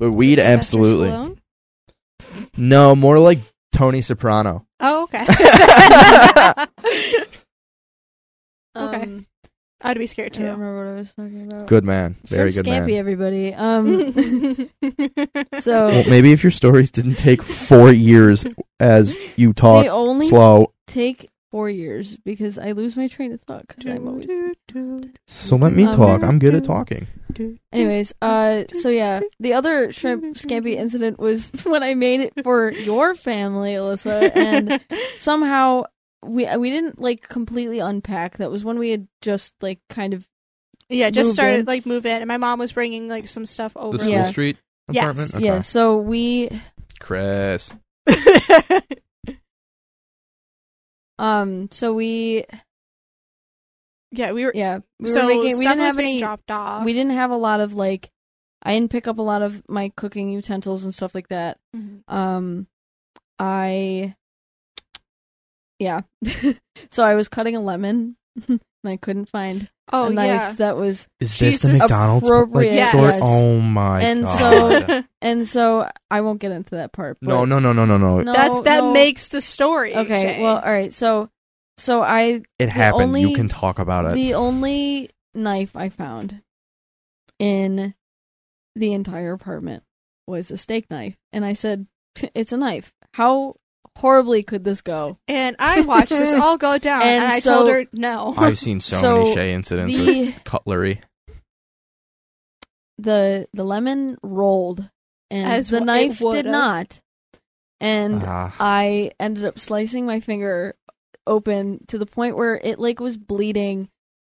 Speaker 3: but
Speaker 2: Is it
Speaker 3: weed,
Speaker 2: Sylvester
Speaker 3: absolutely.
Speaker 2: Stallone?
Speaker 3: No, more like Tony Soprano.
Speaker 1: <laughs>
Speaker 2: Oh, okay. Okay.
Speaker 1: Um,
Speaker 2: I'd be scared
Speaker 1: I don't
Speaker 2: too.
Speaker 1: remember what I was talking about.
Speaker 3: Good man, very
Speaker 1: From
Speaker 3: good
Speaker 1: Scampi,
Speaker 3: man.
Speaker 1: everybody.
Speaker 2: <laughs>
Speaker 1: Um, so
Speaker 3: Well, maybe if your stories didn't
Speaker 2: <laughs>
Speaker 3: take four years as you
Speaker 1: they
Speaker 3: talk
Speaker 1: only
Speaker 3: slow,
Speaker 1: take four years because I lose my train of thought because I'm
Speaker 2: <laughs>
Speaker 1: always.
Speaker 3: so let me
Speaker 1: Um,
Speaker 3: talk. I'm good at talking.
Speaker 1: Anyways, uh, so yeah, the other shrimp scampi incident was <laughs> when I made it for your family, Alyssa,
Speaker 2: <laughs>
Speaker 1: and somehow we uh, we didn't like completely unpack. That was when we had just like kind of
Speaker 2: yeah, just
Speaker 1: Move
Speaker 2: started
Speaker 1: in.
Speaker 2: like move in, and my mom was bringing like some stuff over.
Speaker 1: school Yeah.
Speaker 3: street
Speaker 2: Yes. apartment?
Speaker 1: yeah. So we
Speaker 3: Chris.
Speaker 1: um so we
Speaker 2: <laughs> yeah, we were.
Speaker 1: yeah we
Speaker 2: so
Speaker 1: were making we
Speaker 2: stuff
Speaker 1: didn't
Speaker 2: was
Speaker 1: have
Speaker 2: being
Speaker 1: any
Speaker 2: dropped off.
Speaker 1: we didn't have a lot of like I didn't pick up a lot of my cooking utensils and stuff like that.
Speaker 2: Mhm.
Speaker 1: Um, I, yeah. <laughs> so I was cutting a lemon, <laughs> and I couldn't find
Speaker 2: Oh
Speaker 1: a knife
Speaker 2: yeah.
Speaker 1: that was.
Speaker 3: Is
Speaker 2: this the Jesus.
Speaker 1: McDonald's, like,
Speaker 2: Yes.
Speaker 1: store?
Speaker 3: Oh my
Speaker 1: And <laughs>
Speaker 3: <laughs>
Speaker 1: God. And so I won't get into that part. But
Speaker 3: no, no, no, no, no, no.
Speaker 1: no,
Speaker 2: That's that
Speaker 1: no.
Speaker 2: makes the story.
Speaker 1: okay.
Speaker 2: Shay.
Speaker 1: Well, all right. So, so I
Speaker 3: It
Speaker 1: happened. You only- can
Speaker 3: talk about
Speaker 1: the only knife I found in the entire apartment was a steak knife, and I said, "It's a knife. How horribly could this go?"
Speaker 2: and I watched this
Speaker 1: <laughs>
Speaker 2: all go down,
Speaker 1: And
Speaker 2: and, I
Speaker 1: so-
Speaker 2: told her no.
Speaker 3: <laughs> I've seen so,
Speaker 1: So,
Speaker 3: many Shay incidents with
Speaker 1: The
Speaker 3: cutlery.
Speaker 1: the the lemon rolled and
Speaker 2: As
Speaker 1: the
Speaker 2: wh- it
Speaker 1: knife did
Speaker 2: would've.
Speaker 1: not and
Speaker 3: Ah.
Speaker 1: i ended up slicing my finger open to the point where it like was bleeding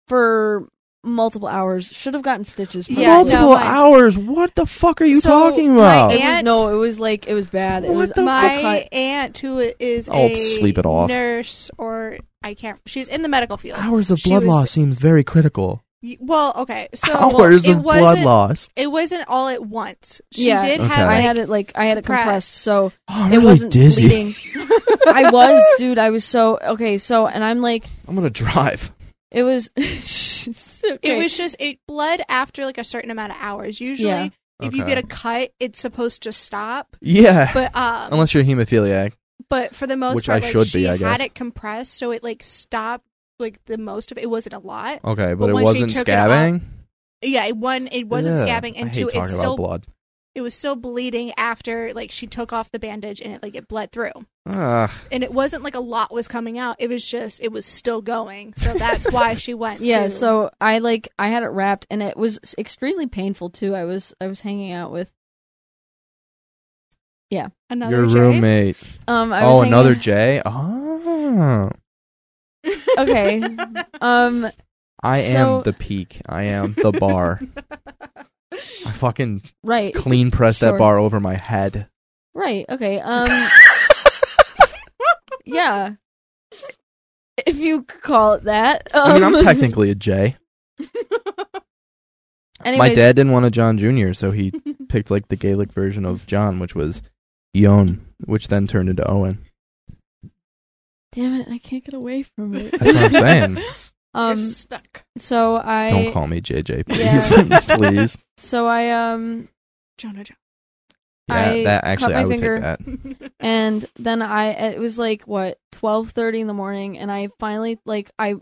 Speaker 1: for multiple hours should have gotten stitches
Speaker 2: Yeah, no,
Speaker 3: Multiple
Speaker 2: my-
Speaker 3: hours. What the fuck are you
Speaker 2: So,
Speaker 3: talking
Speaker 2: my
Speaker 3: about?
Speaker 1: It was-
Speaker 2: Aunt-
Speaker 1: no it was like it was bad it
Speaker 3: What
Speaker 1: was
Speaker 3: the
Speaker 1: a
Speaker 2: my
Speaker 1: cut.
Speaker 2: aunt who is
Speaker 3: Oh,
Speaker 2: a
Speaker 3: sleep it off.
Speaker 2: nurse or I can't. She's in the medical field.
Speaker 3: hours of
Speaker 2: She
Speaker 3: blood
Speaker 2: was-
Speaker 3: loss seems very critical.
Speaker 2: Y- Well, okay, so
Speaker 3: hours
Speaker 2: it
Speaker 3: of blood
Speaker 2: wasn't-
Speaker 3: loss.
Speaker 2: It wasn't all at once. She
Speaker 1: Yeah.
Speaker 2: did
Speaker 3: Okay.
Speaker 2: have.
Speaker 1: i
Speaker 2: like-
Speaker 1: had it like i had it compressed
Speaker 2: compressed.
Speaker 1: so
Speaker 3: Oh, I'm
Speaker 1: it
Speaker 3: really
Speaker 1: wasn't
Speaker 2: <laughs>
Speaker 3: dizzy.
Speaker 1: bleeding i was dude i was so okay so and i'm like
Speaker 3: I'm
Speaker 1: <laughs>
Speaker 3: gonna drive.
Speaker 1: it was okay.
Speaker 2: It was just it bled after like a certain amount of hours. Usually,
Speaker 1: Yeah.
Speaker 2: if you
Speaker 3: Okay.
Speaker 2: get a cut, it's supposed to stop.
Speaker 3: Yeah.
Speaker 2: But um,
Speaker 3: Unless you're a hemophiliac.
Speaker 2: but for the most
Speaker 3: Which I
Speaker 2: part, like,
Speaker 3: should
Speaker 2: she
Speaker 3: be, I
Speaker 2: had
Speaker 3: guess.
Speaker 2: it compressed, so it like stopped like the most of it. It wasn't a lot.
Speaker 3: Okay, but,
Speaker 2: But
Speaker 3: it
Speaker 2: once she
Speaker 3: wasn't
Speaker 2: took it
Speaker 3: scabbing.
Speaker 2: Yeah, it, one, it wasn't
Speaker 3: Ugh,
Speaker 2: scabbing, and
Speaker 3: I hate
Speaker 2: two,
Speaker 3: talking
Speaker 2: it
Speaker 3: about
Speaker 2: still
Speaker 3: blood.
Speaker 2: it was still bleeding after like she took off the bandage and it like it bled through.
Speaker 3: Ugh.
Speaker 2: And it wasn't like a lot was coming out. It was just it was still going. So
Speaker 1: <laughs>
Speaker 2: that's why she went
Speaker 1: Yeah,
Speaker 2: to-
Speaker 1: so I like I had it wrapped and it was extremely painful too. I was I was hanging out with
Speaker 2: another
Speaker 3: your
Speaker 2: J? <laughs>
Speaker 3: roommate.
Speaker 1: um I was
Speaker 3: Oh,
Speaker 1: hanging-
Speaker 3: another J. Oh,
Speaker 1: Okay. Um
Speaker 3: I
Speaker 1: So-
Speaker 3: am the peak. I am the
Speaker 1: <laughs>
Speaker 2: <laughs>
Speaker 3: bar. I fucking
Speaker 1: right.
Speaker 3: clean pressed
Speaker 1: Sure.
Speaker 3: that bar over my head.
Speaker 1: Right. Okay.
Speaker 2: <laughs>
Speaker 1: Um yeah. If you could call it that. Um,
Speaker 3: I mean, I'm technically a J.
Speaker 1: <laughs> anyways,
Speaker 3: My dad didn't want a John Jr., so he picked like the Gaelic version of John, which was Yon, which then turned into Owen.
Speaker 1: Damn it, I can't get away from it.
Speaker 3: That's what I'm saying.
Speaker 2: You're
Speaker 1: <laughs> Um
Speaker 2: stuck.
Speaker 1: so I
Speaker 3: Don't call me JJ, please,
Speaker 1: Yeah.
Speaker 3: <laughs> please.
Speaker 1: so I um
Speaker 2: Jonah Jones.
Speaker 3: Yeah,
Speaker 1: I
Speaker 3: that
Speaker 1: cut
Speaker 3: actually,
Speaker 1: my
Speaker 3: I would
Speaker 1: finger.
Speaker 3: take that.
Speaker 2: <laughs>
Speaker 1: and then i it was like what 12:30 in the morning and i finally like i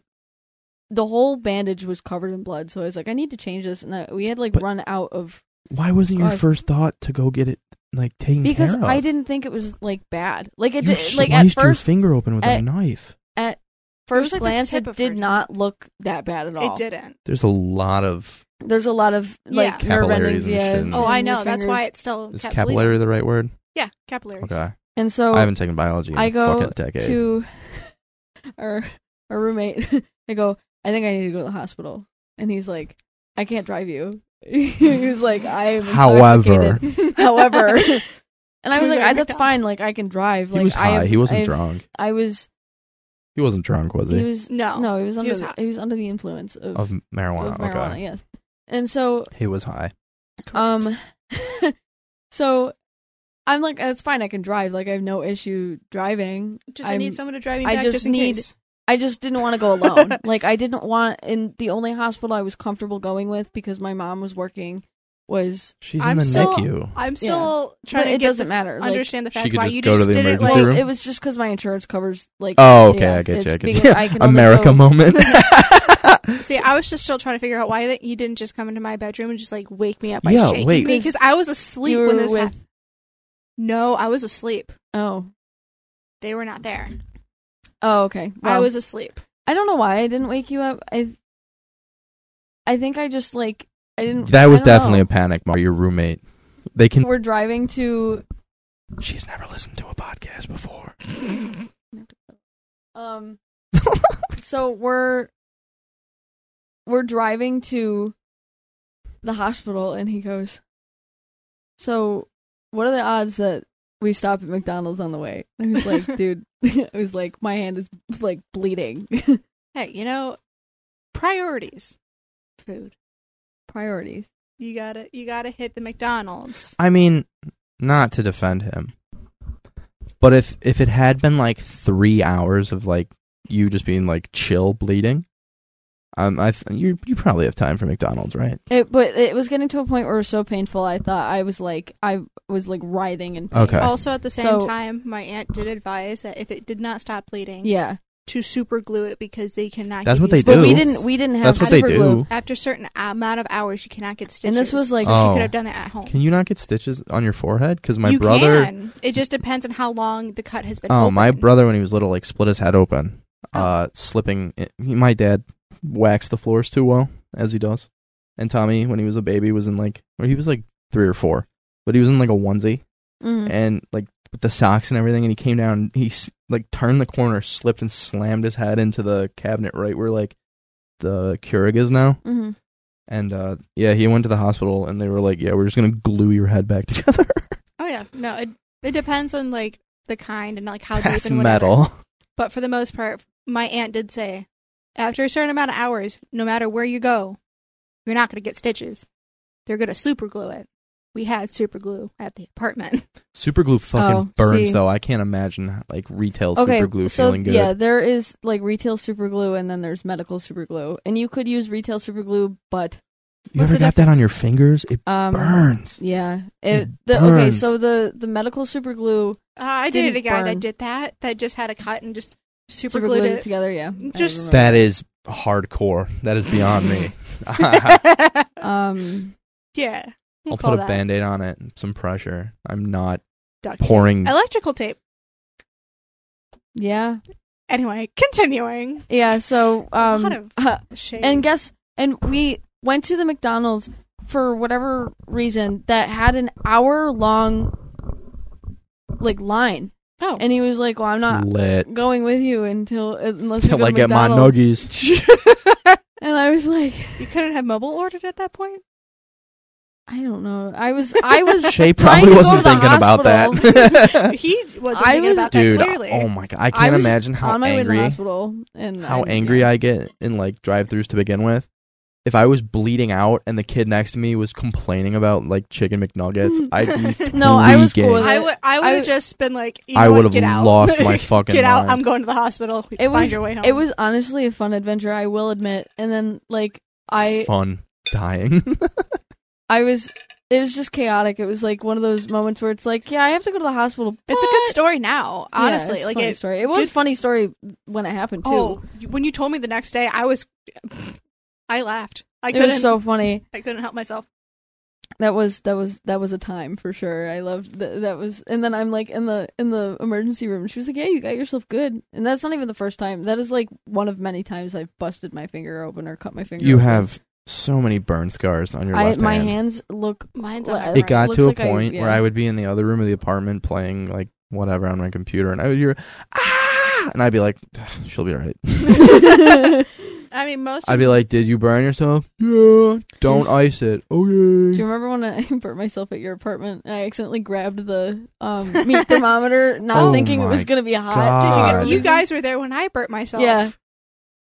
Speaker 1: the whole bandage was covered in blood so i was like i need to change this and I, we had like
Speaker 3: But-
Speaker 1: run out of
Speaker 3: Why wasn't
Speaker 1: your
Speaker 3: your
Speaker 1: Guys.
Speaker 3: first thought to go get it like taken
Speaker 1: because
Speaker 3: care of?
Speaker 1: i didn't think it was like bad like it
Speaker 3: You
Speaker 1: did, like at
Speaker 3: sliced your
Speaker 1: first
Speaker 3: finger open with
Speaker 1: at-
Speaker 3: a knife.
Speaker 1: first
Speaker 2: like, the
Speaker 1: glance
Speaker 2: tip
Speaker 1: it
Speaker 2: of
Speaker 1: did
Speaker 2: her-
Speaker 1: not look that bad at all
Speaker 2: It didn't.
Speaker 3: There's a lot of
Speaker 1: there's a lot of like
Speaker 2: Yeah.
Speaker 1: nerve
Speaker 3: Capillaries
Speaker 1: endings
Speaker 3: and
Speaker 1: yeah
Speaker 3: shit and-
Speaker 2: Oh, I
Speaker 1: in your
Speaker 2: know. That's why
Speaker 1: fingers.
Speaker 2: it still
Speaker 3: is
Speaker 2: kept
Speaker 3: capillary
Speaker 2: bleeding.
Speaker 3: the right word?
Speaker 2: Yeah, capillaries.
Speaker 3: Okay,
Speaker 1: and so
Speaker 3: I haven't taken biology in
Speaker 1: I go
Speaker 3: fucking decade.
Speaker 1: to <laughs> our our roommate. <laughs> I go, I think I need to go to the hospital, and he's like, I can't drive you. <laughs> he was like, I am.
Speaker 3: However,
Speaker 1: intoxicated." <laughs>
Speaker 2: <laughs>
Speaker 1: however, and I was
Speaker 2: We
Speaker 1: like,
Speaker 2: better
Speaker 1: I,
Speaker 2: get
Speaker 1: that's
Speaker 2: down.
Speaker 1: fine. Like I can drive.
Speaker 3: he
Speaker 1: like
Speaker 3: was
Speaker 1: I
Speaker 3: high.
Speaker 1: have-
Speaker 3: he wasn't
Speaker 1: I've-
Speaker 3: drunk.
Speaker 1: I was.
Speaker 3: He wasn't drunk, was he?
Speaker 1: He was
Speaker 2: No.
Speaker 1: no. He was under.
Speaker 2: was
Speaker 1: the,
Speaker 2: high.
Speaker 1: he was under the influence of,
Speaker 3: of marijuana.
Speaker 1: of marijuana.
Speaker 3: Okay,
Speaker 1: Yes, and so
Speaker 3: he was high.
Speaker 1: Um, <laughs> so I'm like, that's fine. I can drive. Like I have no issue driving.
Speaker 2: Just i
Speaker 1: I'm-
Speaker 2: need someone to drive me
Speaker 1: I
Speaker 2: back
Speaker 1: just
Speaker 2: in
Speaker 1: need-
Speaker 2: case.
Speaker 1: I just didn't want to go
Speaker 2: <laughs>
Speaker 1: alone. like I didn't want in the only hospital I was comfortable going with because my mom was working was
Speaker 3: She's
Speaker 2: I'm
Speaker 3: in the
Speaker 2: still-
Speaker 3: NICU.
Speaker 2: I'm still trying
Speaker 1: but
Speaker 2: to
Speaker 1: it
Speaker 2: get
Speaker 1: doesn't
Speaker 2: the-
Speaker 1: matter. Like,
Speaker 2: understand the
Speaker 3: She
Speaker 2: fact
Speaker 3: could
Speaker 2: why
Speaker 3: just
Speaker 2: you
Speaker 3: go
Speaker 2: just
Speaker 3: to the
Speaker 2: did it
Speaker 3: emergency
Speaker 2: like
Speaker 3: room?
Speaker 1: it was just cuz my insurance covers like
Speaker 3: Oh, okay,
Speaker 1: yeah,
Speaker 3: I get
Speaker 1: it's
Speaker 3: you. I get
Speaker 1: because
Speaker 3: you.
Speaker 1: I
Speaker 3: <laughs>
Speaker 1: can only
Speaker 3: America
Speaker 1: go- <laughs>
Speaker 3: moment.
Speaker 2: See, I was just still trying to figure out why that you didn't just come into my bedroom and just like wake me up by
Speaker 3: Yeah,
Speaker 2: shaking
Speaker 3: wait.
Speaker 2: me because I was asleep
Speaker 1: You
Speaker 2: when
Speaker 1: were
Speaker 2: this
Speaker 1: with
Speaker 2: happened. No, I was asleep.
Speaker 1: Oh.
Speaker 2: They were not there.
Speaker 1: Oh, okay.
Speaker 2: I
Speaker 1: Well,
Speaker 2: was asleep. <laughs>
Speaker 1: I don't know why I didn't wake you up. I I think I just like I didn't
Speaker 3: that was
Speaker 1: I don't
Speaker 3: definitely a
Speaker 1: know.
Speaker 3: panic. Mar, your roommate. They can.
Speaker 1: We're driving to
Speaker 3: She's never listened to a podcast before. <laughs>
Speaker 1: um so we're we're driving to the hospital and he goes so what are the odds that we stop at mcdonald's on the way and i was like dude <laughs> i was like my hand is like bleeding <laughs>
Speaker 2: Hey, you know, priorities. Food.
Speaker 1: priorities
Speaker 2: You gotta you gotta hit the McDonald's.
Speaker 3: I mean, not to defend him, but if if it had been like three hours of like you just being like chill bleeding, um, I th- you you probably have time for McDonald's, right?
Speaker 1: it, but it was getting to a point where it was so painful i thought i was like i was like writhing in pain
Speaker 3: Okay.
Speaker 2: Also at the same
Speaker 1: So-
Speaker 2: time, my aunt did advise that if it did not stop bleeding,
Speaker 1: yeah
Speaker 2: to super glue it because they cannot
Speaker 3: That's
Speaker 2: give
Speaker 3: what
Speaker 2: you
Speaker 3: they
Speaker 1: but
Speaker 2: stitches.
Speaker 3: do.
Speaker 1: we didn't we didn't have
Speaker 3: That's what they
Speaker 1: super glue.
Speaker 3: do.
Speaker 2: after a certain amount of hours you cannot get
Speaker 1: And
Speaker 2: stitches.
Speaker 1: this was, like-
Speaker 2: so she
Speaker 3: Oh.
Speaker 2: could have done it at home.
Speaker 3: Can you not get stitches on your forehead? Because my
Speaker 2: you
Speaker 3: brother,
Speaker 2: can. It just depends on how long the cut has been.
Speaker 3: oh, my
Speaker 2: open. Oh.
Speaker 3: brother when he was little, like split his head open, uh, slipping. It. He, my dad waxed the floors too well as he does, and Tommy when he was a baby was in like, or he was like three or four, but he was in like a onesie.
Speaker 1: Mhm.
Speaker 3: and like with the socks and everything and he came down and he s- like turned the corner slipped and slammed his head into the cabinet right where like the Keurig is now
Speaker 1: Mhm.
Speaker 3: and uh yeah he went to the hospital and they were like yeah we're just gonna glue your head back <laughs> together
Speaker 2: Oh yeah, no, it it depends on like the kind and like how deep
Speaker 3: that's
Speaker 2: and whatever.
Speaker 3: metal
Speaker 2: But for the most part, my aunt did say, after a certain amount of hours, no matter where you go, you're not going to get stitches. They're going to super glue it. We had super glue at the apartment.
Speaker 3: super glue fucking
Speaker 1: Oh,
Speaker 3: burns
Speaker 1: see.
Speaker 3: though I can't imagine like retail
Speaker 1: okay,
Speaker 3: super glue
Speaker 1: so
Speaker 3: feeling good
Speaker 1: yeah, there is like retail super glue, and then there's medical super glue, and you could use retail super glue, but
Speaker 3: you
Speaker 2: What's
Speaker 3: ever
Speaker 2: the
Speaker 3: got that on
Speaker 2: difference?
Speaker 3: your fingers it
Speaker 1: um,
Speaker 3: burns
Speaker 1: yeah, it,
Speaker 3: It
Speaker 1: the, okay,
Speaker 3: burns.
Speaker 1: so the the medical super glue
Speaker 2: Uh, I dated
Speaker 1: Didn't
Speaker 2: a guy
Speaker 1: burn.
Speaker 2: that did that, that just had a cut and just super,
Speaker 1: super
Speaker 2: glued,
Speaker 1: glued
Speaker 3: <laughs>
Speaker 2: it.
Speaker 1: together, yeah, I
Speaker 2: Just-
Speaker 1: remember.
Speaker 3: that is
Speaker 1: <laughs>
Speaker 3: <laughs> hardcore that is beyond me
Speaker 1: um,
Speaker 2: <laughs> yeah.
Speaker 3: Uh-huh. I'll
Speaker 2: call
Speaker 3: put a
Speaker 2: that
Speaker 3: band aid on it, and some pressure. I'm not
Speaker 2: duct tape.
Speaker 3: pouring.
Speaker 2: electrical tape.
Speaker 1: Yeah.
Speaker 2: Anyway, <laughs> continuing.
Speaker 1: Yeah. So
Speaker 2: A
Speaker 1: um,
Speaker 2: lot of shade.
Speaker 1: and guess and we went to the McDonald's for whatever reason that had an hour long like line,
Speaker 2: oh,
Speaker 1: and he was like, "Well, I'm not
Speaker 3: lit
Speaker 1: going with you until uh, unless we go
Speaker 3: till
Speaker 1: to
Speaker 3: I get my
Speaker 1: McDonald's." <laughs>
Speaker 3: nuggies.
Speaker 1: And I was like,
Speaker 2: you couldn't have mobile ordered at that point.
Speaker 1: I don't know. I
Speaker 3: <laughs>
Speaker 1: was I was
Speaker 3: Shay
Speaker 1: Trying to
Speaker 3: probably
Speaker 1: go
Speaker 3: wasn't
Speaker 1: to the
Speaker 3: thinking about
Speaker 1: <laughs>
Speaker 3: that.
Speaker 2: He wasn't
Speaker 1: I
Speaker 2: thinking
Speaker 1: was-
Speaker 2: about
Speaker 3: Uh, Dude,
Speaker 2: that clearly.
Speaker 3: oh my god, I
Speaker 1: I
Speaker 3: can't
Speaker 1: was
Speaker 3: imagine how
Speaker 1: on my way to the
Speaker 3: angry
Speaker 1: hospital and
Speaker 3: how
Speaker 1: I-
Speaker 3: angry
Speaker 1: yeah.
Speaker 3: I get in like drive-throughs to begin with. If I was bleeding out and the kid next to me was complaining about like chicken
Speaker 1: <laughs>
Speaker 3: McNuggets,
Speaker 2: <laughs>
Speaker 3: I'd be
Speaker 1: No, I was cool
Speaker 3: freaking-
Speaker 1: with it.
Speaker 2: I would. I would
Speaker 1: I-
Speaker 2: have just been like, you know
Speaker 3: I
Speaker 2: would
Speaker 3: would've
Speaker 2: have
Speaker 3: lost
Speaker 2: <laughs>
Speaker 3: my fucking
Speaker 2: get out.
Speaker 3: mind.
Speaker 2: I'm going to the hospital.
Speaker 1: It
Speaker 2: Find
Speaker 1: was-
Speaker 2: your way home.
Speaker 1: It was honestly a fun adventure, I will admit. And then like <laughs> I
Speaker 3: fun
Speaker 1: <laughs>
Speaker 3: dying.
Speaker 1: I was it was just chaotic. It was like one of those moments where it's like, yeah, I have to go to the hospital.
Speaker 2: It's a
Speaker 1: but-
Speaker 2: good story now,
Speaker 1: Yeah, it's
Speaker 2: honestly.
Speaker 1: a
Speaker 2: like
Speaker 1: funny
Speaker 2: it,
Speaker 1: story. It was a
Speaker 2: it-
Speaker 1: funny story when it happened too.
Speaker 2: oh, you- when you told me the next day, I was, <laughs> I laughed. I
Speaker 1: it
Speaker 2: couldn't.
Speaker 1: was so funny.
Speaker 2: I couldn't help myself.
Speaker 1: That was that was that was a time for sure. I loved th- that was. And then I'm like in the in the emergency room. She was like, "Yeah, you got yourself good." And that's not even the first time. That is like one of many times I've busted my finger open or cut my finger.
Speaker 3: you
Speaker 1: open.
Speaker 3: have so many burn scars on your
Speaker 1: I
Speaker 3: left
Speaker 1: my
Speaker 3: hand.
Speaker 1: hands
Speaker 3: <laughs>
Speaker 1: look <laughs>
Speaker 2: Mine's
Speaker 1: on my
Speaker 2: on
Speaker 1: right.
Speaker 3: It got
Speaker 1: Looks
Speaker 3: to a
Speaker 1: like I-
Speaker 3: point where
Speaker 1: yeah.
Speaker 3: I would be in the other room of the apartment playing like whatever on my computer, and I would hear ah, and I'd be like, "She'll be all right."
Speaker 1: Do
Speaker 2: I mean, most.
Speaker 3: I'd be like, "Did you burn yourself?" Yeah. Don't ice it.
Speaker 1: you
Speaker 3: Okay.
Speaker 1: remember when I <laughs> burnt myself at your apartment? And I accidentally grabbed the um,
Speaker 3: <laughs>
Speaker 1: meat thermometer, not
Speaker 3: Oh
Speaker 1: thinking it
Speaker 3: my
Speaker 1: was going to be
Speaker 3: God.
Speaker 1: hot.
Speaker 3: God.
Speaker 2: you guys were there when I burnt myself.
Speaker 1: Yeah,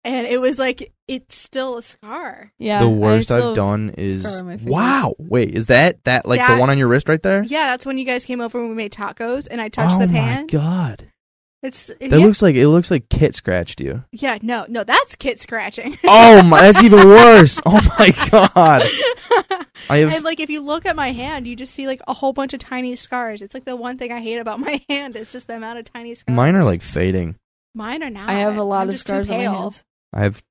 Speaker 2: and it was like it's still a scar.
Speaker 1: yeah.
Speaker 3: the
Speaker 1: I
Speaker 3: worst
Speaker 1: still-
Speaker 3: I've done
Speaker 1: scar
Speaker 3: is
Speaker 1: on my finger.
Speaker 3: wow. Wait, is that that like the
Speaker 2: That-
Speaker 3: one on your wrist right there?
Speaker 2: Yeah, that's when you guys came over when we made tacos, and I touched the
Speaker 3: oh my
Speaker 2: pan.
Speaker 3: god,
Speaker 2: It's yeah,
Speaker 3: that looks like it looks like Kit
Speaker 2: <laughs>
Speaker 3: scratched you.
Speaker 2: yeah, no, no, that's kid scratching.
Speaker 3: Oh my, that's even
Speaker 2: <laughs>
Speaker 3: worse. Oh my god, I have
Speaker 2: and like if you look at my hand, you just see like a whole bunch of tiny scars. It's like the one thing I hate about my <laughs> hand is just the amount of tiny scars.
Speaker 3: mine are like fading.
Speaker 2: mine are not.
Speaker 1: I have a lot
Speaker 2: I'm
Speaker 1: of
Speaker 2: just too
Speaker 1: scars on my
Speaker 2: pale.
Speaker 1: hands.
Speaker 3: I have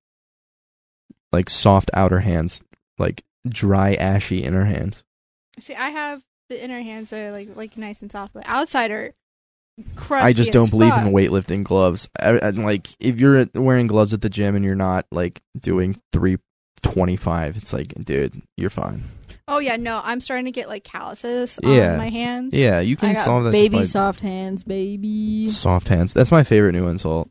Speaker 3: like soft outer hands, like dry ashy inner hands.
Speaker 2: See, I have the inner hands are like like nice and soft. The outside are crusty.
Speaker 3: I
Speaker 2: as
Speaker 3: just don't believe
Speaker 2: fuck.
Speaker 3: in weightlifting gloves. I, I- like if you're wearing gloves at the gym and you're not like doing three twenty five, it's like, dude, you're fine.
Speaker 2: Oh yeah, no, I'm starting to get like calluses
Speaker 3: Yeah.
Speaker 2: on my hands. <laughs>
Speaker 3: Yeah, you
Speaker 1: I
Speaker 3: can
Speaker 1: got
Speaker 3: solve that.
Speaker 1: baby
Speaker 3: just by-
Speaker 1: soft hands, baby.
Speaker 3: soft hands. That's my favorite new insult.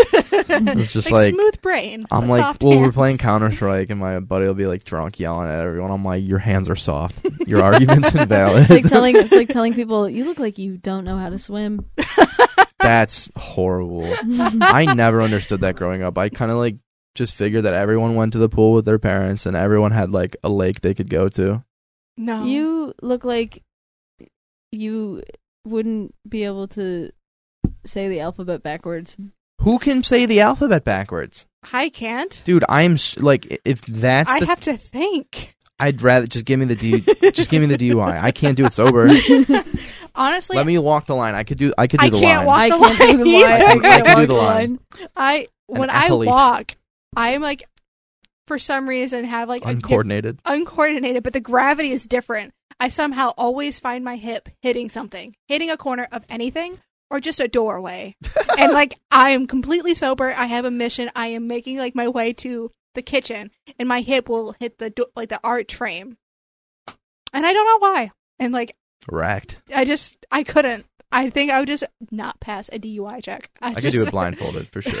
Speaker 2: it's
Speaker 3: just like-
Speaker 2: smooth brain.
Speaker 3: I'm
Speaker 2: but
Speaker 3: like,
Speaker 2: soft
Speaker 3: well, we're
Speaker 2: hands.
Speaker 3: <laughs> playing Counter Strike, and my buddy will be like drunk yelling at everyone. I'm like, your hands are soft. Your argument's invalid.
Speaker 1: It's like telling it's like telling people you look like you don't know how to swim.
Speaker 3: <laughs> That's horrible. I never understood that growing up. I kind of like just figured that everyone went to the pool with their parents and everyone had like a lake they could go to.
Speaker 2: <laughs> No,
Speaker 1: You look like you wouldn't be able to say the alphabet
Speaker 2: <laughs>
Speaker 1: backwards.
Speaker 3: Who can say the alphabet backwards?
Speaker 2: I can't.
Speaker 3: Dude, I'm s- like i- if that's
Speaker 2: I
Speaker 3: the
Speaker 2: have to
Speaker 3: <laughs>
Speaker 2: think.
Speaker 3: I'd rather just give me the
Speaker 2: <laughs>
Speaker 3: D just give me the DUI. I can't do it sober.
Speaker 1: <laughs>
Speaker 2: Honestly,
Speaker 3: Let me walk the line. I could do I could do
Speaker 2: I
Speaker 3: the
Speaker 2: can't
Speaker 3: line.
Speaker 2: walk-
Speaker 1: I
Speaker 2: the
Speaker 1: can't do the
Speaker 2: <laughs> line
Speaker 1: line. I
Speaker 3: either.
Speaker 1: can't
Speaker 3: I can
Speaker 1: walk
Speaker 3: do the line.
Speaker 2: I
Speaker 3: An
Speaker 2: when
Speaker 3: athlete.
Speaker 2: I walk, I'm like for some reason have like a diff-
Speaker 3: Uncoordinated.
Speaker 2: uncoordinated, but the gravity is different. I somehow always find my hip hitting something, hitting a corner of anything or just a doorway.
Speaker 3: <laughs>
Speaker 2: and like I am completely sober. I have a mission. I am making like my way to the kitchen and my hip will hit the do- like the arch frame. And I don't know why. And like
Speaker 3: Correct.
Speaker 2: I just I couldn't. I think I would just not pass a DUI check. I,
Speaker 3: I
Speaker 2: just,
Speaker 3: could do it blindfolded
Speaker 2: <laughs>
Speaker 3: for sure.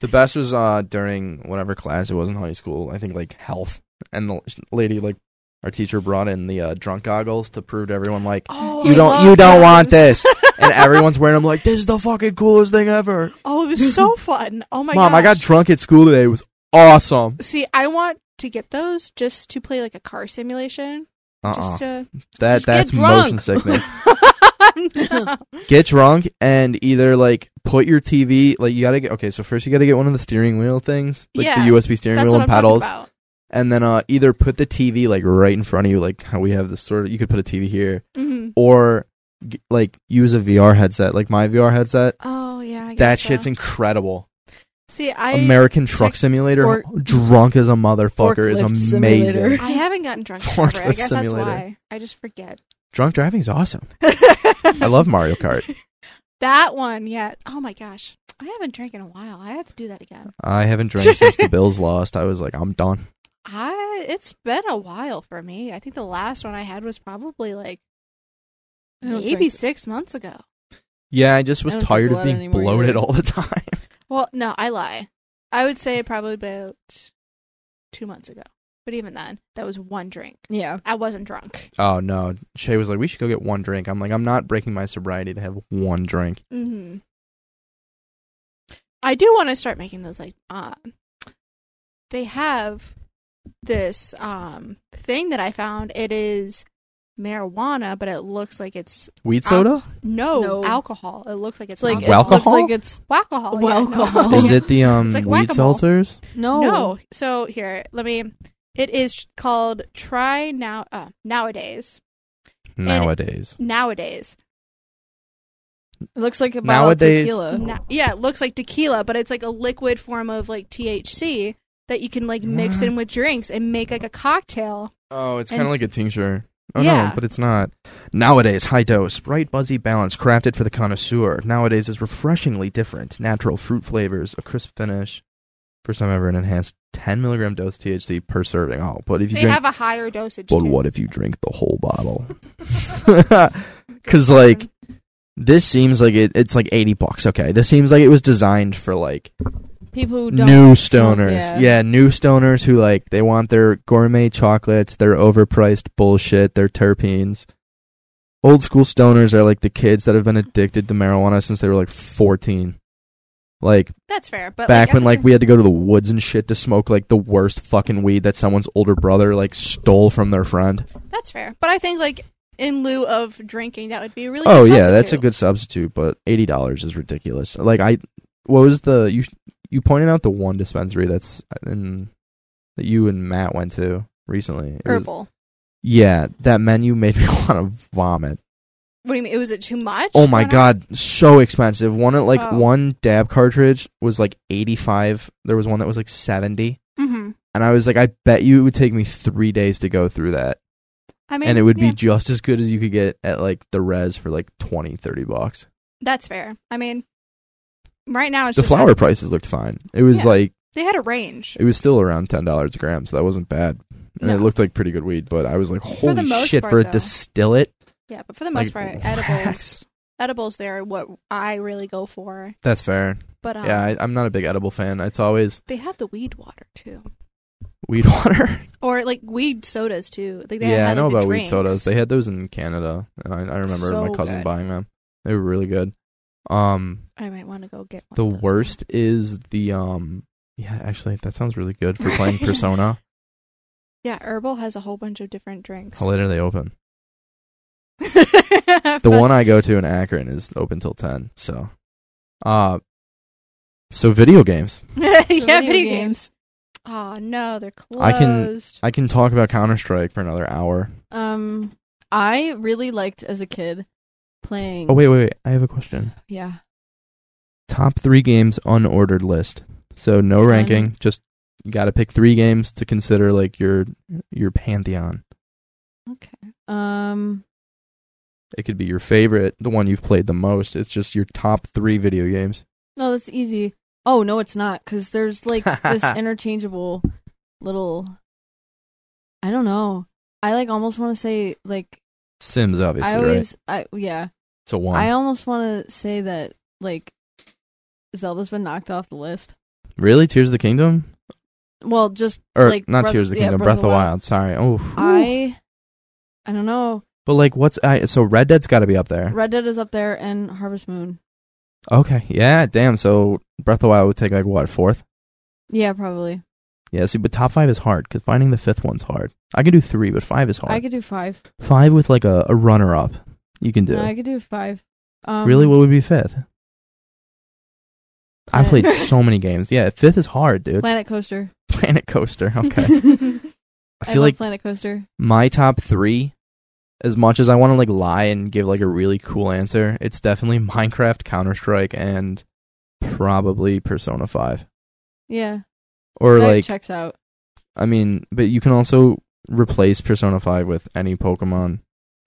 Speaker 3: The best was uh during whatever class it was in high school. I think like health, and the lady like our teacher brought in the uh, drunk goggles to prove to everyone like
Speaker 2: oh,
Speaker 3: you
Speaker 2: I
Speaker 3: don't
Speaker 2: love
Speaker 3: you don't want
Speaker 2: those. <laughs>
Speaker 3: this, and everyone's wearing them like this is the fucking coolest thing ever.
Speaker 2: Oh, it was so fun. Oh my
Speaker 3: Mom, I got
Speaker 2: gosh.
Speaker 3: drunk at school today. It was awesome.
Speaker 2: See, I want to get those just to play like a car simulation.
Speaker 3: Uh uh
Speaker 2: Just
Speaker 3: <laughs>
Speaker 2: to. <laughs>
Speaker 3: that
Speaker 1: Just get
Speaker 3: that's
Speaker 1: drunk.
Speaker 3: motion sickness.
Speaker 2: No.
Speaker 3: get drunk and either like put your TV like you gotta get okay. So first you gotta get one of the steering wheel things, like
Speaker 2: Yeah.
Speaker 3: the USB steering
Speaker 2: That's
Speaker 3: wheel
Speaker 2: what
Speaker 3: and
Speaker 2: I'm
Speaker 3: pedals.
Speaker 2: talking about.
Speaker 3: and then uh, either put the TV like right in front of you, like how we have this sort of. You could put a TV here,
Speaker 2: Mhm.
Speaker 3: or g- like use a VR headset, like my VR headset.
Speaker 2: Oh yeah, I guess
Speaker 3: that
Speaker 2: so.
Speaker 3: shit's incredible.
Speaker 2: See, I
Speaker 3: American Truck Simulator,
Speaker 1: Fork-
Speaker 3: drunk as a motherfucker, is
Speaker 1: Forklift
Speaker 3: amazing.
Speaker 1: Simulator.
Speaker 2: I haven't gotten
Speaker 3: <laughs>
Speaker 2: drunk in
Speaker 3: Forklift
Speaker 2: forever. I guess that's
Speaker 3: simulator.
Speaker 2: why. I just forget.
Speaker 3: Drunk driving is awesome. <laughs> I
Speaker 2: I
Speaker 3: love Mario Kart.
Speaker 2: <laughs> that one. Yeah. Oh my gosh. I haven't drank in a while. I have to do that again.
Speaker 3: I haven't drank
Speaker 2: <laughs>
Speaker 3: since the Bills lost. I was like, I'm done.
Speaker 2: I it's been a while for me. I think the last one I had was probably like
Speaker 1: I don't
Speaker 2: maybe
Speaker 1: drink.
Speaker 2: six months ago.
Speaker 3: Yeah, I just was
Speaker 1: I don't
Speaker 3: tired
Speaker 1: drink
Speaker 3: of
Speaker 1: blood
Speaker 3: being
Speaker 1: anymore
Speaker 3: bloated
Speaker 1: either.
Speaker 3: all the <laughs> time.
Speaker 2: Well, no, I lie. I would say probably about two months ago. But even then, that was one drink.
Speaker 1: Yeah.
Speaker 2: I wasn't drunk.
Speaker 3: Oh no, Shay was like, we should go get one drink. I'm like, I'm not breaking my sobriety to have one drink.
Speaker 2: Mm-hmm. I do want to start making those like um they have this um thing that I found. It is marijuana, but it looks like it's
Speaker 3: Weed
Speaker 2: Al-
Speaker 3: soda?
Speaker 2: no,
Speaker 1: No.
Speaker 2: alcohol. It looks like it's,
Speaker 1: It's like
Speaker 3: Wow.
Speaker 1: it looks
Speaker 3: Alcohol?
Speaker 1: like it's
Speaker 2: alcohol.
Speaker 1: Alcohol.
Speaker 3: Is it the
Speaker 2: oh.
Speaker 3: um
Speaker 2: It's like
Speaker 3: weed
Speaker 2: whack-a-mole.
Speaker 3: seltzers?
Speaker 1: no.
Speaker 2: No. So here, let me. It is called try now uh, nowadays.
Speaker 3: Nowadays.
Speaker 2: Nowadays.
Speaker 1: It looks like a bottle of
Speaker 3: Nowadays-
Speaker 1: tequila.
Speaker 2: Na- yeah, it looks like tequila, but it's like a liquid form of like THC that you can like mix
Speaker 3: Mm.
Speaker 2: in with drinks and make like a cocktail.
Speaker 3: Oh, it's
Speaker 2: And-
Speaker 3: kind of like a tincture. Oh
Speaker 2: Yeah.
Speaker 3: no, but it's not. Nowadays, high dose, bright, buzzy balance, crafted for the connoisseur. Nowadays is refreshingly different. Natural fruit flavors, a crisp finish. First time ever, an enhanced 10 milligram dose THC per serving. Oh, but if you
Speaker 2: They
Speaker 3: drink,
Speaker 2: have a higher dosage.
Speaker 3: but
Speaker 2: too.
Speaker 3: what if you drink the whole bottle? <laughs> Because like this seems like it, it's like 80 bucks. Okay, this seems like it was designed for like
Speaker 1: People who don't.
Speaker 3: new stoners.
Speaker 1: yeah.
Speaker 3: yeah. new stoners who like they want their gourmet chocolates, their overpriced bullshit, their terpenes. Old school stoners are like the kids that have been addicted to marijuana since they were like 14. Like
Speaker 2: That's fair. But
Speaker 3: back
Speaker 2: at
Speaker 3: when
Speaker 2: the
Speaker 3: like
Speaker 2: same-
Speaker 3: we had to go to the woods and shit to smoke like the worst fucking weed that someone's older brother like stole from their friend.
Speaker 2: that's fair. But I think like in lieu of drinking, that would be a really.
Speaker 3: oh
Speaker 2: good
Speaker 3: yeah, that's a
Speaker 2: substitute.
Speaker 3: good substitute, but $80 is ridiculous. Like I what was the you you pointed out the one dispensary that's in that you and Matt went to recently. It was-
Speaker 2: herbal.
Speaker 3: yeah, that menu made me <laughs> want to vomit.
Speaker 2: What do you mean? Was it too much?
Speaker 3: Oh my
Speaker 2: Why not?
Speaker 3: god, so expensive. One at like
Speaker 2: Oh.
Speaker 3: one dab cartridge was like 85. There was one that was like 70.
Speaker 2: Mhm.
Speaker 3: And I was like, I bet you it would take me three days to go through that.
Speaker 2: I mean,
Speaker 3: and it would
Speaker 2: yeah,
Speaker 3: be just as good as you could get at like the res for like 20, 30 bucks.
Speaker 2: That's fair. I mean, right now it's
Speaker 3: the
Speaker 2: just
Speaker 3: flower prices looked fine. It was
Speaker 2: Yeah.
Speaker 3: like
Speaker 2: They had a range.
Speaker 3: it was still around ten dollars a gram, so that wasn't bad. And
Speaker 2: No.
Speaker 3: it looked like pretty good weed, but I was like, holy
Speaker 2: the most
Speaker 3: shit!
Speaker 2: part,
Speaker 3: for a
Speaker 2: though.
Speaker 3: distillate,
Speaker 2: Yeah, but for the most
Speaker 3: Like,
Speaker 2: part, edibles.
Speaker 3: <laughs> wax.
Speaker 2: Edibles, they're what I really go for.
Speaker 3: that's fair.
Speaker 2: But um,
Speaker 3: yeah, I, I'm not a big edible fan. It's always
Speaker 2: they have the weed water too,
Speaker 3: weed <laughs> water.
Speaker 2: or like weed sodas too. Like, they
Speaker 3: yeah, I
Speaker 2: had,
Speaker 3: know
Speaker 2: like, the
Speaker 3: about weed
Speaker 2: drinks.
Speaker 3: sodas. They had those in Canada, and I, I remember my
Speaker 2: So
Speaker 3: cousin
Speaker 2: good.
Speaker 3: buying them. They were really good. Um,
Speaker 2: I might want to go get one
Speaker 3: the
Speaker 2: of those.
Speaker 3: worst is the um. Yeah, actually, that sounds really good for playing
Speaker 2: <laughs>
Speaker 3: Persona.
Speaker 2: Yeah, herbal has a whole bunch of different drinks.
Speaker 3: How
Speaker 2: <laughs>
Speaker 3: late are they open?
Speaker 2: the
Speaker 3: The one I go to in Akron is open till ten. So, uh, so video games.
Speaker 2: <laughs> <laughs> yeah,
Speaker 1: video
Speaker 2: video,
Speaker 1: games.
Speaker 2: games. Oh no, they're closed.
Speaker 3: I can- I can talk about Counter Strike for another hour.
Speaker 1: Um, I really liked as a kid playing.
Speaker 3: Oh wait, wait, wait! I have a question.
Speaker 1: Yeah.
Speaker 3: Top three games unordered list. So no ranking. Just you got to pick three games to consider like your your pantheon.
Speaker 1: Um.
Speaker 3: It could be your favorite, the one you've played the most. It's just your top three video games.
Speaker 1: No, that's easy. Oh no, it's not because there's like
Speaker 3: <laughs>
Speaker 1: this interchangeable little. I don't know. I like almost want to say like
Speaker 3: Sims, obviously,
Speaker 1: I
Speaker 3: right?
Speaker 1: always I yeah
Speaker 3: So one.
Speaker 1: I almost want to say that like Zelda's been knocked off the list.
Speaker 3: really, Tears of the Kingdom,
Speaker 1: Well, just
Speaker 3: or
Speaker 1: Like
Speaker 3: Er, not
Speaker 1: Breath-
Speaker 3: Tears of the
Speaker 1: yeah,
Speaker 3: Kingdom,
Speaker 1: Breath of
Speaker 3: Breath, of
Speaker 1: the
Speaker 3: the Wild. Sorry. Oh,
Speaker 1: I I don't know.
Speaker 3: but like, what's I? So Red Dead's got to be up there.
Speaker 1: Red Dead is up there and Harvest Moon.
Speaker 3: Okay, yeah, damn. So Breath of the Wild would take like what fourth?
Speaker 1: Yeah, probably.
Speaker 3: Yeah, see, but top five is hard because finding the fifth one's hard. I could do three, but five is hard.
Speaker 1: I could do 5.
Speaker 3: Five with like a, a runner up, you can do.
Speaker 1: No, I could do 5. Um
Speaker 3: really, what would be fifth? I
Speaker 1: Planet- <laughs>
Speaker 3: played so many games. Yeah, fifth is hard, dude.
Speaker 1: Um, Planet Coaster. <laughs>
Speaker 3: Planet Coaster. Okay, I
Speaker 1: I,
Speaker 3: feel
Speaker 1: love
Speaker 3: like
Speaker 1: Planet Coaster.
Speaker 3: my top three. As much as I want to like lie and give like a really cool answer, it's definitely Minecraft, Counter Strike, and probably Persona Five.
Speaker 1: Yeah.
Speaker 3: Or
Speaker 1: that
Speaker 3: like
Speaker 1: checks out.
Speaker 3: I mean, but you can also replace Persona 5 with any Pokemon.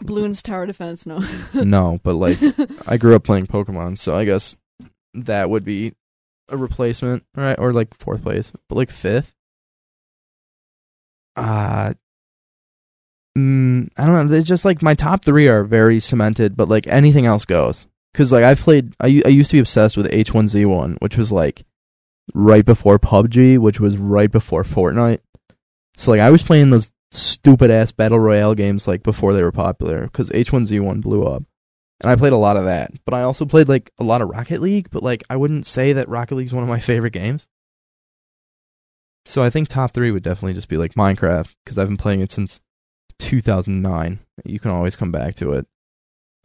Speaker 1: Balloons Tower Defense. No. <laughs>
Speaker 3: no, but like I grew up playing Pokemon, so I guess that would be a replacement, right? Or like fourth place, but like fifth. Uh, mm, I don't know. They're just like my top three are very cemented, but like anything else goes. Cause like I've played, I u- I used to be obsessed with H1Z1, which was like right before PUBG, which was right before Fortnite. So like I was playing those stupid ass battle royale games like before they were popular, cause H1Z1 blew up and I played a lot of that. But I also played like a lot of Rocket League, but like I wouldn't say that Rocket League's one of my favorite games. So I think top 3 would definitely just be like Minecraft because I've been playing it since 2009. You can always come back to it.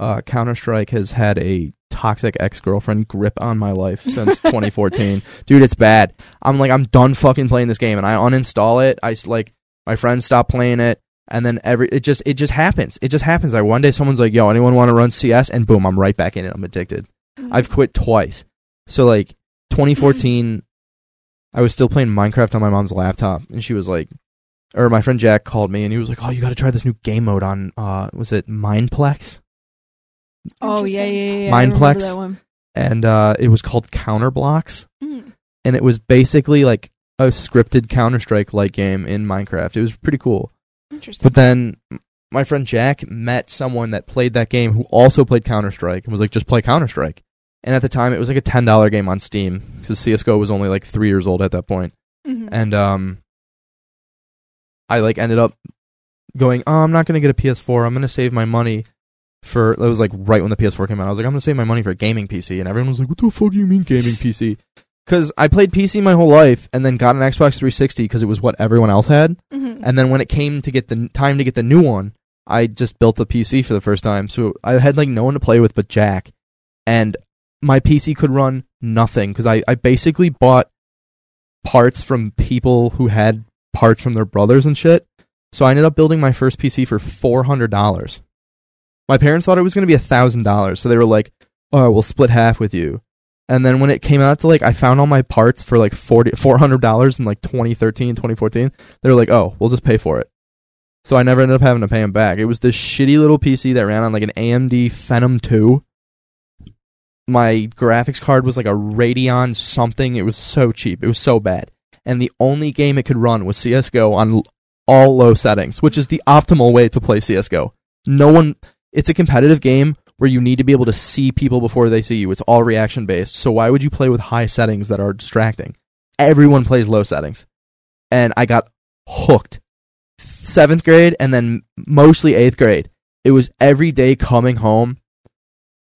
Speaker 3: Uh, Counter-Strike has had a toxic ex-girlfriend grip on my life since 2014. Dude, it's bad. I'm like I'm done fucking playing this game and I uninstall it. I s- like my friends stop playing it and then every it just it just happens. It just happens. Like one day someone's like, "Yo, anyone want to run CS?" and boom, I'm right back in it. I'm addicted.
Speaker 2: Mm-hmm.
Speaker 3: I've quit twice. So like 2014, I was still playing Minecraft on my mom's laptop, and she was like, or my friend Jack called me, and he was like, "Oh, you got to try this new game mode on uh, was it Mineplex?"
Speaker 1: oh yeah, yeah, yeah. yeah. I
Speaker 3: Mindplex.
Speaker 1: remember That one.
Speaker 3: And uh, it was called Counter Blocks,
Speaker 2: Mm.
Speaker 3: and it was basically like a scripted Counter Strike like game in Minecraft. It was pretty cool.
Speaker 2: Interesting.
Speaker 3: But then m- my friend Jack met someone that played that game who also played Counter Strike and was like, just play Counter Strike. And at the time, it was like a ten dollar game on Steam because CS:GO was only like three years old at that point.
Speaker 2: Mhm.
Speaker 3: And um, I like ended up going, oh, I'm not gonna get a PS4. I'm gonna save my money for. It was like right when the PS4 came out. I was like, I'm gonna save my money for a gaming PC. And everyone was like, What the fuck do you mean gaming PC? Because I played PC my whole life and then got an Xbox 360 because it was what everyone else had.
Speaker 2: Mhm.
Speaker 3: And then when it came to get the time to get the new one, I just built a PC for the first time. So I had like no one to play with but Jack, and my PC could run nothing because I, I basically bought parts from people who had parts from their brothers and shit. So I ended up building my first PC for four hundred dollars. My parents thought it was going to be thousand dollars, so they were like, "Oh, we'll split half with you." And then when it came out to like, I found all my parts for like 40 $400 in like 2013, 2014 they're like, oh, we'll just pay for it. So I never ended up having to pay them back. It was this shitty little PC that ran on like an AMD Phenom 2. My graphics card was like a Radeon something. It was so cheap. It was so bad. And the only game it could run was CSGO on l- all low settings, which is the optimal way to play CSGO. No one, it's a competitive game where you need to be able to see people before they see you. It's all reaction based. So why would you play with high settings that are distracting? Everyone plays low settings. And I got hooked. Seventh grade and then mostly eighth grade. It was every day coming home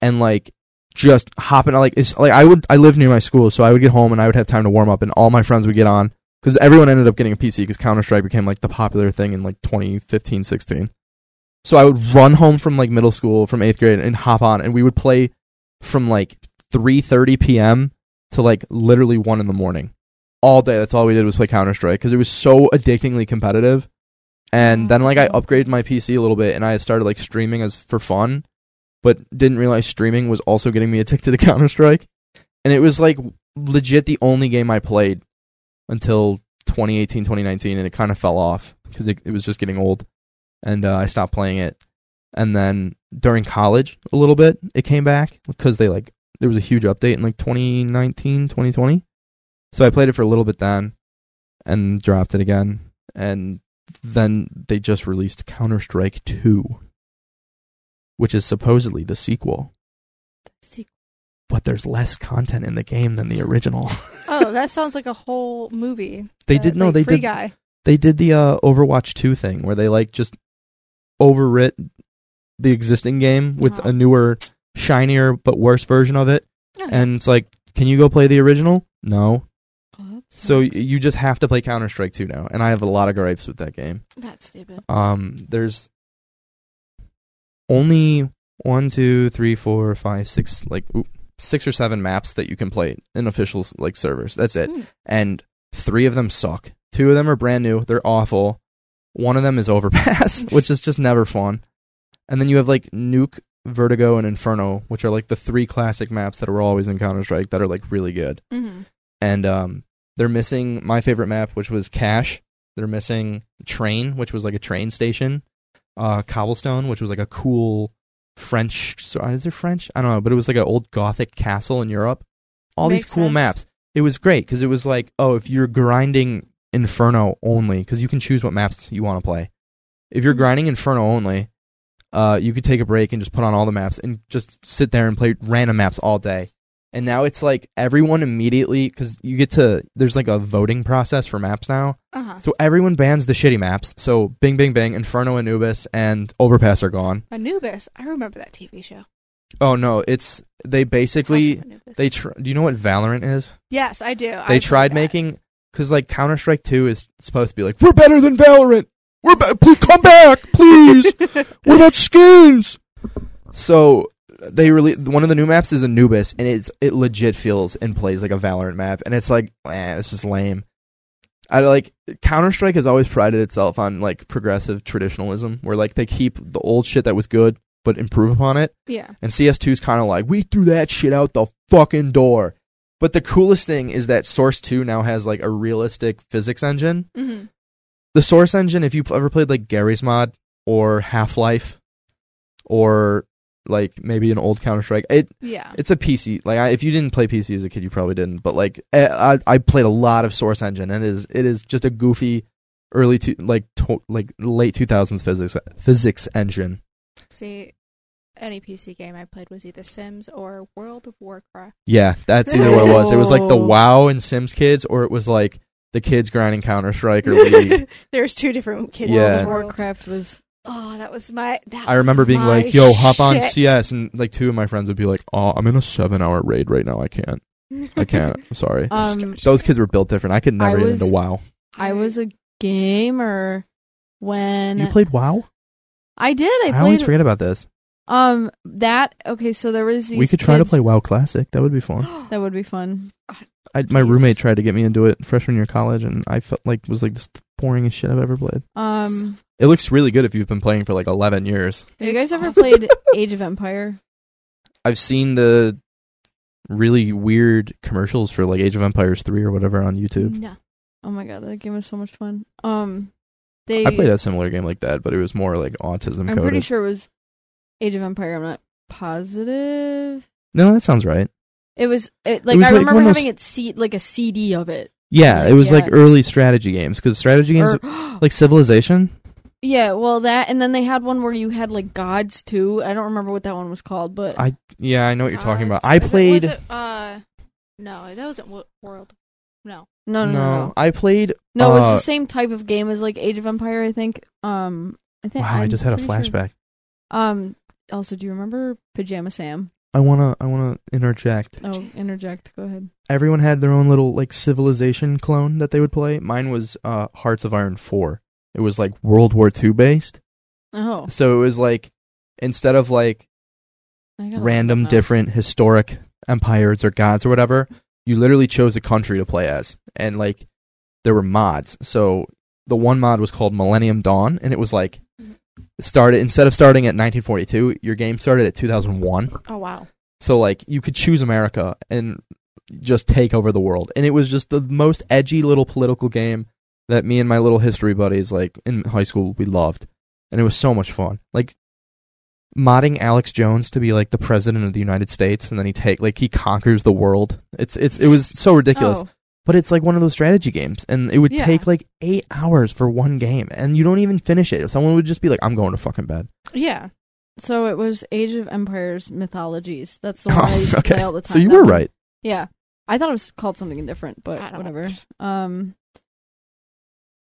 Speaker 3: and like just hopping on like it's like I would I lived near my school, so I would get home and I would have time to warm up and all my friends would get on because everyone ended up getting a PC because Counter Strike became like the popular thing in like 2015, 16. So I would run home from like middle school from eighth grade and hop on and we would play from like 3:30 p.m. to like literally one in the morning all day. That's all we did was play Counter Strike because it was so addictingly competitive. And then like I upgraded my PC a little bit and I started like streaming as for fun, but didn't realize streaming was also getting me addicted to <laughs> Counter Strike. And it was like legit the only game I played until 2018, 2019, and it kind of fell off because it, it was just getting old, and uh, I stopped playing it. And then during college, a little bit, it came back because they like there was a huge update in like 2019, 2020. So I played it for a little bit then and dropped it again. And then they just released Counter Strike 2, which is supposedly the sequel, but there's less content in the game than the original. <laughs>
Speaker 2: Oh, that sounds like a whole movie.
Speaker 3: They
Speaker 2: The,
Speaker 3: did no,
Speaker 2: like,
Speaker 3: they
Speaker 2: free
Speaker 3: did
Speaker 2: guy.
Speaker 3: they did the uh, Overwatch 2 thing where they like just overwrit the existing game with
Speaker 2: Aw.
Speaker 3: a newer, shinier but worse version of it.
Speaker 2: Oh,
Speaker 3: And it's like, can you go play the original? No.
Speaker 2: oh, that
Speaker 3: So y-
Speaker 2: sucks.
Speaker 3: you just have to play Counter Strike 2 now, and I have a lot of gripes with that game.
Speaker 2: that's stupid.
Speaker 3: Um, there's only one, two, three, four, five, six, like oop, six or seven maps that you can play in official like servers. That's it.
Speaker 2: Mm.
Speaker 3: And three of them suck. Two of them are brand new. They're awful. One of them is <laughs> Overpass, which is just never fun. And then you have like Nuke, Vertigo, and Inferno, which are like the three classic maps that were always in Counter Strike that are like really good
Speaker 2: Mhm.
Speaker 3: and um, They're missing my favorite map, which was Cash. They're missing Train, which was like a train station. Uh, Cobblestone, which was like a cool French. So uh, is there French? I don't know, but it was like an old Gothic castle in Europe. All
Speaker 2: Makes
Speaker 3: these cool
Speaker 2: sense.
Speaker 3: maps. It was great because it was like, oh, if you're grinding Inferno only, because you can choose what maps you want to play. If you're grinding Inferno only, uh, you could take a break and just put on all the maps and just sit there and play random maps all day. And now it's like everyone immediately because you get to there's like a voting process for maps now,
Speaker 2: Uh-huh.
Speaker 3: so everyone bans the shitty maps. So Bing Bing Bang, Inferno, Anubis, and Overpass are gone.
Speaker 2: Anubis. I remember that TV show.
Speaker 3: Oh no, it's they
Speaker 2: House
Speaker 3: basically
Speaker 2: of Anubis.
Speaker 3: they tr- do you know what Valorant is?
Speaker 2: yes, I do. I've
Speaker 3: They
Speaker 2: heard
Speaker 3: tried
Speaker 2: that. <laughs>
Speaker 3: making because like Counter Strike Two is supposed to be like we're better than Valorant. We're be- please come back,
Speaker 2: <laughs>
Speaker 3: please. we're not skins. So they really one of the new maps is Anubis, and it's it legit feels and plays like a Valorant map, and it's like eh, this is lame. I like Counter Strike has always prided itself on like progressive traditionalism, where like they keep the old shit that was good but improve upon it.
Speaker 2: Yeah.
Speaker 3: And CS2 is kind of like, we threw that shit out the fucking door. But the coolest thing is that Source 2 now has like a realistic physics engine.
Speaker 2: hmm
Speaker 3: The Source engine, if you've ever played like Gary's Mod or Half Life or like maybe an old Counter Strike, it
Speaker 2: Yeah.
Speaker 3: it's a PC. Like I, if you didn't play PC as a kid, you probably didn't. But like eh, I, I I played a lot of Source Engine, and it is it is just a goofy early to like to, like late 2000s physics physics engine.
Speaker 2: See, any PC game I played was either Sims or World of Warcraft.
Speaker 3: Yeah, that's either what it was. It was like the
Speaker 1: Oh.
Speaker 3: WoW and Sims kids, or it was like the kids grinding Counter Strike
Speaker 2: <laughs>
Speaker 3: or League.
Speaker 2: There's two different kids.
Speaker 1: World
Speaker 2: Yeah.
Speaker 3: Yeah.
Speaker 1: of Warcraft was
Speaker 2: Oh, that was my. That
Speaker 3: <laughs> I
Speaker 2: was
Speaker 3: remember being
Speaker 2: my
Speaker 3: like, "Yo, hop on
Speaker 2: shit. <laughs>
Speaker 3: CS," and like two of my friends would be like, "Oh, I'm in a seven-hour raid right now. I can't.
Speaker 1: <laughs>
Speaker 3: I can't. I'm sorry."
Speaker 1: um
Speaker 3: Those kids were built different. I could never
Speaker 1: I
Speaker 3: get
Speaker 1: was-
Speaker 3: into WoW.
Speaker 1: I was
Speaker 2: <gasps>
Speaker 1: a gamer when
Speaker 3: You played WoW?
Speaker 1: I did. I
Speaker 3: I,
Speaker 1: played
Speaker 3: always forget about this.
Speaker 1: um that okay, so there was these
Speaker 3: We could try to
Speaker 1: kids-
Speaker 3: play WoW Classic. That would be fun.
Speaker 1: that would be fun.
Speaker 3: I, my
Speaker 2: Jeez.
Speaker 3: roommate tried to get me into it freshman year of college, and I felt like was like this boringest shit I've ever played.
Speaker 1: Um
Speaker 3: It looks really good if you've been playing for like 11 years.
Speaker 1: have you guys
Speaker 2: It's
Speaker 1: ever
Speaker 2: awesome. <laughs>
Speaker 1: played Age of Empire?
Speaker 3: I've seen the really weird commercials for like Age of Empires 3 or whatever on YouTube.
Speaker 2: No.
Speaker 1: Oh my god, that game was so much fun. Um they
Speaker 3: I played a similar game like that, but it was more like autism
Speaker 1: I'm
Speaker 3: coded.
Speaker 1: pretty sure it was Age of Empire, I'm not positive.
Speaker 3: No, that sounds right.
Speaker 1: It was it, like
Speaker 3: was
Speaker 1: I
Speaker 3: like
Speaker 1: remember
Speaker 3: one of those-
Speaker 1: having it see like a CD of it.
Speaker 3: Yeah, it was like
Speaker 1: Yeah. Er,
Speaker 3: early strategy games cuz strategy games
Speaker 1: Or,
Speaker 3: like Civilization?
Speaker 1: <gasps> yeah, well that and then they had one where you had like gods too. I don't remember what that one was called, but
Speaker 3: I yeah, I know what you're talking about. I
Speaker 2: Is it-
Speaker 3: played
Speaker 2: Was it, uh, no, that wasn't Wo- World. No.
Speaker 1: no, no, no, no.
Speaker 3: I played
Speaker 1: No, it
Speaker 3: Uh,
Speaker 1: was the same type of game as like Age of Empire, I think. Um I think
Speaker 3: Wow, i
Speaker 1: I'm
Speaker 3: just had a
Speaker 1: pretty sure-
Speaker 3: flashback.
Speaker 1: Um also, do you remember Pajama Sam?
Speaker 3: I want to I want to interject.
Speaker 1: Oh, interject. Go ahead.
Speaker 3: Everyone had their own little like Civilization clone that they would play. Mine was uh Hearts of Iron 4. It was like World War II based.
Speaker 1: Oh,
Speaker 3: So it was like instead of like
Speaker 1: I gotta look
Speaker 3: random
Speaker 1: that up.
Speaker 3: different historic empires or gods or whatever, you literally chose a country to play as. And like there were mods. So the one mod was called Millennium Dawn and it was like started instead of starting at 1942, your game started at 2001.
Speaker 2: Oh wow.
Speaker 3: So like you could choose America and just take over the world. And it was just the most edgy little political game that me and my little history buddies like in high school we loved. And it was so much fun. Like modding Alex Jones to be like the president of the United States and then he take like he conquers the world. It's it's it was so ridiculous.
Speaker 1: Oh,
Speaker 3: But it's like one of those strategy games and it would
Speaker 2: Yeah.
Speaker 3: take like 8 hours for one game and you don't even finish it. Someone would just be like I'm going to fucking bed.
Speaker 2: Yeah.
Speaker 1: so it was Age of Empires mythologies.
Speaker 3: <laughs>
Speaker 1: That's the
Speaker 3: Oh,
Speaker 1: one I used to
Speaker 3: okay.
Speaker 1: play all the time.
Speaker 3: So you
Speaker 1: That
Speaker 3: were
Speaker 1: one-
Speaker 3: right.
Speaker 1: Yeah, I thought it was called something different, but
Speaker 2: I don't-
Speaker 1: whatever. Um,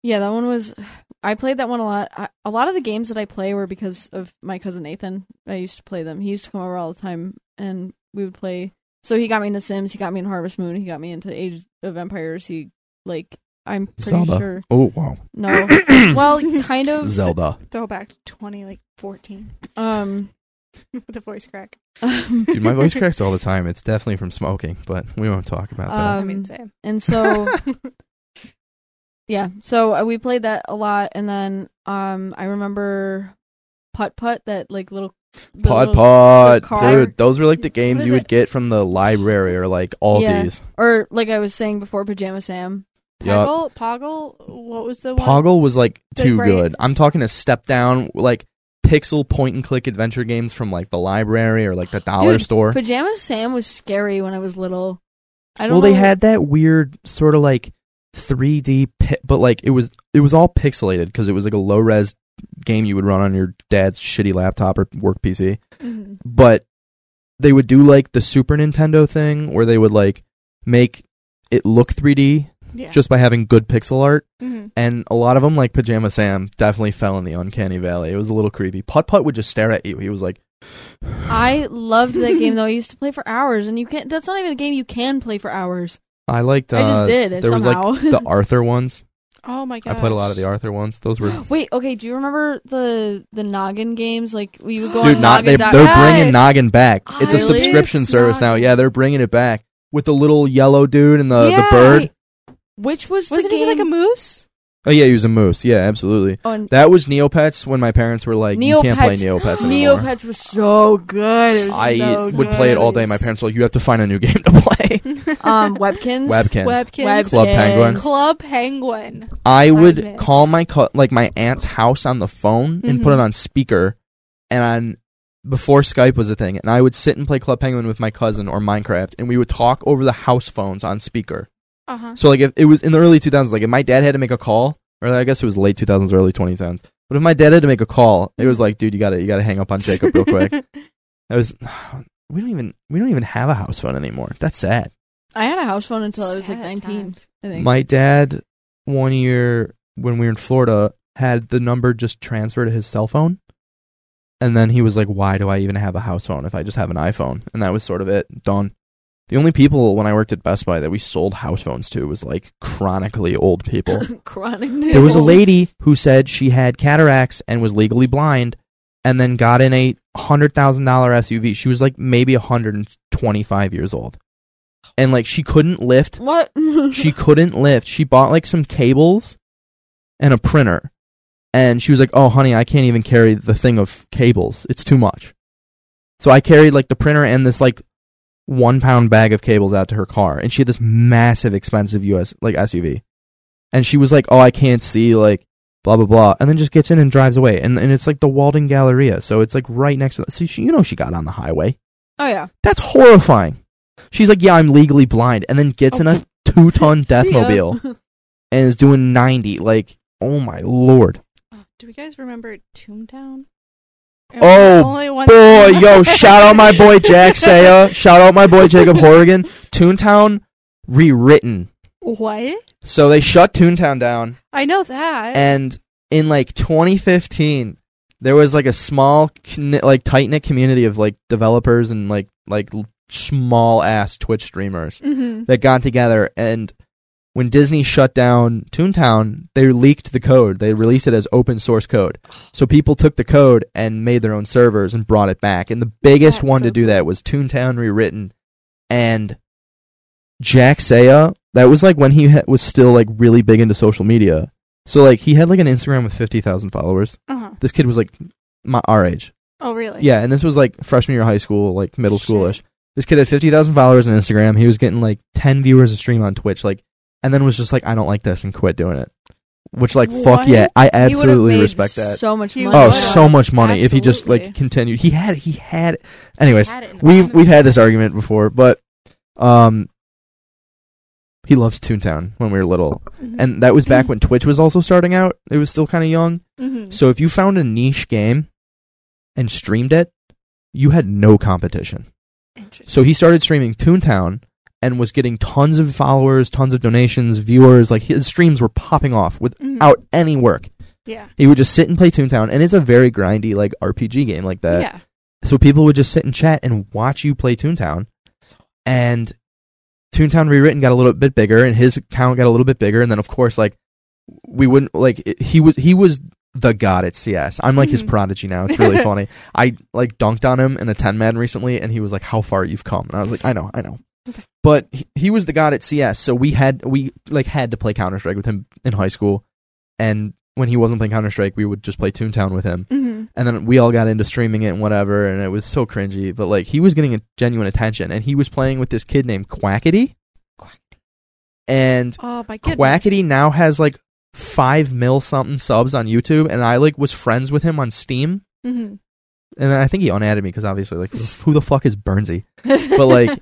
Speaker 1: yeah, that one was. I played that one a lot. I, a lot of the games that I play were because of my cousin Nathan. I used to play them. He used to come over all the time, and we would play. So he got me into Sims. He got me in Harvest Moon. He got me into Age of Empires. He like I'm pretty
Speaker 3: Zelda.
Speaker 1: sure.
Speaker 3: Oh
Speaker 1: <laughs>
Speaker 3: wow.
Speaker 1: No, well, kind of.
Speaker 3: Zelda.
Speaker 2: Throwback twenty like fourteen. <laughs>
Speaker 1: Um, <laughs>
Speaker 2: the voice crack.
Speaker 3: Dude, my voice cracks all the time. It's definitely from smoking, but we won't talk about that.
Speaker 2: I mean,
Speaker 1: Um,
Speaker 2: same.
Speaker 1: and
Speaker 3: <laughs>
Speaker 1: so Yeah. So uh, we played that a lot, and then um, I remember putt putt that like little
Speaker 3: Pod
Speaker 1: little-
Speaker 3: Pod.
Speaker 1: the car.
Speaker 3: Dude, those were like the games
Speaker 2: What
Speaker 3: you
Speaker 2: is
Speaker 3: would
Speaker 2: it?
Speaker 3: get from the library or like all
Speaker 1: Yeah.
Speaker 3: these.
Speaker 1: Or like I was saying before, Pajama Sam.
Speaker 3: Yup.
Speaker 2: Poggle, Poggle, what was the one?
Speaker 3: Poggle was like
Speaker 2: The
Speaker 3: too
Speaker 2: great-
Speaker 3: good. I'm talking a step down, like pixel point and click adventure games from like the library or like the dollar
Speaker 1: Dude,
Speaker 3: store.
Speaker 1: Pajama Sam was scary when I was little. I don't
Speaker 3: Well,
Speaker 1: know.
Speaker 3: they had that weird sort of like 3D, pi- but like it was it was all pixelated because it was like a low res game you would run on your dad's shitty laptop or work PC.
Speaker 2: Mm-hmm.
Speaker 1: Mhm.
Speaker 3: but they would do like the Super Nintendo thing where they would like make it look 3D
Speaker 2: Yeah.
Speaker 3: just by having good pixel art.
Speaker 2: Mhm.
Speaker 3: And a lot of them, like Pajama Sam, definitely fell in the uncanny valley. It was a little creepy. Putt Putt would just stare at you. He was like,
Speaker 1: I loved that game though. I used to play for hours, and you can't. That's not even a game you can play for hours.
Speaker 3: I liked. Uh,
Speaker 1: I just did it
Speaker 3: there was, like,
Speaker 1: somehow. <laughs>
Speaker 3: <laughs> the Arthur ones.
Speaker 2: Oh my
Speaker 3: I
Speaker 2: god.
Speaker 3: played a lot of the Arthur ones. Those were
Speaker 1: <gasps> Wait, okay. Do you remember the the noggin games? Like we would go
Speaker 3: dude.
Speaker 1: on
Speaker 3: Not they,
Speaker 1: noggin.
Speaker 3: they're
Speaker 1: dot-
Speaker 2: Yes!
Speaker 3: bringing Noggin back. It's a
Speaker 1: Really?
Speaker 3: subscription
Speaker 2: Yes,
Speaker 3: service now.
Speaker 2: Noggin.
Speaker 3: Yeah, they're bringing it back with the little yellow dude and uh, the
Speaker 2: Yeah.
Speaker 3: the bird.
Speaker 1: Which was
Speaker 2: Wasn't
Speaker 1: the
Speaker 2: he
Speaker 1: game?
Speaker 2: like a moose? <laughs>
Speaker 3: Oh yeah, he was a moose. Yeah, absolutely.
Speaker 1: on
Speaker 3: That was Neopets when my parents were like, "You can't
Speaker 1: <gasps>
Speaker 3: play Neopets anymore."
Speaker 1: Neopets was so good. It was
Speaker 3: I
Speaker 1: so
Speaker 3: would
Speaker 1: good.
Speaker 3: play it all day. My parents were like, "You have to find a new <laughs> game to play."
Speaker 1: Um, Webkins.
Speaker 3: <laughs> Webkin.
Speaker 2: Webkins.
Speaker 1: Webkins.
Speaker 3: Club Penguin.
Speaker 2: Club Penguin.
Speaker 3: I would
Speaker 2: miss.
Speaker 3: call my co- like my aunt's house on the phone and
Speaker 1: Mm-hmm.
Speaker 3: put
Speaker 2: Mhm.
Speaker 3: it on speaker, and on before Skype was a thing, and I would sit and play Club Penguin with my cousin or Minecraft, and we would talk over the house phones on speaker.
Speaker 2: Uh huh.
Speaker 3: So like if it was in the early 2000s, like if my dad had to make a call, or I guess it was late 2000s, early 2010s. But if my dad had to make a call, it was
Speaker 1: Mm-hmm.
Speaker 3: like, dude, you got to you got to hang up on Jacob real quick. I was <sighs> we don't even we don't even have a house phone anymore. That's sad.
Speaker 1: I had a house phone until I was like
Speaker 2: Sad
Speaker 1: 19.
Speaker 2: times.
Speaker 1: I think.
Speaker 3: My dad one year when we were in Florida had the number just transferred to his cell phone. And then he was like, "Why do I even have a house phone if I just have an iPhone?" And that was sort of it. Done. The only people when I worked at Best Buy that we sold house phones to was like chronically
Speaker 1: <laughs>
Speaker 3: old people.
Speaker 1: <laughs> Chronic.
Speaker 3: there was a
Speaker 1: nipples.
Speaker 3: lady who said she had cataracts and was legally blind and then got in a hundred thousand dollar suv she was like maybe 125 years old and like she couldn't lift
Speaker 1: What? <laughs>
Speaker 3: she couldn't lift she bought like some cables and a printer and she was like oh honey i can't even carry the thing of cables it's too much so i carried like the printer and this like one pound bag of cables out to her car and she had this massive expensive us like suv and she was like oh i can't see like blah blah blah and then just gets in and drives away and, and it's like the walden galleria so it's like right next to the so she, you know she got on the highway
Speaker 1: oh
Speaker 3: <laughs>
Speaker 1: yeah.
Speaker 3: that's horrifying she's like yeah i'm legally blind and then gets in a two-ton death
Speaker 1: Oh. <laughs> See ya.
Speaker 3: mobile and is doing 90 like oh my
Speaker 1: <laughs>
Speaker 3: lord
Speaker 2: <laughs> Do we guys remember Toontown? Am I
Speaker 3: Oh,
Speaker 2: the only one-
Speaker 3: boy yo shout out my
Speaker 1: <laughs>
Speaker 2: <laughs>
Speaker 3: boy jack saya shout out my boy jacob horrigan toontown rewritten
Speaker 2: What?
Speaker 3: so they shut toontown down
Speaker 2: I know
Speaker 1: Eh.
Speaker 2: that.
Speaker 3: and in like 2015 there was like a small kni- like tight knit community of like developers and like like small ass twitch streamers
Speaker 2: Mhm.
Speaker 3: that got together and when Disney shut down Toontown, they leaked the code. They released it as open source code. So people took the code and made their own servers and brought it back. And the biggest
Speaker 2: That's
Speaker 3: one to
Speaker 2: so
Speaker 3: do that was Toontown rewritten. And Jack Saya, that was like when he ha- was still like really big into social media. So like he had like an Instagram with 50,000 followers.
Speaker 2: Uh-huh.
Speaker 3: This kid was like my our age.
Speaker 2: Oh, really?
Speaker 3: Yeah, and this was like freshman year of high school, like middle schoolish. This kid had fifty thousand followers on Instagram. He was getting like ten viewers a stream on Twitch, like, and then was just like, I don't like this and quit doing it. Which like, fuck
Speaker 1: What?
Speaker 3: yeah, I
Speaker 1: He would've
Speaker 3: absolutely
Speaker 1: made
Speaker 3: respect that.
Speaker 1: So much
Speaker 2: He
Speaker 1: money.
Speaker 3: Oh,
Speaker 2: would've.
Speaker 3: so much money if he just like
Speaker 2: Absolutely.
Speaker 3: continued. He had, he had. Anyways,
Speaker 2: Had it in the
Speaker 3: we've
Speaker 2: moment.
Speaker 3: we've had this argument before, but um, he loved Toontown when we were little,
Speaker 2: Mhm.
Speaker 3: and that
Speaker 1: <clears throat>
Speaker 3: was back when Twitch was also starting out. It was still kind of young.
Speaker 2: Mhm.
Speaker 3: So if you found a niche game and streamed it, you had no competition.
Speaker 2: Interesting.
Speaker 3: So he started streaming Toontown and was getting tons of followers, tons of donations, viewers. Like his streams were popping off
Speaker 2: Mhm.
Speaker 3: without any work.
Speaker 2: Yeah.
Speaker 3: He would just sit and play Toontown, and it's a very grindy like RPG game like that.
Speaker 2: yeah.
Speaker 3: So people would just sit and chat and watch you play Toontown. And Toontown rewritten got a little bit bigger, and his account got a little bit bigger, and then of course, like we wouldn't like it, he was he was the god at CS. I'm like his
Speaker 2: Mhm.
Speaker 3: prodigy now. It's really funny. I like dunked on him in a ten man recently, and he was like, "How far you've come?" And I was like, "I know, I know." But he, he was the god at CS, so we had we like had to play Counter Strike with him in high school, and when he wasn't playing Counter Strike, we would just play Toontown with him.
Speaker 2: Mhm.
Speaker 3: and then we all got into streaming it and whatever, and it was so cringy. But like he was getting a genuine attention, and he was playing with this kid named Quackity, and
Speaker 2: Oh my goodness.
Speaker 3: Quackity now has like five mil something subs on YouTube, and I like was friends with him on Steam,
Speaker 2: hmm
Speaker 3: and I think he unadded me because
Speaker 2: <laughs>
Speaker 3: obviously like who the fuck is Bernsey? But like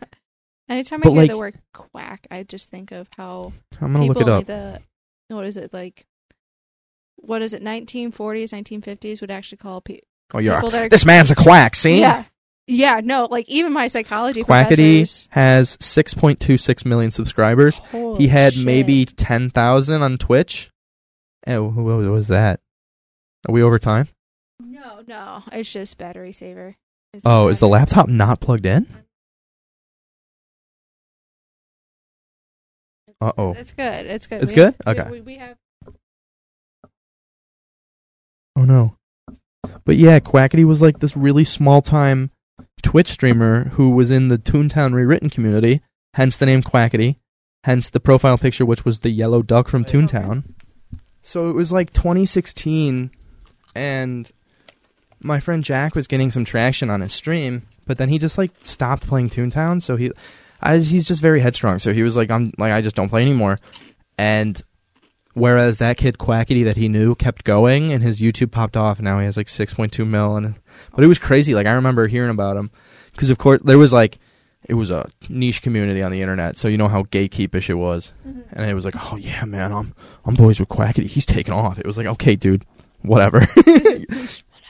Speaker 2: anytime I
Speaker 3: but
Speaker 2: hear
Speaker 3: like-
Speaker 2: the word quack, I just think of how
Speaker 3: I'm gonna look
Speaker 2: people
Speaker 3: it up.
Speaker 2: in the what is it like? What is it? Nineteen forties, nineteen fifties would actually call pe-
Speaker 3: Oh, you're
Speaker 2: people that are
Speaker 3: this man's a quack. See,
Speaker 2: yeah, yeah. No, like even my psychology
Speaker 3: Quackity
Speaker 2: professors.
Speaker 3: has 6.26 million subscribers.
Speaker 2: Holy
Speaker 3: he had
Speaker 2: shit.
Speaker 3: maybe 10,000 on Twitch. Oh, wh- what was that? Are we over time?
Speaker 2: no, no. It's just battery saver. Is
Speaker 3: Oh, is the
Speaker 2: battery-
Speaker 3: laptop not plugged in? Uh oh.
Speaker 2: It's good. It's good.
Speaker 3: It's
Speaker 2: We have-
Speaker 3: good? Okay.
Speaker 2: We, we have
Speaker 3: Oh no. But yeah, Quackity was like this really small time Twitch streamer who was in the Toontown rewritten community, hence the name Quackity, hence the profile picture, which was the yellow duck from Toontown. So it was like 2016, and my friend Jack was getting some traction on his stream, but then he just like stopped playing Toontown. So he, I, he's just very headstrong. So he was like, I'm like, I just don't play anymore. And Whereas that kid Quackity that he knew kept going, and his YouTube popped off. And now he has like 6.2 mil, and but it was crazy. Like I remember hearing about him because of course there was like it was a niche community on the internet, so you know how gatekeepish it was.
Speaker 2: mm-hmm.
Speaker 3: And it was like, oh yeah, man, I'm I'm boys with Quackity. He's taking off. It was like, okay, dude, whatever. <laughs>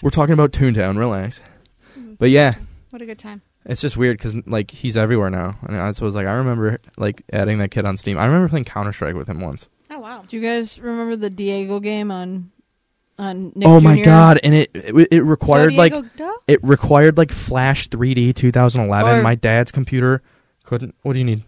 Speaker 3: We're talking about Toontown. Relax. But yeah,
Speaker 2: what a good time.
Speaker 3: it's just weird because like he's everywhere now, and I was like, I remember like adding that kid on Steam. I remember playing Counter Strike with him once.
Speaker 2: Oh wow.
Speaker 1: Do you guys remember the Diego game on on Nick
Speaker 3: oh my
Speaker 1: Jr.?
Speaker 3: god! And it it, it required
Speaker 2: Go
Speaker 3: like
Speaker 2: Diego, go.
Speaker 3: it required like Flash 3D 2011.
Speaker 1: Or-
Speaker 3: my dad's computer couldn't. What do you need?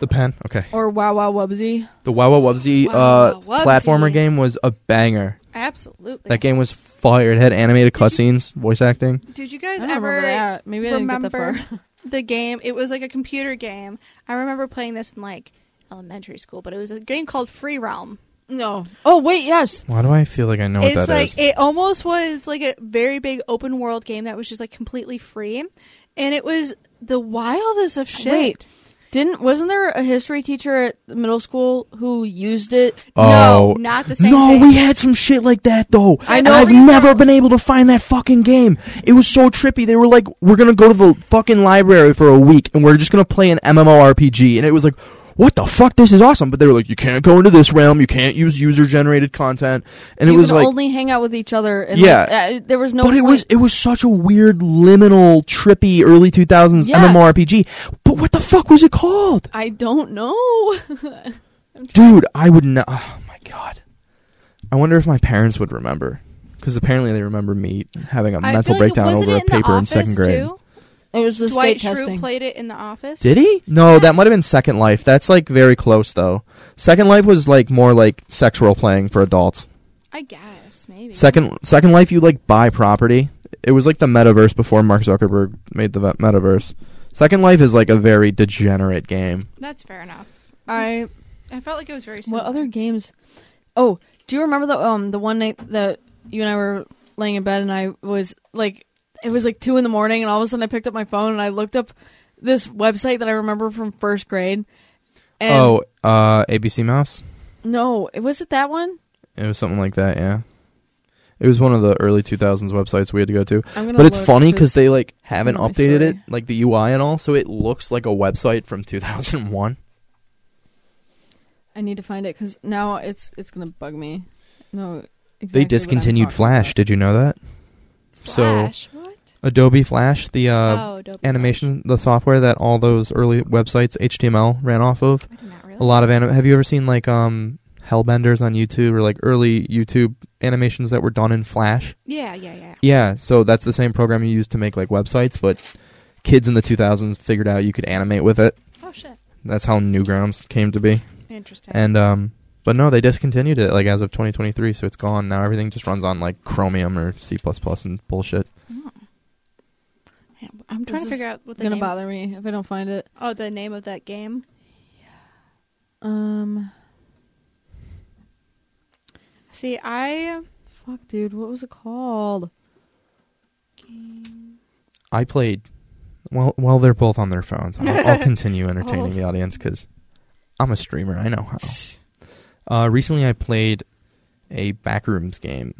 Speaker 3: The pen. Okay.
Speaker 1: Or Wow Wow Wubsy?
Speaker 3: The Wawa Wubsy
Speaker 2: Wow
Speaker 3: uh,
Speaker 2: Wow Wubsy.
Speaker 3: platformer game was a banger.
Speaker 2: Absolutely.
Speaker 3: That game was fire. It had animated cutscenes, voice acting.
Speaker 2: Did you
Speaker 1: I
Speaker 2: guys
Speaker 1: don't
Speaker 2: ever
Speaker 1: remember that. Maybe I didn't get that far.
Speaker 2: remember the game? It was like a computer game. I remember playing this in like elementary school, but it was a game called Free Realm.
Speaker 1: <laughs> No. Oh wait, yes.
Speaker 3: Why do I feel like I know what
Speaker 2: it's
Speaker 3: that
Speaker 2: like
Speaker 3: is?
Speaker 2: it almost was like a very big open world game that was just like completely free, and it was the wildest of shit.
Speaker 1: Wait. Didn't wasn't there a history teacher at the middle school who used it?
Speaker 3: Oh.
Speaker 2: No, not the same.
Speaker 3: no,
Speaker 2: thing.
Speaker 3: we had some shit like that though.
Speaker 2: I
Speaker 3: And
Speaker 2: know
Speaker 3: I've
Speaker 2: we did.
Speaker 3: never been able to find that fucking game. It was so trippy. They were like, "We're gonna go to the fucking library for a week, and we're just gonna play an MMORPG." And it was like, "What the fuck? This is awesome!" But they were like, "You can't go into this realm. You can't use user-generated content." And
Speaker 1: you
Speaker 3: it was
Speaker 1: could
Speaker 3: like,
Speaker 1: only hang out with each other. And
Speaker 3: Yeah.
Speaker 1: like, uh, there was no.
Speaker 3: but it
Speaker 1: point.
Speaker 3: was it was such a weird liminal, trippy early two thousands
Speaker 1: Yeah.
Speaker 3: MMORPG. But what the fuck was it called,
Speaker 1: I don't know. <laughs>
Speaker 3: dude? I would not. Oh my god. I wonder if my parents would remember. Because apparently they remember me having a
Speaker 2: I
Speaker 3: mental
Speaker 2: feel like-
Speaker 3: breakdown
Speaker 2: wasn't
Speaker 3: over
Speaker 2: it
Speaker 3: a paper
Speaker 2: in, the
Speaker 3: in second
Speaker 2: Office,
Speaker 3: grade.
Speaker 2: Too?
Speaker 1: it was the
Speaker 2: Dwight
Speaker 1: state
Speaker 2: Schrute
Speaker 1: testing.
Speaker 2: played it in the office.
Speaker 3: Did he? No, that might have been Second Life. That's like very close though. Second Life was like more like sex role playing for adults.
Speaker 2: I guess maybe.
Speaker 3: Second Second Life, you like buy property. It was like the metaverse before Mark Zuckerberg made the ve- metaverse. Second Life is like a very degenerate game.
Speaker 2: That's fair enough.
Speaker 1: I
Speaker 2: I felt like it was very. Similar.
Speaker 1: what other games? Oh, do you remember the um the one night that you and I were laying in bed and I was like it was like two in the morning and all of a sudden I picked up my phone and I looked up this website that I remember from first grade. And
Speaker 3: oh, uh, ABC Mouse.
Speaker 1: no, it was it that one?
Speaker 3: It was something like that. Yeah, it was one of the early two thousands websites we had to go to.
Speaker 1: I'm gonna
Speaker 3: But it's
Speaker 1: look
Speaker 3: funny because they like haven't
Speaker 1: know my
Speaker 3: updated it,
Speaker 1: story.
Speaker 3: like the UI and all, so it looks like a website from 2001.
Speaker 1: I need to find it because now it's it's gonna bug me. No, exactly
Speaker 3: They
Speaker 1: what I'm
Speaker 3: discontinued
Speaker 1: talking
Speaker 3: Flash.
Speaker 1: about.
Speaker 3: Did you know that? So
Speaker 2: Flash. what?
Speaker 3: Adobe Flash, the uh,
Speaker 2: oh, Adobe Flash.
Speaker 3: animation, the software that all those early websites HTML ran off of.
Speaker 2: I did not
Speaker 1: Oh.
Speaker 2: realize.
Speaker 3: A lot of anim- Have you ever seen like um Hellbenders on YouTube or like early YouTube animations that were done in Flash?
Speaker 2: Yeah, yeah, yeah.
Speaker 3: Yeah, so that's the same program you use to make like websites, but kids in the 2000s figured out you could animate with it.
Speaker 2: Oh shit.
Speaker 3: That's how Newgrounds came to be.
Speaker 2: Interesting.
Speaker 3: And um but no, they discontinued it like as of 2023, so it's gone. Now everything just runs on like Chromium or C++ and bullshit.
Speaker 2: Oh. Yeah, I'm trying
Speaker 1: This
Speaker 2: to
Speaker 1: is
Speaker 2: figure out what
Speaker 1: It's
Speaker 2: the
Speaker 1: gonna
Speaker 2: name.
Speaker 1: bother me if I don't find it.
Speaker 2: Oh, the name of that game.
Speaker 1: Um,
Speaker 2: See, I
Speaker 1: fuck, dude, what was it called?
Speaker 2: game.
Speaker 3: I played. Well, well, they're both on their phones. I'll, I'll continue entertaining the audience because I'm a streamer. I know how. Uh, recently, I played a backrooms game.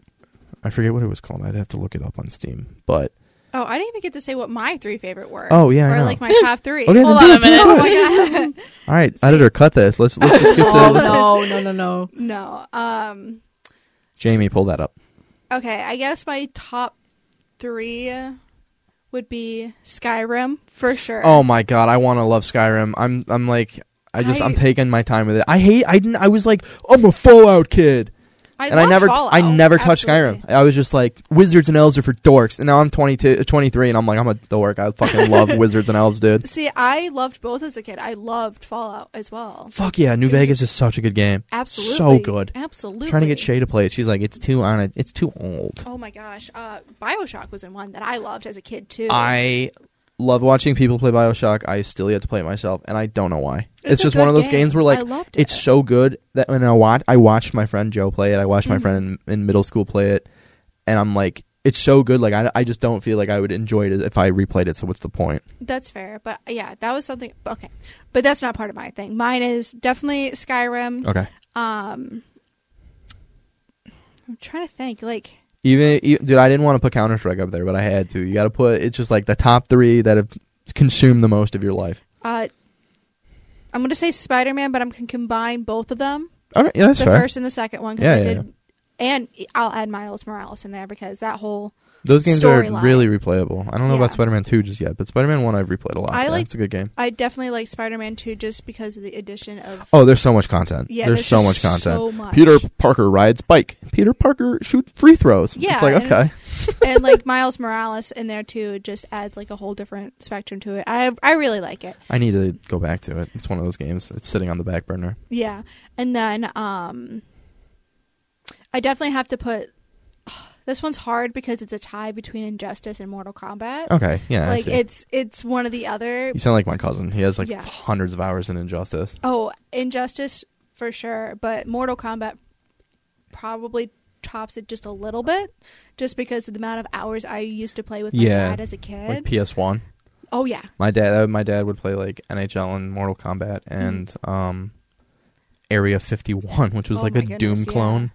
Speaker 3: I forget what it was called. I'd have to look it up on Steam. But
Speaker 2: Oh, I didn't even get to say what my three favorite were.
Speaker 3: oh yeah, I
Speaker 2: or
Speaker 3: know.
Speaker 2: like my
Speaker 3: <gasps>
Speaker 2: top three.
Speaker 3: Oh, yeah,
Speaker 1: Hold
Speaker 3: then
Speaker 1: on a
Speaker 3: do it, do
Speaker 1: minute.
Speaker 3: it.
Speaker 2: <laughs> Oh
Speaker 1: <laughs>
Speaker 2: my god.
Speaker 3: All right, editor, cut this. Let's let's just skip to
Speaker 2: <laughs>
Speaker 1: Oh,
Speaker 3: this.
Speaker 1: no, no, no, no.
Speaker 2: no. Um.
Speaker 3: Jamie. Pull that up.
Speaker 2: Okay, I guess my top three would be Skyrim for sure.
Speaker 3: Oh my god, I want to love Skyrim. I'm I'm like I just I,
Speaker 2: I-
Speaker 3: am taking my time with it. I hate I didn't I was like I'm a Fallout kid.
Speaker 2: I
Speaker 3: and I
Speaker 2: love
Speaker 3: never
Speaker 2: Fallout.
Speaker 3: I never touched
Speaker 2: Absolutely.
Speaker 3: Skyrim. I was just like wizards and elves are for dorks. And now I'm 22 23 and I'm like I'm a dork. I
Speaker 2: <laughs>
Speaker 3: fucking love wizards and elves, dude.
Speaker 2: See, I loved both as a kid. I loved Fallout as well.
Speaker 3: Fuck yeah, New
Speaker 2: It was-
Speaker 3: Vegas is such a good game.
Speaker 2: Absolutely.
Speaker 3: good.
Speaker 2: Absolutely.
Speaker 3: Trying to get Shay to play it. She's like it's too on it. It's too old.
Speaker 2: Oh my gosh. Uh, Bioshock was in one that I loved as a kid too.
Speaker 3: I love watching people play BioShock. I still yet to play it myself and I don't know why. It's,
Speaker 2: a
Speaker 3: just
Speaker 2: good
Speaker 3: one of those
Speaker 2: game.
Speaker 3: games where like
Speaker 2: I loved
Speaker 3: it's
Speaker 2: it.
Speaker 3: so good that when I watch, I watched my friend Joe play it. I watched my friend in, in middle school play it, and I'm like, it's so good. Like I, I just don't feel like I would enjoy it if I replayed it. So what's the point?
Speaker 2: That's fair, but yeah, that was something. Okay, but that's not part of my thing. Mine is definitely Skyrim.
Speaker 3: Okay.
Speaker 2: Um, I'm trying to think. Like,
Speaker 3: Even, e dude, I didn't want to put Counter Strike up there, but I had to. You got to put it's just like the top three that have consumed the most of your life.
Speaker 2: uh, I'm gonna say Spider Man, but I'm gonna combine both of them,
Speaker 3: Okay, yeah, that's
Speaker 2: the
Speaker 3: fair.
Speaker 2: first and the second one, because
Speaker 3: Yeah,
Speaker 2: I
Speaker 3: yeah,
Speaker 2: did. And I'll add Miles Morales in there because that whole
Speaker 3: Those games are
Speaker 2: storyline.
Speaker 3: really replayable. I don't know
Speaker 2: Yeah.
Speaker 3: about Spider Man Two just yet, but Spider Man One I've replayed a lot.
Speaker 2: I
Speaker 3: yeah,
Speaker 2: like-
Speaker 3: it's a good game.
Speaker 2: I definitely like Spider Man two just because of the addition of
Speaker 3: Oh, there's so much content.
Speaker 2: yeah,
Speaker 3: there's, so
Speaker 2: just
Speaker 3: much content.
Speaker 2: so much.
Speaker 3: Peter Parker rides bike. Peter Parker shoots free throws.
Speaker 2: Yeah,
Speaker 3: it's like
Speaker 2: and
Speaker 3: okay. <laughs>
Speaker 2: and like Miles Morales in there too just adds like a whole different spectrum to it. I I really like it.
Speaker 3: I need to go back to it. It's one of those games. It's sitting on the back burner.
Speaker 2: Yeah. And then um I definitely have to put <sighs> this one's hard because it's a tie between Injustice and Mortal Kombat.
Speaker 3: Okay, Oh, yeah, I
Speaker 2: like
Speaker 3: see.
Speaker 2: it's it's one or the other.
Speaker 3: you sound like my cousin. He has like
Speaker 2: Yeah.
Speaker 3: hundreds of hours in Injustice.
Speaker 2: Oh, Injustice for sure, but Mortal Kombat probably tops it just a little bit just because of the amount of hours I used to play with my
Speaker 3: Yeah.
Speaker 2: dad as a kid.
Speaker 3: Like PS One.
Speaker 2: oh yeah.
Speaker 3: My dad, uh, my dad would play like NHL and Mortal Kombat
Speaker 2: Mm.
Speaker 3: and um, Area Fifty One, which was
Speaker 2: Oh
Speaker 3: like
Speaker 2: my
Speaker 3: a
Speaker 2: goodness,
Speaker 3: Doom
Speaker 2: yeah.
Speaker 3: clone.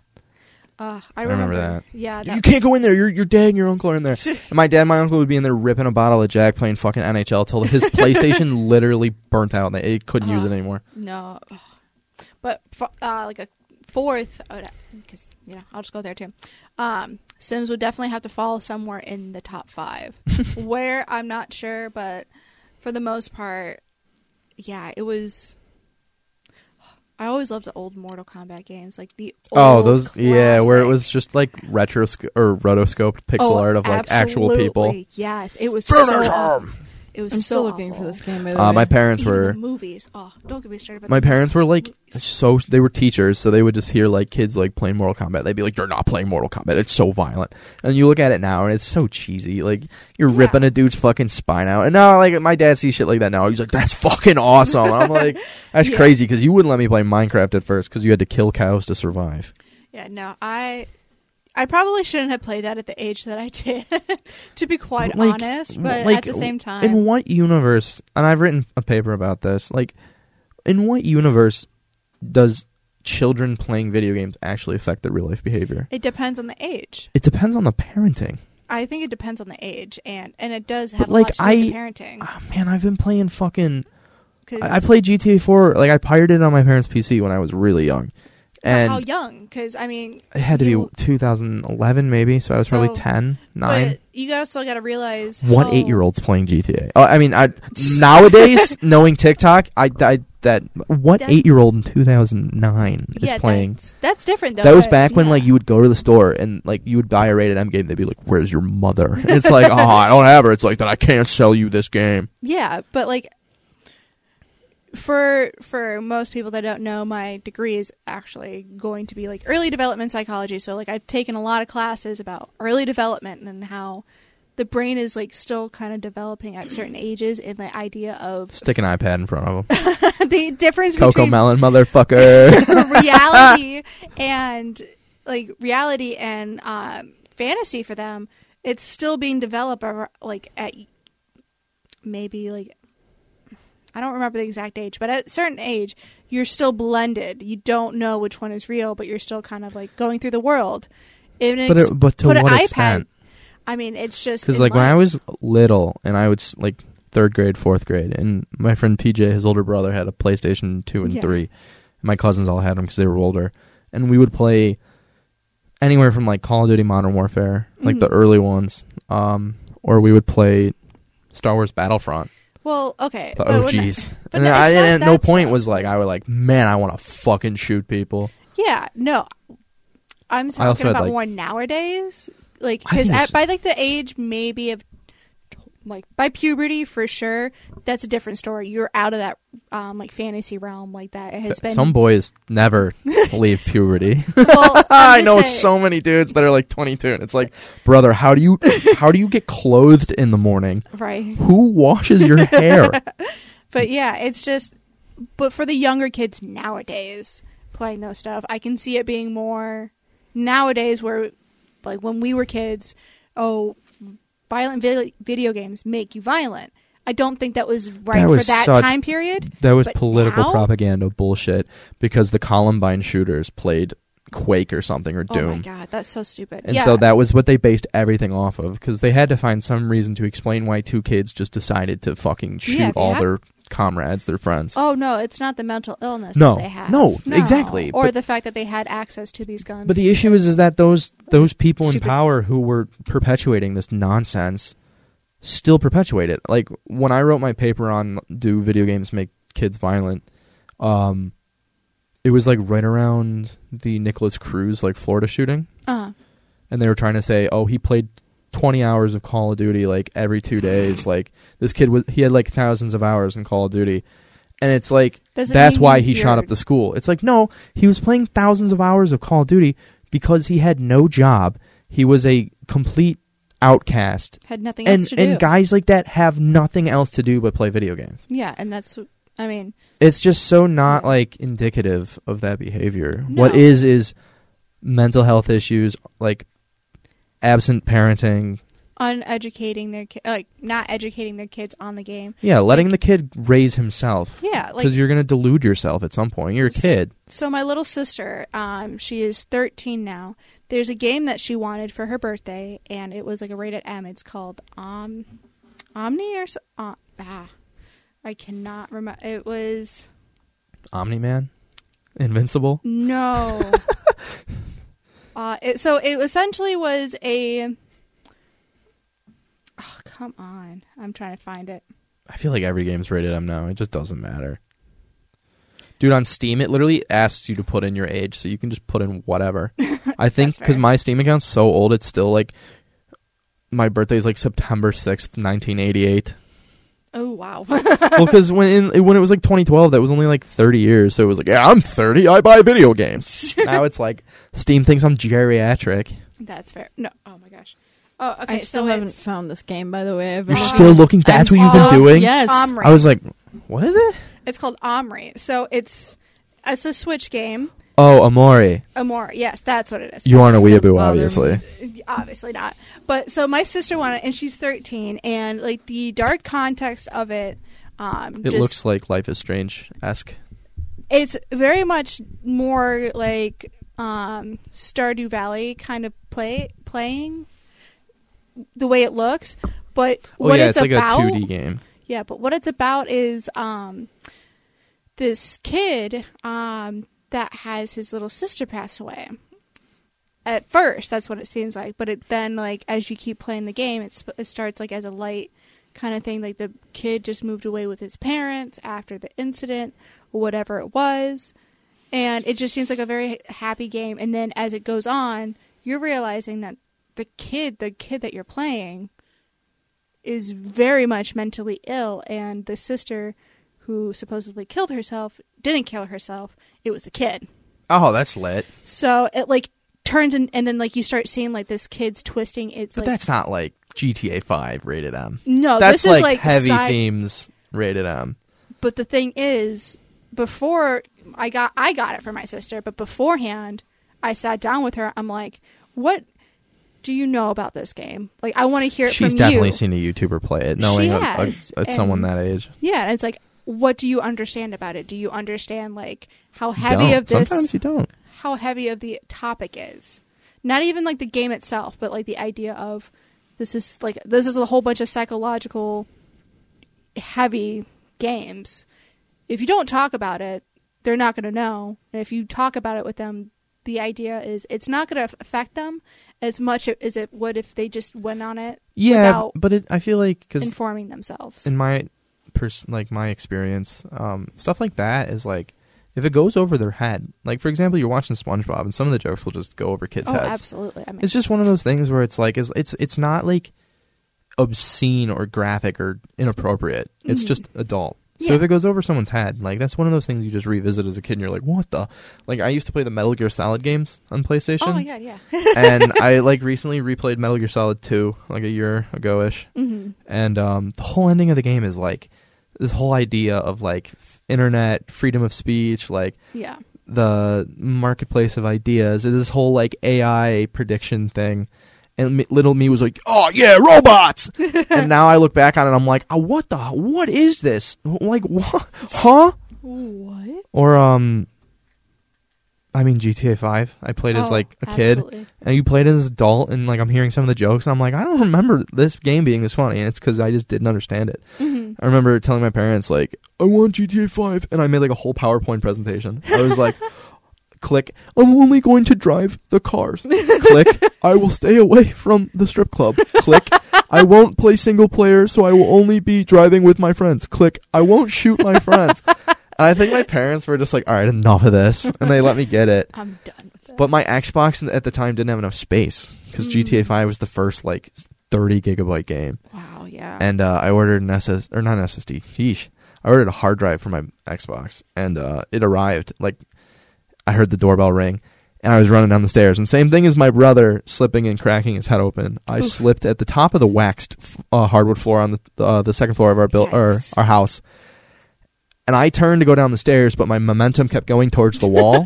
Speaker 2: Uh, I,
Speaker 3: remember
Speaker 2: remember,
Speaker 3: that.
Speaker 2: Yeah,
Speaker 3: You can't go in there. Your your dad and your uncle are
Speaker 2: <laughs>
Speaker 3: in there.
Speaker 2: was-
Speaker 3: And my dad, and my uncle would be in there ripping a bottle of Jack, playing fucking NHL till
Speaker 2: <laughs>
Speaker 3: his PlayStation literally burnt out. They- It couldn't use
Speaker 2: Uh,
Speaker 3: it anymore.
Speaker 2: No, Ugh. but fo- uh, like a fourth, because you know, I'll just go there too. Um, Sims would definitely have to fall somewhere in the top
Speaker 3: <laughs>
Speaker 2: five. Where I'm not sure, but for the most part, yeah, it was. I always loved the old Mortal Kombat games, like the
Speaker 3: Oh,
Speaker 2: old
Speaker 3: those yeah, where it
Speaker 2: classic-
Speaker 3: was just like retro or rotoscoped pixel
Speaker 2: Oh,
Speaker 3: art of like actual people.
Speaker 2: absolutely. Yes, it was so. awful. It was
Speaker 1: I'm
Speaker 2: so
Speaker 1: still looking
Speaker 2: awful.
Speaker 1: for this game. By the
Speaker 3: Uh,
Speaker 1: way.
Speaker 3: my parents
Speaker 2: Even
Speaker 3: were
Speaker 2: the movies. Oh, don't get me started. About
Speaker 3: my
Speaker 2: the
Speaker 3: parents were like
Speaker 2: movies.
Speaker 3: so they were teachers, so they would just hear like kids like playing Mortal Kombat. They'd be like, "You're not playing Mortal Kombat. It's so violent." And you look at it now, and it's so cheesy. Like you're
Speaker 2: Yeah.
Speaker 3: ripping a dude's fucking spine out. And now, like my dad sees shit like that now. He's like, "That's fucking awesome." And
Speaker 2: <laughs>
Speaker 3: I'm like, "That's
Speaker 2: Yeah.
Speaker 3: crazy," because you wouldn't let me play Minecraft at first because you had to kill cows to survive.
Speaker 2: Yeah, no, I I probably shouldn't have played that at the age that I did, <laughs> to be quite
Speaker 3: Like,
Speaker 2: honest. But
Speaker 3: like,
Speaker 2: at the same time,
Speaker 3: In what universe? And I've written a paper about this. Like, in what universe does children playing video games actually affect their real life behavior?
Speaker 2: it depends on the age.
Speaker 3: It depends on the parenting.
Speaker 2: I think it depends on the age, and and it does
Speaker 3: But,
Speaker 2: have a
Speaker 3: like,
Speaker 2: lot to do with
Speaker 3: I-
Speaker 2: the parenting.
Speaker 3: Oh, man, I've been playing fucking.
Speaker 2: 'cause
Speaker 3: I, I played GTA Four. Like I pirated it on my parents' PC when I was really young,
Speaker 2: how
Speaker 3: and
Speaker 2: young? Because I mean,
Speaker 3: it had to
Speaker 2: you-
Speaker 3: be 2011 maybe. So I was probably
Speaker 2: So-
Speaker 3: 10, 9.
Speaker 2: but you gotta still gotta realize
Speaker 3: What
Speaker 2: how-
Speaker 3: eight year olds playing GTA? Oh, I mean, I
Speaker 2: <laughs>
Speaker 3: nowadays knowing TikTok, I, I that what
Speaker 2: That-
Speaker 3: eight year old in 2009 is
Speaker 2: Yeah,
Speaker 3: playing.
Speaker 2: that's, that's different though.
Speaker 3: That was
Speaker 2: but,
Speaker 3: back when
Speaker 2: yeah.
Speaker 3: like you would go to the store and like you would buy a rated M game. They'd be like, "Where's your mother?" <laughs> It's like, "Oh, I don't have her." It's like that. I can't sell you this game.
Speaker 2: Yeah, but like for for most people that don't know, my degree is actually going to be like early development psychology. So like I've taken a lot of classes about early development and how the brain is like still kind of developing at certain ages and the idea of <laughs>
Speaker 3: Stick an iPad in front of them.
Speaker 2: the difference
Speaker 3: Coco
Speaker 2: between
Speaker 3: Melon,
Speaker 2: <laughs>
Speaker 3: motherfucker.
Speaker 2: reality and like reality and um, fantasy for them it's still being developed ar- like at maybe like I don't remember the exact age, but at a certain age, you're still blended. You don't know which one is real, but you're still kind of like going through the world. And
Speaker 3: <laughs> But
Speaker 2: it's-
Speaker 3: it, but to
Speaker 2: put an
Speaker 3: what
Speaker 2: iPad
Speaker 3: extent?
Speaker 2: I mean, it's just
Speaker 3: Because
Speaker 2: in
Speaker 3: like when I
Speaker 2: line.
Speaker 3: was little, and I would s- like third grade, fourth grade, and my friend PJ, his older brother, had a PlayStation two and
Speaker 2: Yeah.
Speaker 3: three. My cousins all had them because they were older, and we would play anywhere from like Call of Duty, Modern Warfare, like the
Speaker 2: Mhm.
Speaker 3: early ones, um, or we would play Star Wars Battlefront,
Speaker 2: well, okay.
Speaker 3: the
Speaker 2: but when-
Speaker 3: OGs.
Speaker 2: but
Speaker 3: and
Speaker 2: no,
Speaker 3: I,
Speaker 2: it's
Speaker 3: and
Speaker 2: not
Speaker 3: at no
Speaker 2: that
Speaker 3: point
Speaker 2: stuff.
Speaker 3: was like I was like, man, I want to fucking shoot people.
Speaker 2: Yeah, no. I'm
Speaker 3: I also
Speaker 2: talking
Speaker 3: had,
Speaker 2: about
Speaker 3: like-
Speaker 2: more nowadays. Like,
Speaker 3: I think
Speaker 2: because
Speaker 3: it's-
Speaker 2: by like the age maybe of like by puberty for sure, that's a different story. You're out of that um like fantasy realm like that. It has been <laughs>
Speaker 3: Some boys never leave puberty.
Speaker 2: well, I'm
Speaker 3: <laughs> I
Speaker 2: just
Speaker 3: know
Speaker 2: saying-
Speaker 3: so many dudes that are like 22, and it's like, brother, how do you <laughs> how do you get clothed in the morning?
Speaker 2: right.
Speaker 3: Who washes your
Speaker 2: <laughs>
Speaker 3: hair?
Speaker 2: But yeah, it's just but for the younger kids nowadays playing those stuff, I can see it being more nowadays where like when we were kids, oh, violent vid- video games make you violent. I don't think that was right
Speaker 3: That was
Speaker 2: for that
Speaker 3: such-
Speaker 2: time period.
Speaker 3: That was
Speaker 2: But
Speaker 3: political
Speaker 2: now?
Speaker 3: propaganda bullshit because the Columbine shooters played Quake or something or
Speaker 2: Oh my
Speaker 3: Doom.
Speaker 2: god, that's so stupid.
Speaker 3: and
Speaker 2: yeah.
Speaker 3: so that was what they based everything off of because they had to find some reason to explain why two kids just decided to fucking shoot
Speaker 2: Yeah, they
Speaker 3: all
Speaker 2: had-
Speaker 3: their comrades, their friends.
Speaker 2: Oh no, it's not the mental illness
Speaker 3: No.
Speaker 2: that they have.
Speaker 3: No, exactly,
Speaker 2: Or
Speaker 3: but-
Speaker 2: the fact that they had access to these guns.
Speaker 3: But the issue is, is that those those people in
Speaker 2: Stupid.
Speaker 3: power who were perpetuating this nonsense still perpetuate it. Like when I wrote my paper on do video games make kids violent, um, it was like right around the Nicholas Cruz like Florida shooting,
Speaker 2: uh,
Speaker 3: and they were trying to say, oh, he played. 20 hours of Call of Duty like every 2 days like this kid was he had like thousands of hours in Call of Duty and it's like
Speaker 2: doesn't
Speaker 3: that's
Speaker 2: mean
Speaker 3: why he shot
Speaker 2: you're-
Speaker 3: up the school. It's like, no, he was playing thousands of hours of Call of Duty because he had no job. He was a complete outcast.
Speaker 2: had nothing
Speaker 3: And
Speaker 2: else to
Speaker 3: and
Speaker 2: do.
Speaker 3: guys like that have nothing else to do but play video games.
Speaker 2: yeah, and that's I mean,
Speaker 3: It's just so not
Speaker 2: Yeah.
Speaker 3: like indicative of that behavior. What
Speaker 2: No.
Speaker 3: is is mental health issues like absent parenting.
Speaker 2: uneducating their ki- like not educating their kids on the game.
Speaker 3: Yeah, letting the kid raise himself.
Speaker 2: Yeah, like
Speaker 3: Because you're going to delude yourself at some point. You're a
Speaker 2: S-
Speaker 3: kid.
Speaker 2: so my little sister, um, she is 13 now. There's a game that she wanted for her birthday, and it was like a rated M. It's called um, Omni or so- uh, ah, I cannot remember. It was
Speaker 3: Omni Man? Invincible?
Speaker 2: no. uh, it, so it essentially was a. Oh, come on! I'm trying to find it.
Speaker 3: I feel like every game's rated M now. It just doesn't matter. Dude, on Steam, it literally asks you to put in your age, so you can just put in whatever. I think
Speaker 2: That's
Speaker 3: because
Speaker 2: fair.
Speaker 3: my Steam account's so old, it's still like my birthday's like September sixth, nineteen eighty eight.
Speaker 2: Oh wow! <laughs>
Speaker 3: well, because when in, when it was like twenty twelve, that was only like thirty years, so it was like, yeah, I'm thirty, I buy video games. now it's like Steam thinks I'm geriatric.
Speaker 2: That's fair. No. Oh my gosh. Oh, okay.
Speaker 1: I still
Speaker 2: so
Speaker 1: haven't
Speaker 2: it's-
Speaker 1: found this game, by the way. I've
Speaker 3: You're
Speaker 1: been
Speaker 2: Uh,
Speaker 3: still looking. That's
Speaker 1: I'm
Speaker 3: what you've been
Speaker 1: still-
Speaker 3: doing.
Speaker 1: Yes.
Speaker 2: Omri.
Speaker 3: I was like, what is it?
Speaker 2: It's called Omri. So it's it's a Switch game.
Speaker 3: Oh, Amori,
Speaker 2: Amor. Yes, that's what it is. Uh,
Speaker 3: you aren't
Speaker 1: It's
Speaker 3: a
Speaker 1: gonna
Speaker 3: weeaboo,
Speaker 1: bother me.
Speaker 3: obviously.
Speaker 2: Obviously not. But so my sister wanted, and she's 13, and like the dark context of it. Um,
Speaker 3: It
Speaker 2: just,
Speaker 3: looks like Life is Strange esque.
Speaker 2: It's very much more like um, Stardew Valley kind of play playing. The way it looks, but
Speaker 3: Oh
Speaker 2: what
Speaker 3: yeah,
Speaker 2: it's,
Speaker 3: it's, like
Speaker 2: about,
Speaker 3: a 2D game.
Speaker 2: Yeah, but what it's about is um, this kid um, that has his little sister pass away. At first, that's what it seems like, but it then like as you keep playing the game, it's, it starts like as a light kind of thing. Like the kid just moved away with his parents after the incident, whatever it was, and it just seems like a very happy game. And then as it goes on, you're realizing that the kid, the kid that you're playing, is very much mentally ill, and the sister who supposedly killed herself didn't kill herself. It was the kid.
Speaker 3: Oh, that's lit.
Speaker 2: So it like turns and, and then like you start seeing like this kid's twisting. It's
Speaker 3: But
Speaker 2: like
Speaker 3: that's not like GTA Five rated M.
Speaker 2: no,
Speaker 3: that's
Speaker 2: this
Speaker 3: like,
Speaker 2: is like
Speaker 3: heavy
Speaker 2: side-
Speaker 3: themes rated M.
Speaker 2: But the thing is, before I got I got it for my sister, but beforehand I sat down with her. I'm like, what do you know about this game? Like, I want to hear it
Speaker 4: She's
Speaker 2: from
Speaker 4: definitely
Speaker 2: you.
Speaker 4: seen a YouTuber play it, knowing
Speaker 2: She
Speaker 4: a- a-
Speaker 2: has,
Speaker 4: it's someone
Speaker 2: and-
Speaker 4: that age.
Speaker 2: yeah, and it's like, what do you understand about it? Do you understand like how heavy
Speaker 4: Don't.
Speaker 2: of this?
Speaker 4: Sometimes you don't.
Speaker 2: how heavy of the topic is. Not even like the game itself, but like the idea of this is like this is a whole bunch of psychological heavy games. If you don't talk about it, they're not going to know. And if you talk about it with them, the idea is it's not going to affect them as much as it would if they just went on it
Speaker 4: Yeah,
Speaker 2: Without-
Speaker 4: but it, I feel like because
Speaker 2: informing themselves.
Speaker 4: in
Speaker 3: my pers- like my experience um stuff like that is like if it goes over their head like for example you're watching spongebob and some of the jokes will just go over kids
Speaker 2: oh,
Speaker 3: heads
Speaker 2: absolutely. I mean,
Speaker 3: it's just one of those things where it's like it's it's, it's not like obscene or graphic or inappropriate it's
Speaker 2: Mhm.
Speaker 3: just adult so
Speaker 2: Yeah.
Speaker 3: if it goes over someone's head like that's one of those things you just revisit as a kid and you're like what the like i used to play the metal gear solid games on playstation
Speaker 2: oh my god, yeah.
Speaker 3: <laughs>
Speaker 2: <laughs>
Speaker 3: and i like recently replayed metal gear solid 2 like a year ago ish
Speaker 1: Mm-hmm.
Speaker 2: hmm
Speaker 3: and um, the whole ending of the game is like this whole idea of like f- internet freedom of speech like
Speaker 2: Yeah.
Speaker 3: the marketplace of ideas and this whole like ai prediction thing and m- little me was like oh yeah robots and now i look back on it i'm like oh, what the what is this like what huh
Speaker 2: What?
Speaker 3: or um i mean gta 5 i played
Speaker 1: Oh,
Speaker 2: Oh,
Speaker 3: as like a kid and you played as an adult and like i'm heard some of the jokes and i'm like i don't remember this game being this funny and it's because i just didn't understand it
Speaker 1: Mm-hmm.
Speaker 2: hmm
Speaker 3: i remember telling my parents like i want gta 5 and i made like a whole powerpoint presentation i was like <laughs> click i'm only going to drive the cars click i will stay away from the strip club click i won't play single player so i will only be driving with my friends click i won't shoot my friends and i think my parents were just like all right enough of this and they let me get it
Speaker 2: I'm done with that.
Speaker 3: but my Xbox at the time didn't have enough space because
Speaker 2: Mm.
Speaker 3: GTA 5 was the first like 30 gigabyte game,
Speaker 2: wow, yeah.
Speaker 3: and uh, I ordered an SS or not an SSD. Yeesh. I ordered a hard drive for my Xbox, and uh, it arrived. Like I heard the doorbell ring, and I was running down the stairs. And same thing as my brother slipping and cracking his head open. I
Speaker 2: Oof.
Speaker 3: slipped at the top of the waxed f- uh, hardwood floor on the uh, the second floor of our built or
Speaker 2: Yikes.
Speaker 3: our house. And I turned to go down the stairs, but my momentum kept going towards
Speaker 2: <laughs>
Speaker 3: the wall,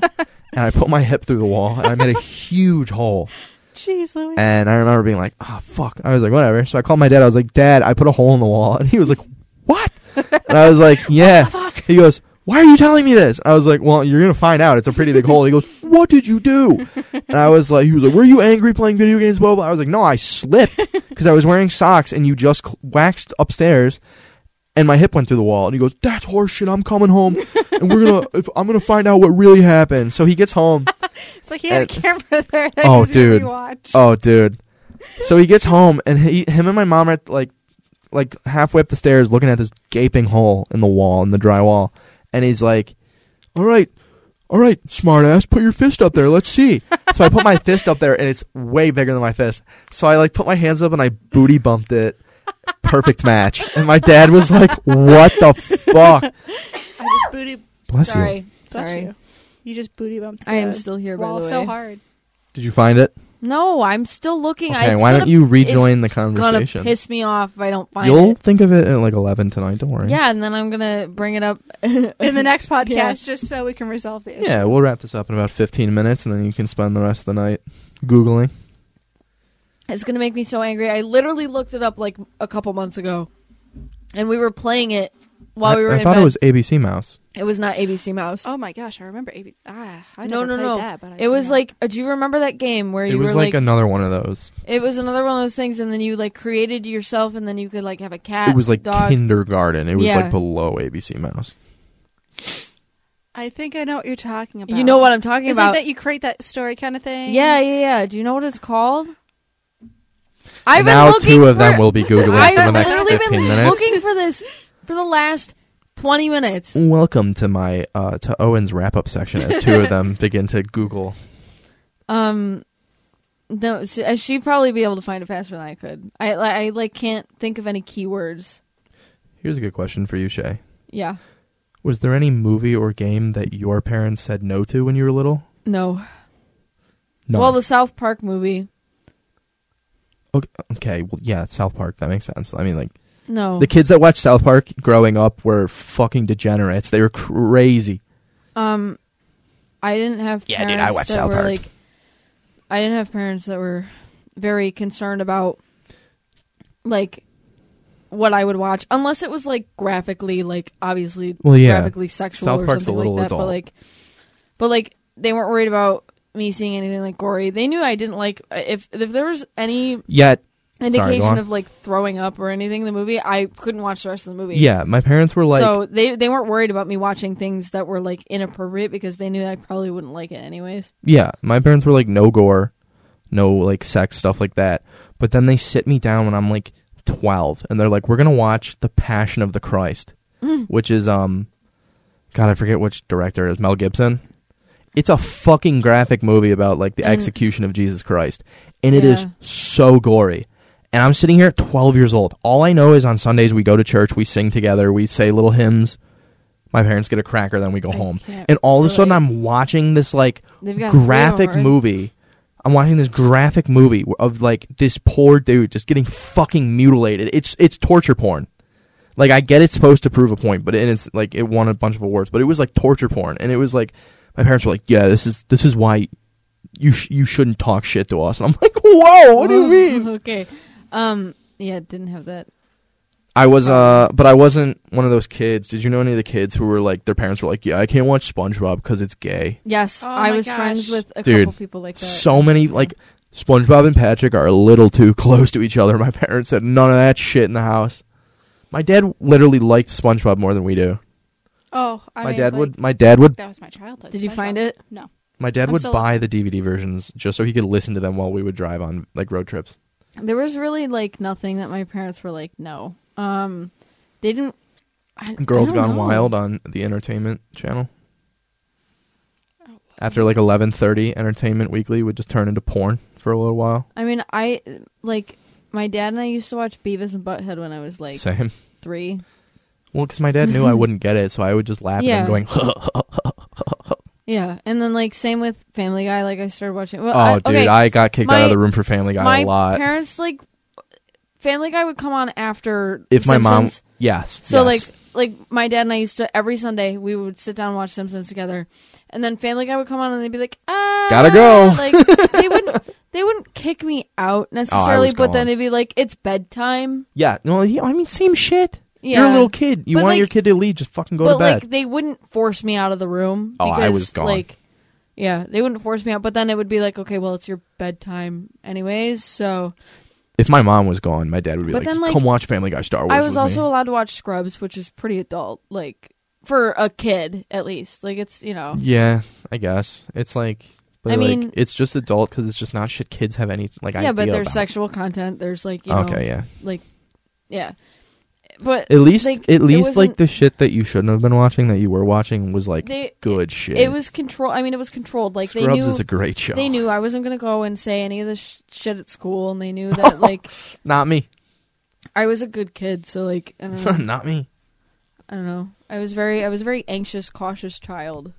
Speaker 3: and I put my hip through the wall, and I made a huge hole.
Speaker 2: Jeez Louise.
Speaker 3: And I remember being like, "Ah, fuck!" I was like, "Whatever." So I called my dad. I was like, "Dad, I put a hole in the wall," and he was like, "What?" And I was like, "Yeah." He goes, "Why are you telling me this?" I was like, "Well, you're gonna find out. It's a pretty big hole." He goes, "What did you do?" And I was like, "He was like, were you angry playing video games?" Blah blah. blah. I was like, "No, I slipped because I was wearing socks, and you just cl- waxed upstairs." And my hip went through the wall, and he goes, "That's horseshit. I'm coming home, and we're gonna. If, I'm gonna find out what really happened." So he gets home,
Speaker 2: It's like he had
Speaker 3: And-
Speaker 2: a camera <laughs> there that
Speaker 3: Oh,
Speaker 2: oh,
Speaker 3: dude.
Speaker 2: dude. watch.
Speaker 3: Oh, dude. So he gets home, and he, him and my mom are like, like halfway up the stairs, looking at this gaping hole in the wall, in the drywall, and he's like, "All right, all right, smartass, put your fist up there. Let's see." so I put my fist up there, and it's way bigger than my fist. So I like put my hands up, and I booty bumped it. Perfect match. And my dad was like, "What the fuck?"
Speaker 2: I just booty
Speaker 3: Bless you.
Speaker 1: Sorry.
Speaker 2: bless
Speaker 1: Sorry.
Speaker 2: you. You just booty bumped.
Speaker 1: I am
Speaker 2: the
Speaker 1: still here, by the
Speaker 2: wall
Speaker 1: way.
Speaker 2: so hard.
Speaker 3: Did you find it?
Speaker 1: No, I'm still looking. I,
Speaker 3: Okay.
Speaker 1: it's
Speaker 3: Why
Speaker 1: gonna,
Speaker 3: don't you rejoin the
Speaker 1: gonna
Speaker 3: conversation?
Speaker 1: piss me off if I don't find
Speaker 3: You'll
Speaker 1: it.
Speaker 3: think of it at like eleven tonight. Don't worry.
Speaker 1: Yeah, and then I'm gonna bring it up
Speaker 2: <laughs>
Speaker 1: <laughs>
Speaker 2: In the next podcast,
Speaker 1: Yeah.
Speaker 2: just so we can resolve the issue.
Speaker 3: Yeah, we'll wrap this up in about 15 minutes, and then you can spend the rest of the night googling.
Speaker 1: It's gonna make me so angry. I literally looked it up like a couple months ago, and we were playing it while
Speaker 3: I,
Speaker 1: we were
Speaker 3: I
Speaker 1: in
Speaker 3: thought
Speaker 1: bed.
Speaker 3: it was ABC Mouse.
Speaker 1: It was not ABC Mouse.
Speaker 2: Oh my gosh, I remember. AB- ah, I
Speaker 1: no, no,
Speaker 2: never played
Speaker 1: no!
Speaker 2: That, but I
Speaker 1: it was
Speaker 2: seen it.
Speaker 1: like, uh, do you remember that game where
Speaker 3: It
Speaker 1: you
Speaker 3: was
Speaker 1: were
Speaker 3: like,
Speaker 1: like,
Speaker 3: another one of those.
Speaker 1: it was another one of those things, and then you like created yourself, and then you could like have a cat.
Speaker 3: It was like
Speaker 1: dog.
Speaker 3: kindergarten. It was
Speaker 1: Yeah.
Speaker 3: like below ABC Mouse.
Speaker 2: I think I know what you're talking about.
Speaker 1: you know what I'm talking
Speaker 2: It's
Speaker 1: about?
Speaker 2: like that you create that story kind of thing.
Speaker 1: yeah, yeah, yeah. Do you know what it's called? I've
Speaker 3: now
Speaker 1: been looking
Speaker 3: two of them
Speaker 1: for-
Speaker 3: will be googling for the
Speaker 1: I've
Speaker 3: next
Speaker 1: literally
Speaker 3: 15
Speaker 1: been
Speaker 3: minutes.
Speaker 1: looking for this for the last twenty minutes.
Speaker 3: Welcome to my uh, to Owen's wrap up section as two
Speaker 1: <laughs>
Speaker 3: of them begin to Google.
Speaker 1: Um, no, s- uh, she'd probably be able to find it faster than I could. I, li- I like can't think of any keywords.
Speaker 3: Here's a good question for you, Shay.
Speaker 1: Yeah,
Speaker 3: Was there any movie or game that your parents said no to when you were little?
Speaker 1: no.
Speaker 3: No.
Speaker 1: Well, the South Park movie.
Speaker 3: okay, well, yeah, South Park. That makes sense. I mean, like,
Speaker 1: No.
Speaker 3: The kids that watched South Park growing up were fucking degenerates. They were crazy.
Speaker 1: um, I didn't have.
Speaker 3: Yeah,
Speaker 1: parents
Speaker 3: dude, I watched
Speaker 1: that
Speaker 3: South
Speaker 1: were,
Speaker 3: Park.
Speaker 1: Like, I didn't have parents that were very concerned about like what I would watch, unless it was like graphically, like obviously
Speaker 3: Well, yeah.
Speaker 1: graphically sexual
Speaker 3: South
Speaker 1: or
Speaker 3: Park's a
Speaker 1: something
Speaker 3: little
Speaker 1: like that. But
Speaker 3: adult.
Speaker 1: like, but like they weren't worried about me seeing anything like gory. They knew I didn't like uh, if if there was any
Speaker 3: Yet,
Speaker 1: indication
Speaker 3: on.
Speaker 1: of like throwing up or anything in the movie, I couldn't watch the rest of the movie.
Speaker 3: yeah, my parents were like,
Speaker 1: so they they weren't worried about me watching things that were like inappropriate because they knew I probably wouldn't like it anyways.
Speaker 3: yeah, my parents were like, no gore, no like sex stuff like that. But then they sit me down when I'm like 12, and they're like, we're gonna watch The Passion of the Christ,
Speaker 1: Mm.
Speaker 3: which is um, God, I forget which director it is, Mel Gibson. It's a fucking graphic movie about like the
Speaker 1: And-
Speaker 3: execution of Jesus Christ, and it is
Speaker 1: Mm. Yeah.
Speaker 3: so gory. And I'm sitting here at 12 years old. All I know is on Sundays we go to church, we sing together, we say little hymns. My parents get a cracker, then we go
Speaker 1: I
Speaker 3: home.
Speaker 1: can't
Speaker 3: And all of a sudden,
Speaker 1: relate.
Speaker 3: I'm watching this like
Speaker 1: They've got
Speaker 3: graphic
Speaker 1: three over.
Speaker 3: movie. I'm watching this graphic movie of like this poor dude just getting fucking mutilated. It's it's torture porn. Like I get it's supposed to prove a point, but and it's like it won a bunch of awards, but it was like torture porn, and it was like my parents were like, "Yeah, this is this is why you sh- you shouldn't talk shit to us." And I'm <laughs> like, "Whoa, what do you mean?"
Speaker 1: Oh, <laughs> okay. Um. Yeah. Didn't have that.
Speaker 3: <laughs> I was uh, but I wasn't one of those kids. Did you know any of the kids who were like their parents were like, "Yeah, I can't watch SpongeBob because it's gay."
Speaker 1: Yes,
Speaker 2: Oh
Speaker 1: I
Speaker 2: my
Speaker 1: was
Speaker 2: gosh.
Speaker 1: friends with a
Speaker 3: Dude,
Speaker 1: couple people like that.
Speaker 3: so many like SpongeBob and Patrick are a little too <laughs> close to each other. My parents said none of that shit in the house. My dad literally liked SpongeBob more than we do.
Speaker 2: Oh, I
Speaker 3: my
Speaker 2: mean,
Speaker 3: dad
Speaker 2: like,
Speaker 3: would my dad would
Speaker 2: That was my childhood.
Speaker 1: Did you
Speaker 2: SpongeBob.
Speaker 1: find it?
Speaker 2: No.
Speaker 3: my dad
Speaker 2: I'm
Speaker 3: would
Speaker 2: still-
Speaker 3: buy the DVD versions just so he could listen to them while we would drive on like road trips.
Speaker 1: There was really like nothing that my parents were like, no. Um, they didn't. I,
Speaker 3: Girls
Speaker 1: I don't
Speaker 3: Gone
Speaker 1: know.
Speaker 3: Wild uh, on the Entertainment Channel. After like 11:30, Entertainment Weekly would just turn into porn for a little while.
Speaker 1: I mean, I like my dad and I used to watch Beavis and Butthead when I was like
Speaker 3: Same.
Speaker 1: three.
Speaker 3: Well, because my dad knew I wouldn't get it, so I would just laugh
Speaker 1: Yeah.
Speaker 3: at him going,
Speaker 1: Yeah, and then like same with Family Guy. Like I started watching. Well,
Speaker 3: "Oh,
Speaker 1: I,
Speaker 3: dude,
Speaker 1: okay,
Speaker 3: I got kicked out
Speaker 1: My-
Speaker 3: of the room for Family Guy
Speaker 1: my
Speaker 3: a lot."
Speaker 1: parents like Family Guy would come on after
Speaker 3: if my mom
Speaker 1: Simpsons.
Speaker 3: yes
Speaker 1: So
Speaker 3: yes.
Speaker 1: like like my dad and I used to every Sunday we would sit down and watch Simpsons together, and then Family Guy would come on and they'd be like, ah,
Speaker 3: Gotta go. Oh,
Speaker 1: Like
Speaker 3: <laughs>
Speaker 1: they wouldn't they wouldn't kick me out necessarily, but
Speaker 3: gone.
Speaker 1: then they'd be like, it's bedtime.
Speaker 3: yeah no he- i mean same shit
Speaker 1: Yeah,
Speaker 3: you're a little kid you
Speaker 1: But,
Speaker 3: want
Speaker 1: like-
Speaker 3: your kid to leave just fucking go
Speaker 1: but
Speaker 3: to bed
Speaker 1: like they wouldn't force me out of the room.
Speaker 3: Oh, I
Speaker 1: because,
Speaker 3: was gone.
Speaker 1: Like, yeah, they wouldn't force me out, but then it would be like, okay, well, it's your bedtime anyways. So
Speaker 3: if my mom was gone my dad would be
Speaker 1: But
Speaker 3: like,
Speaker 1: then, like,
Speaker 3: come watch family guy star wars
Speaker 1: I was
Speaker 3: with
Speaker 1: also
Speaker 3: me.
Speaker 1: allowed to watch Scrubs, which is pretty adult, like for a kid at least. Like it's you know,
Speaker 3: yeah i guess it's like but
Speaker 1: I
Speaker 3: like,
Speaker 1: mean-
Speaker 3: it's just adult because it's just not shit kids have any like
Speaker 1: yeah,
Speaker 3: idea
Speaker 1: but there's
Speaker 3: about.
Speaker 1: sexual content. There's like you know,
Speaker 3: okay yeah
Speaker 1: like yeah, but
Speaker 3: at least
Speaker 1: like,
Speaker 3: at
Speaker 1: it
Speaker 3: least like
Speaker 1: wasn't-
Speaker 3: the shit that you shouldn't have been watching that you were watching was like
Speaker 1: They-
Speaker 3: good shit
Speaker 1: it was control. I mean, it was controlled. Like
Speaker 3: scrubs
Speaker 1: they knew
Speaker 3: is a great show
Speaker 1: they knew I wasn't gonna go and say any of this sh- shit at school, and they
Speaker 3: <laughs>
Speaker 1: knew that like
Speaker 3: not me
Speaker 1: I was a good kid. So like
Speaker 3: <laughs>
Speaker 1: I don't
Speaker 2: Mm.
Speaker 1: know.
Speaker 3: not me
Speaker 1: I don't know. I was very I was a very anxious, cautious child.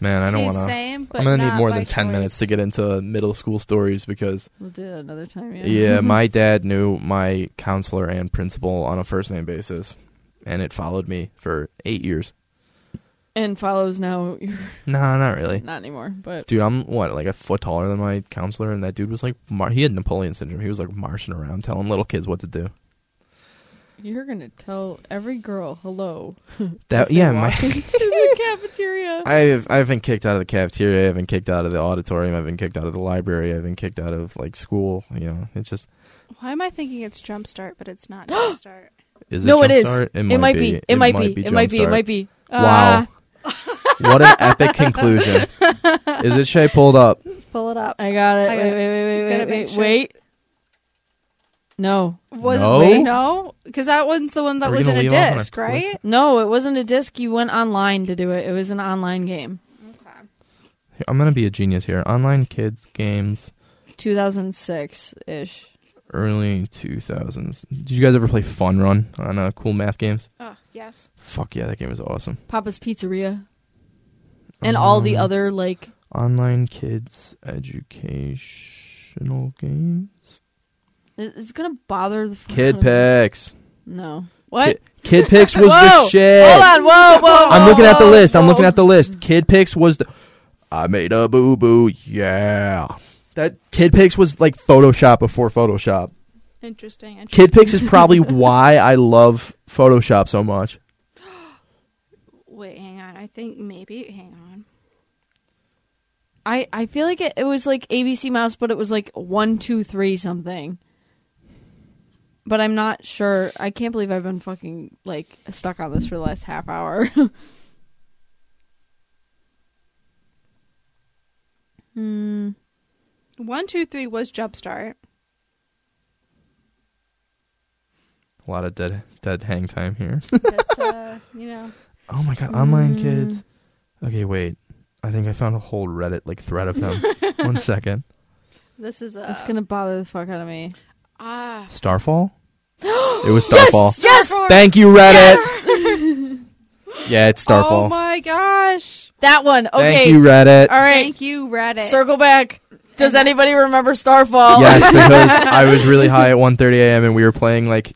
Speaker 3: man i don't
Speaker 2: See,
Speaker 3: want to
Speaker 2: Same, but
Speaker 3: i'm gonna need
Speaker 2: not
Speaker 3: more
Speaker 2: by
Speaker 3: than 10 minutes to
Speaker 2: choice.
Speaker 3: get into middle school stories because
Speaker 1: We'll do that another time. Yeah.
Speaker 2: <laughs>
Speaker 3: Yeah, my dad knew my counselor and principal on a first name basis, and it followed me for eight years.
Speaker 1: and follows now. <laughs> You're
Speaker 3: Nah, not really.
Speaker 1: not anymore, but
Speaker 3: Dude, I'm what like a foot taller than my counselor, and that dude was like, mar- he had Napoleon syndrome. He was like marching around telling little kids what to do.
Speaker 1: you're gonna tell every girl
Speaker 2: <laughs>
Speaker 1: hello. as
Speaker 3: That
Speaker 1: they
Speaker 3: yeah,
Speaker 1: walk
Speaker 3: my
Speaker 1: into the cafeteria.
Speaker 3: <laughs> I've I've been kicked out of the cafeteria. I've been kicked out of the auditorium. I've been kicked out of the library. I've been kicked out of like school. You know, it's just
Speaker 2: Why am I thinking it's Jumpstart, but it's
Speaker 1: <gasps>
Speaker 2: not Jumpstart?
Speaker 3: is
Speaker 1: no,
Speaker 3: it
Speaker 1: it is.
Speaker 3: Jumpstart?
Speaker 1: It, might be. It might be. It might be. It
Speaker 3: Jumpstart.
Speaker 1: might be. Ah,
Speaker 3: Wow.
Speaker 1: <laughs>
Speaker 3: what an epic conclusion. Is it Shay pulled up?
Speaker 2: Pull it up.
Speaker 1: I got it.
Speaker 2: I
Speaker 1: Wait, wait,
Speaker 2: gotta-
Speaker 1: wait,
Speaker 2: gotta
Speaker 1: wait, wait,
Speaker 2: make
Speaker 1: wait,
Speaker 2: sure.
Speaker 1: wait. No,
Speaker 2: Was
Speaker 3: No?
Speaker 2: it no? Because that one's the one that
Speaker 3: Are we
Speaker 2: was in
Speaker 3: gonna
Speaker 2: a
Speaker 3: leave off on a
Speaker 2: disc, right?
Speaker 1: no, it wasn't a disc. You went online to do it. It was an online game.
Speaker 3: I'm gonna be a genius here. Online kids games,
Speaker 1: 2006 ish.
Speaker 3: early 2000s. Did you guys ever play Fun Run on uh, Cool Math Games?
Speaker 2: Oh, yes.
Speaker 3: Fuck yeah, that game is awesome.
Speaker 1: Papa's Pizzeria and all the
Speaker 3: Um,
Speaker 1: other like
Speaker 3: online kids educational games.
Speaker 1: it- it's gonna bother the fuck out
Speaker 3: Kid
Speaker 1: of me.
Speaker 3: Picks.
Speaker 1: No, what? <laughs>
Speaker 3: Kid Picks was the
Speaker 1: Whoa!
Speaker 3: shit.
Speaker 1: Hold on. Whoa, whoa.
Speaker 3: I'm looking at the
Speaker 1: whoa,
Speaker 3: list. I'm looking
Speaker 1: whoa.
Speaker 3: at the list. Kid Picks was the. I made a boo boo. Yeah. That Kid Pix was like Photoshop before Photoshop.
Speaker 2: Interesting. interesting.
Speaker 3: Kid Pix is
Speaker 1: <laughs>
Speaker 3: probably why I love Photoshop so much.
Speaker 2: Wait, hang on. I think maybe. Hang on.
Speaker 1: I I feel like it, it was like ABC Mouse, but it was like one two three something. But I'm not sure. I can't believe I've been fucking like stuck on this for the last half hour. <laughs> Hmm.
Speaker 2: One, two, three was Jumpstart.
Speaker 3: A lot of dead dead hang time here.
Speaker 2: That's uh, you know.
Speaker 3: <laughs> Oh my god, online
Speaker 1: Mm.
Speaker 3: kids. Okay, wait. I think I found a whole Reddit like thread of
Speaker 1: <laughs>
Speaker 3: them. One second.
Speaker 2: This is uh,
Speaker 1: It's gonna bother the fuck out of me.
Speaker 2: ah.
Speaker 1: <gasps>
Speaker 3: Starfall? It was Starfall.
Speaker 1: Yes!
Speaker 2: Starfall.
Speaker 3: Thank you, Reddit. yeah, it's Starfall.
Speaker 2: Oh my gosh!
Speaker 1: That one. Okay.
Speaker 3: Thank you, Reddit.
Speaker 1: All right.
Speaker 2: Thank you, Reddit. <gasps>
Speaker 1: Circle back. Does anybody remember Starfall? <laughs>
Speaker 3: Yes, because I was really high at 1:30 a.m. and we were playing like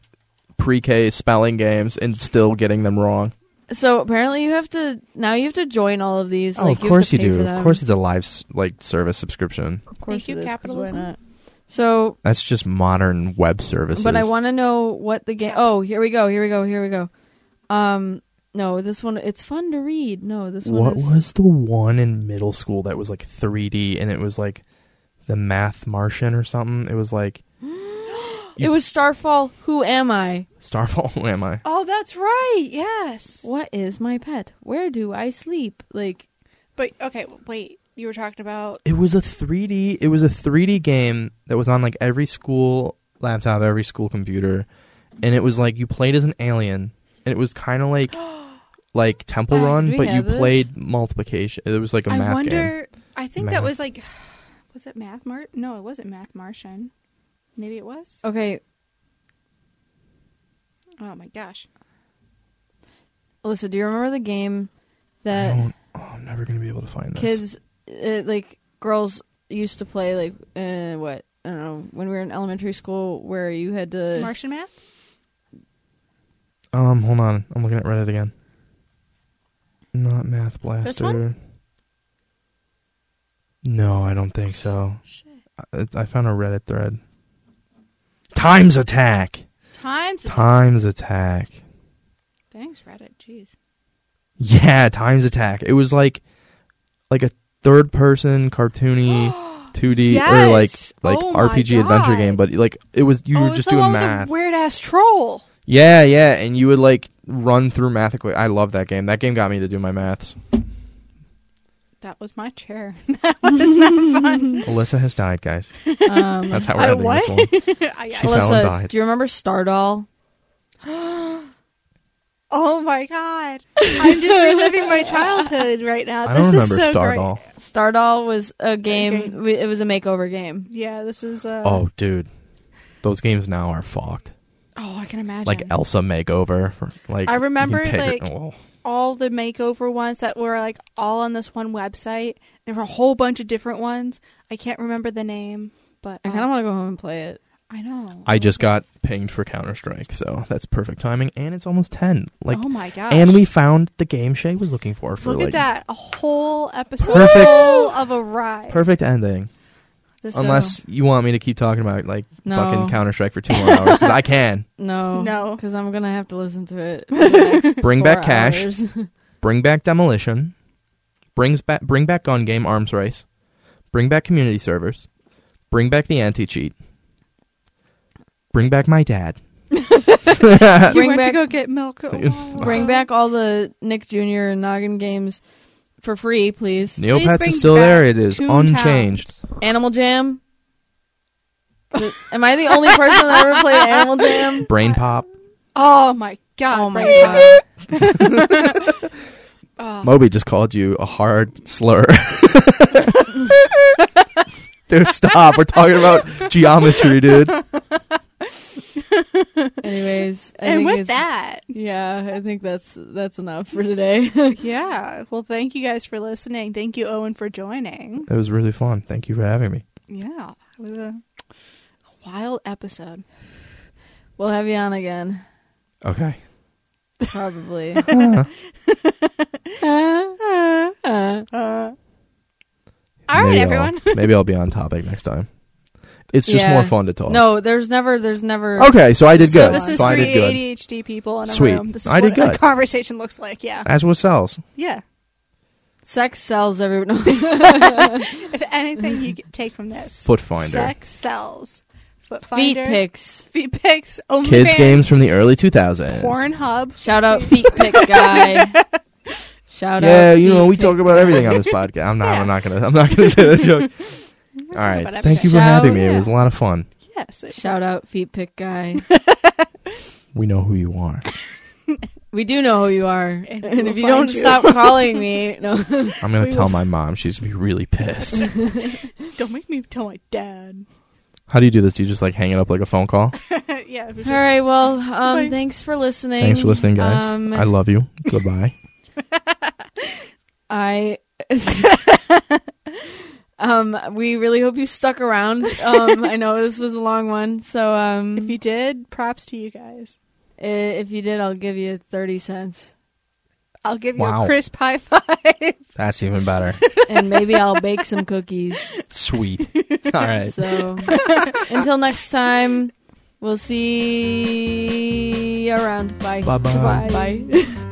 Speaker 3: pre-K spelling games and still getting them wrong.
Speaker 1: so apparently you have to now you have to join all of these.
Speaker 3: oh,
Speaker 1: like,
Speaker 3: of course you,
Speaker 1: have to pay
Speaker 3: do.
Speaker 1: for
Speaker 3: Of
Speaker 1: them.
Speaker 3: course, it's a live s- like service subscription.
Speaker 1: Of course
Speaker 2: Thank you,
Speaker 1: it is, 'cause why
Speaker 2: capitalism.
Speaker 1: not? So
Speaker 3: That's just modern web services.
Speaker 1: But I want to know what the game. Oh, here we go. Here we go. Here we go. Um, no, this one. It's fun to read. No, this one.
Speaker 3: What
Speaker 1: is-
Speaker 3: was the one in middle school that was like 3D and it was like the Math Martian or something? It was like
Speaker 2: Oh,
Speaker 1: It was Starfall. Who am I?
Speaker 3: Starfall. <laughs> Who am I?
Speaker 2: Oh, that's right. Yes.
Speaker 1: What is my pet? Where do I sleep? Like,
Speaker 2: But okay, wait. You were
Speaker 1: <gasps>
Speaker 2: talking about <gasps>
Speaker 3: It was a 3D. It was a 3D game that was on like every school laptop, every school computer, and it was like you played as an alien, and it was kind of
Speaker 1: <gasps>
Speaker 3: like like Temple
Speaker 2: Uh,
Speaker 3: Run,
Speaker 1: do we
Speaker 3: but you
Speaker 1: have this?
Speaker 3: played multiplication. It was like a
Speaker 2: I
Speaker 3: math game.
Speaker 2: wonder. I think
Speaker 3: Math.
Speaker 2: that was like, <sighs> was it Math Mart? No, it wasn't Math Martian. Maybe it was.
Speaker 1: okay,
Speaker 2: Oh my gosh.
Speaker 1: Alyssa, do you remember the game
Speaker 3: I
Speaker 1: that
Speaker 3: don't- oh, I'm never gonna be able to find this.
Speaker 1: kids, uh, like girls, used to play? Like, uh, what? I don't know. When we were in elementary school, where you had to.
Speaker 2: Martian math?
Speaker 3: Um, hold on. I'm looking at Reddit again. Not Math Blaster.
Speaker 2: one?
Speaker 3: No, I don't think so.
Speaker 2: Shit.
Speaker 3: I, I found a Reddit thread. Times Attack.
Speaker 2: Times.
Speaker 3: Times Attack.
Speaker 2: Thanks, Reddit. Jeez.
Speaker 3: Yeah, Times Attack. It was like like a third
Speaker 2: <gasps>
Speaker 3: person cartoony 2D or like
Speaker 2: Yes!
Speaker 3: like
Speaker 2: Oh my
Speaker 3: RPG adventure
Speaker 2: God.
Speaker 3: game, but like it was you
Speaker 2: oh,
Speaker 3: were
Speaker 2: it's
Speaker 3: just
Speaker 2: the
Speaker 3: doing
Speaker 2: one
Speaker 3: math.
Speaker 2: with the weird ass troll.
Speaker 3: Yeah, yeah, and you would like run through math equa- I love that game. That game got me to do
Speaker 2: <laughs>
Speaker 3: my maths.
Speaker 2: That was my chair. <laughs> that was not fun.
Speaker 3: Alyssa has died, guys.
Speaker 1: Um,
Speaker 3: That's how we're
Speaker 2: I
Speaker 3: ending this
Speaker 2: <laughs> what?
Speaker 3: one.
Speaker 2: I-
Speaker 3: She fell and
Speaker 1: Alyssa,
Speaker 3: died.
Speaker 1: do you remember Stardoll?
Speaker 2: <gasps> oh my god. I'm just reliving my childhood right now.
Speaker 3: <laughs> I
Speaker 2: this
Speaker 3: don't remember
Speaker 2: is so great.
Speaker 3: Stardoll.
Speaker 1: Stardoll was a game.
Speaker 2: game.
Speaker 1: w- It was a makeover game.
Speaker 2: Yeah, this is. Uh,
Speaker 3: Oh, dude, those games now are fucked.
Speaker 2: Oh, I can imagine.
Speaker 3: Like Elsa Makeover. for- Like
Speaker 2: I
Speaker 3: you can
Speaker 2: remember,
Speaker 3: take-
Speaker 2: like-
Speaker 3: oh.
Speaker 2: all the makeover ones that were like all on this one website. There were a whole bunch of different ones. I can't remember the name, but
Speaker 1: I kind of
Speaker 2: um,
Speaker 1: want to go home and play it.
Speaker 2: I know.
Speaker 3: I just got pinged for Counter Strike, so that's perfect timing. And it's almost ten. Like,
Speaker 2: oh my gosh!
Speaker 3: and we found the game Shay was looking for. For
Speaker 2: look
Speaker 3: like,
Speaker 2: at that a whole episode
Speaker 3: Perfect.
Speaker 2: full of a ride.
Speaker 3: Perfect ending.
Speaker 2: This uh, is-
Speaker 3: Unless you want me to keep talking about like
Speaker 1: No.
Speaker 3: fucking Counter Strike for two more hours, 'cause I
Speaker 2: <laughs>
Speaker 3: can.
Speaker 1: No,
Speaker 2: No.
Speaker 1: because I'm gonna have to listen to it. for
Speaker 2: <laughs>
Speaker 1: the next
Speaker 3: Bring
Speaker 1: four
Speaker 3: back cash. <laughs>
Speaker 1: hours.
Speaker 3: Bring back demolition. Brings back bring back gun game arms race. Bring back community servers. Bring back the anti cheat. Bring back my dad.
Speaker 2: you
Speaker 1: Bring
Speaker 2: went
Speaker 1: back-
Speaker 2: to go get milk. Oh.
Speaker 1: Bring back all the Nick Jr. and Noggin games for free, please.
Speaker 3: Neopets
Speaker 2: bring
Speaker 3: is still
Speaker 2: back
Speaker 3: there. It is
Speaker 2: Toontown.
Speaker 3: unchanged.
Speaker 1: Animal Jam. Th- Am I the only person that ever played Animal Jam?
Speaker 3: Brain pop.
Speaker 2: Oh my god!
Speaker 1: Oh my
Speaker 2: Bring
Speaker 1: god!
Speaker 2: back-
Speaker 3: <laughs>
Speaker 2: Oh.
Speaker 3: Moby just called you a hard slur. <laughs> dude, stop. We're talking about geometry, dude.
Speaker 1: Anyways, I
Speaker 2: and
Speaker 1: think
Speaker 2: with
Speaker 1: it's-
Speaker 2: that,
Speaker 1: yeah, I think that's that's enough for today. <laughs>
Speaker 2: yeah. Well, thank you guys for listening. Thank you, Owen, for joining.
Speaker 3: It was really fun. Thank you for having me.
Speaker 2: Yeah, it was a wild episode.
Speaker 1: we'll have you on again,
Speaker 3: Okay. <laughs>
Speaker 1: probably.
Speaker 2: <laughs>
Speaker 3: Uh,
Speaker 1: Uh, uh. All
Speaker 2: Uh, All right,
Speaker 3: Maybe
Speaker 2: everyone.
Speaker 3: I'll, <laughs> maybe I'll be on topic next time. It's just
Speaker 1: Yeah.
Speaker 3: more fun to talk.
Speaker 1: No, there's never, there's never.
Speaker 3: Okay, so I did
Speaker 2: So
Speaker 3: good.
Speaker 2: this is
Speaker 3: so I
Speaker 2: three
Speaker 3: did good.
Speaker 2: ADHD people in a
Speaker 3: Sweet.
Speaker 2: room. This is
Speaker 3: I
Speaker 2: what
Speaker 3: did
Speaker 2: a
Speaker 3: good.
Speaker 2: conversation looks like. Yeah,
Speaker 3: That's what sells.
Speaker 2: yeah.
Speaker 1: Sex sells everyone.
Speaker 2: If anything you could take from this,
Speaker 3: Foot finder.
Speaker 2: sex sells. Foot
Speaker 1: feet
Speaker 2: finder,
Speaker 1: pics.
Speaker 2: feet pics, only
Speaker 3: Kids games from the early 2000s.
Speaker 2: Pornhub.
Speaker 1: Shout out feet pic
Speaker 2: <laughs>
Speaker 1: guy. Shout
Speaker 3: yeah,
Speaker 1: out.
Speaker 3: you know
Speaker 1: feet
Speaker 3: we
Speaker 1: pic-
Speaker 3: talk about everything on this podcast. I'm not.
Speaker 2: Yeah.
Speaker 3: I'm not gonna. I'm not gonna say that joke.
Speaker 2: <laughs> We're
Speaker 3: All
Speaker 2: talking
Speaker 3: right.
Speaker 2: about
Speaker 3: Thank you for
Speaker 1: Shout-
Speaker 3: having me. It
Speaker 2: yeah.
Speaker 3: was a lot of fun.
Speaker 2: everything. Yes. it
Speaker 1: Shout
Speaker 2: was.
Speaker 1: out feet pic
Speaker 2: <laughs>
Speaker 1: guy.
Speaker 3: We know who you are.
Speaker 1: We do know who you are, and,
Speaker 2: And we will
Speaker 1: if you
Speaker 2: find
Speaker 1: don't
Speaker 2: you.
Speaker 1: stop calling
Speaker 2: <laughs>
Speaker 1: me, no.
Speaker 3: I'm gonna
Speaker 2: We
Speaker 3: tell
Speaker 2: will-
Speaker 3: my mom. She's gonna be
Speaker 1: <laughs>
Speaker 3: really pissed.
Speaker 2: Don't make me tell my dad. <laughs>
Speaker 3: How do you do this? Do you just like hang it up like a phone call?
Speaker 2: yeah. it was
Speaker 1: All right. Well,
Speaker 2: Bye.
Speaker 1: um, thanks for listening.
Speaker 3: Thanks for listening, guys.
Speaker 1: Um,
Speaker 3: I love
Speaker 1: <laughs>
Speaker 3: you. Goodbye.
Speaker 2: <laughs>
Speaker 1: I. um, we really hope you stuck around. Um, I know this was a long one, so um,
Speaker 2: If you did, props to you guys.
Speaker 1: i- if you did, I'll give you thirty cents,
Speaker 2: I'll give you
Speaker 3: Wow.
Speaker 2: a crisp high five.
Speaker 3: That's
Speaker 1: <laughs>
Speaker 3: even better.
Speaker 1: and maybe I'll bake some cookies. <laughs>
Speaker 3: Sweet. All <laughs> right.
Speaker 1: So until next time, we'll see you around. Bye.
Speaker 3: Bye-bye.
Speaker 1: Bye.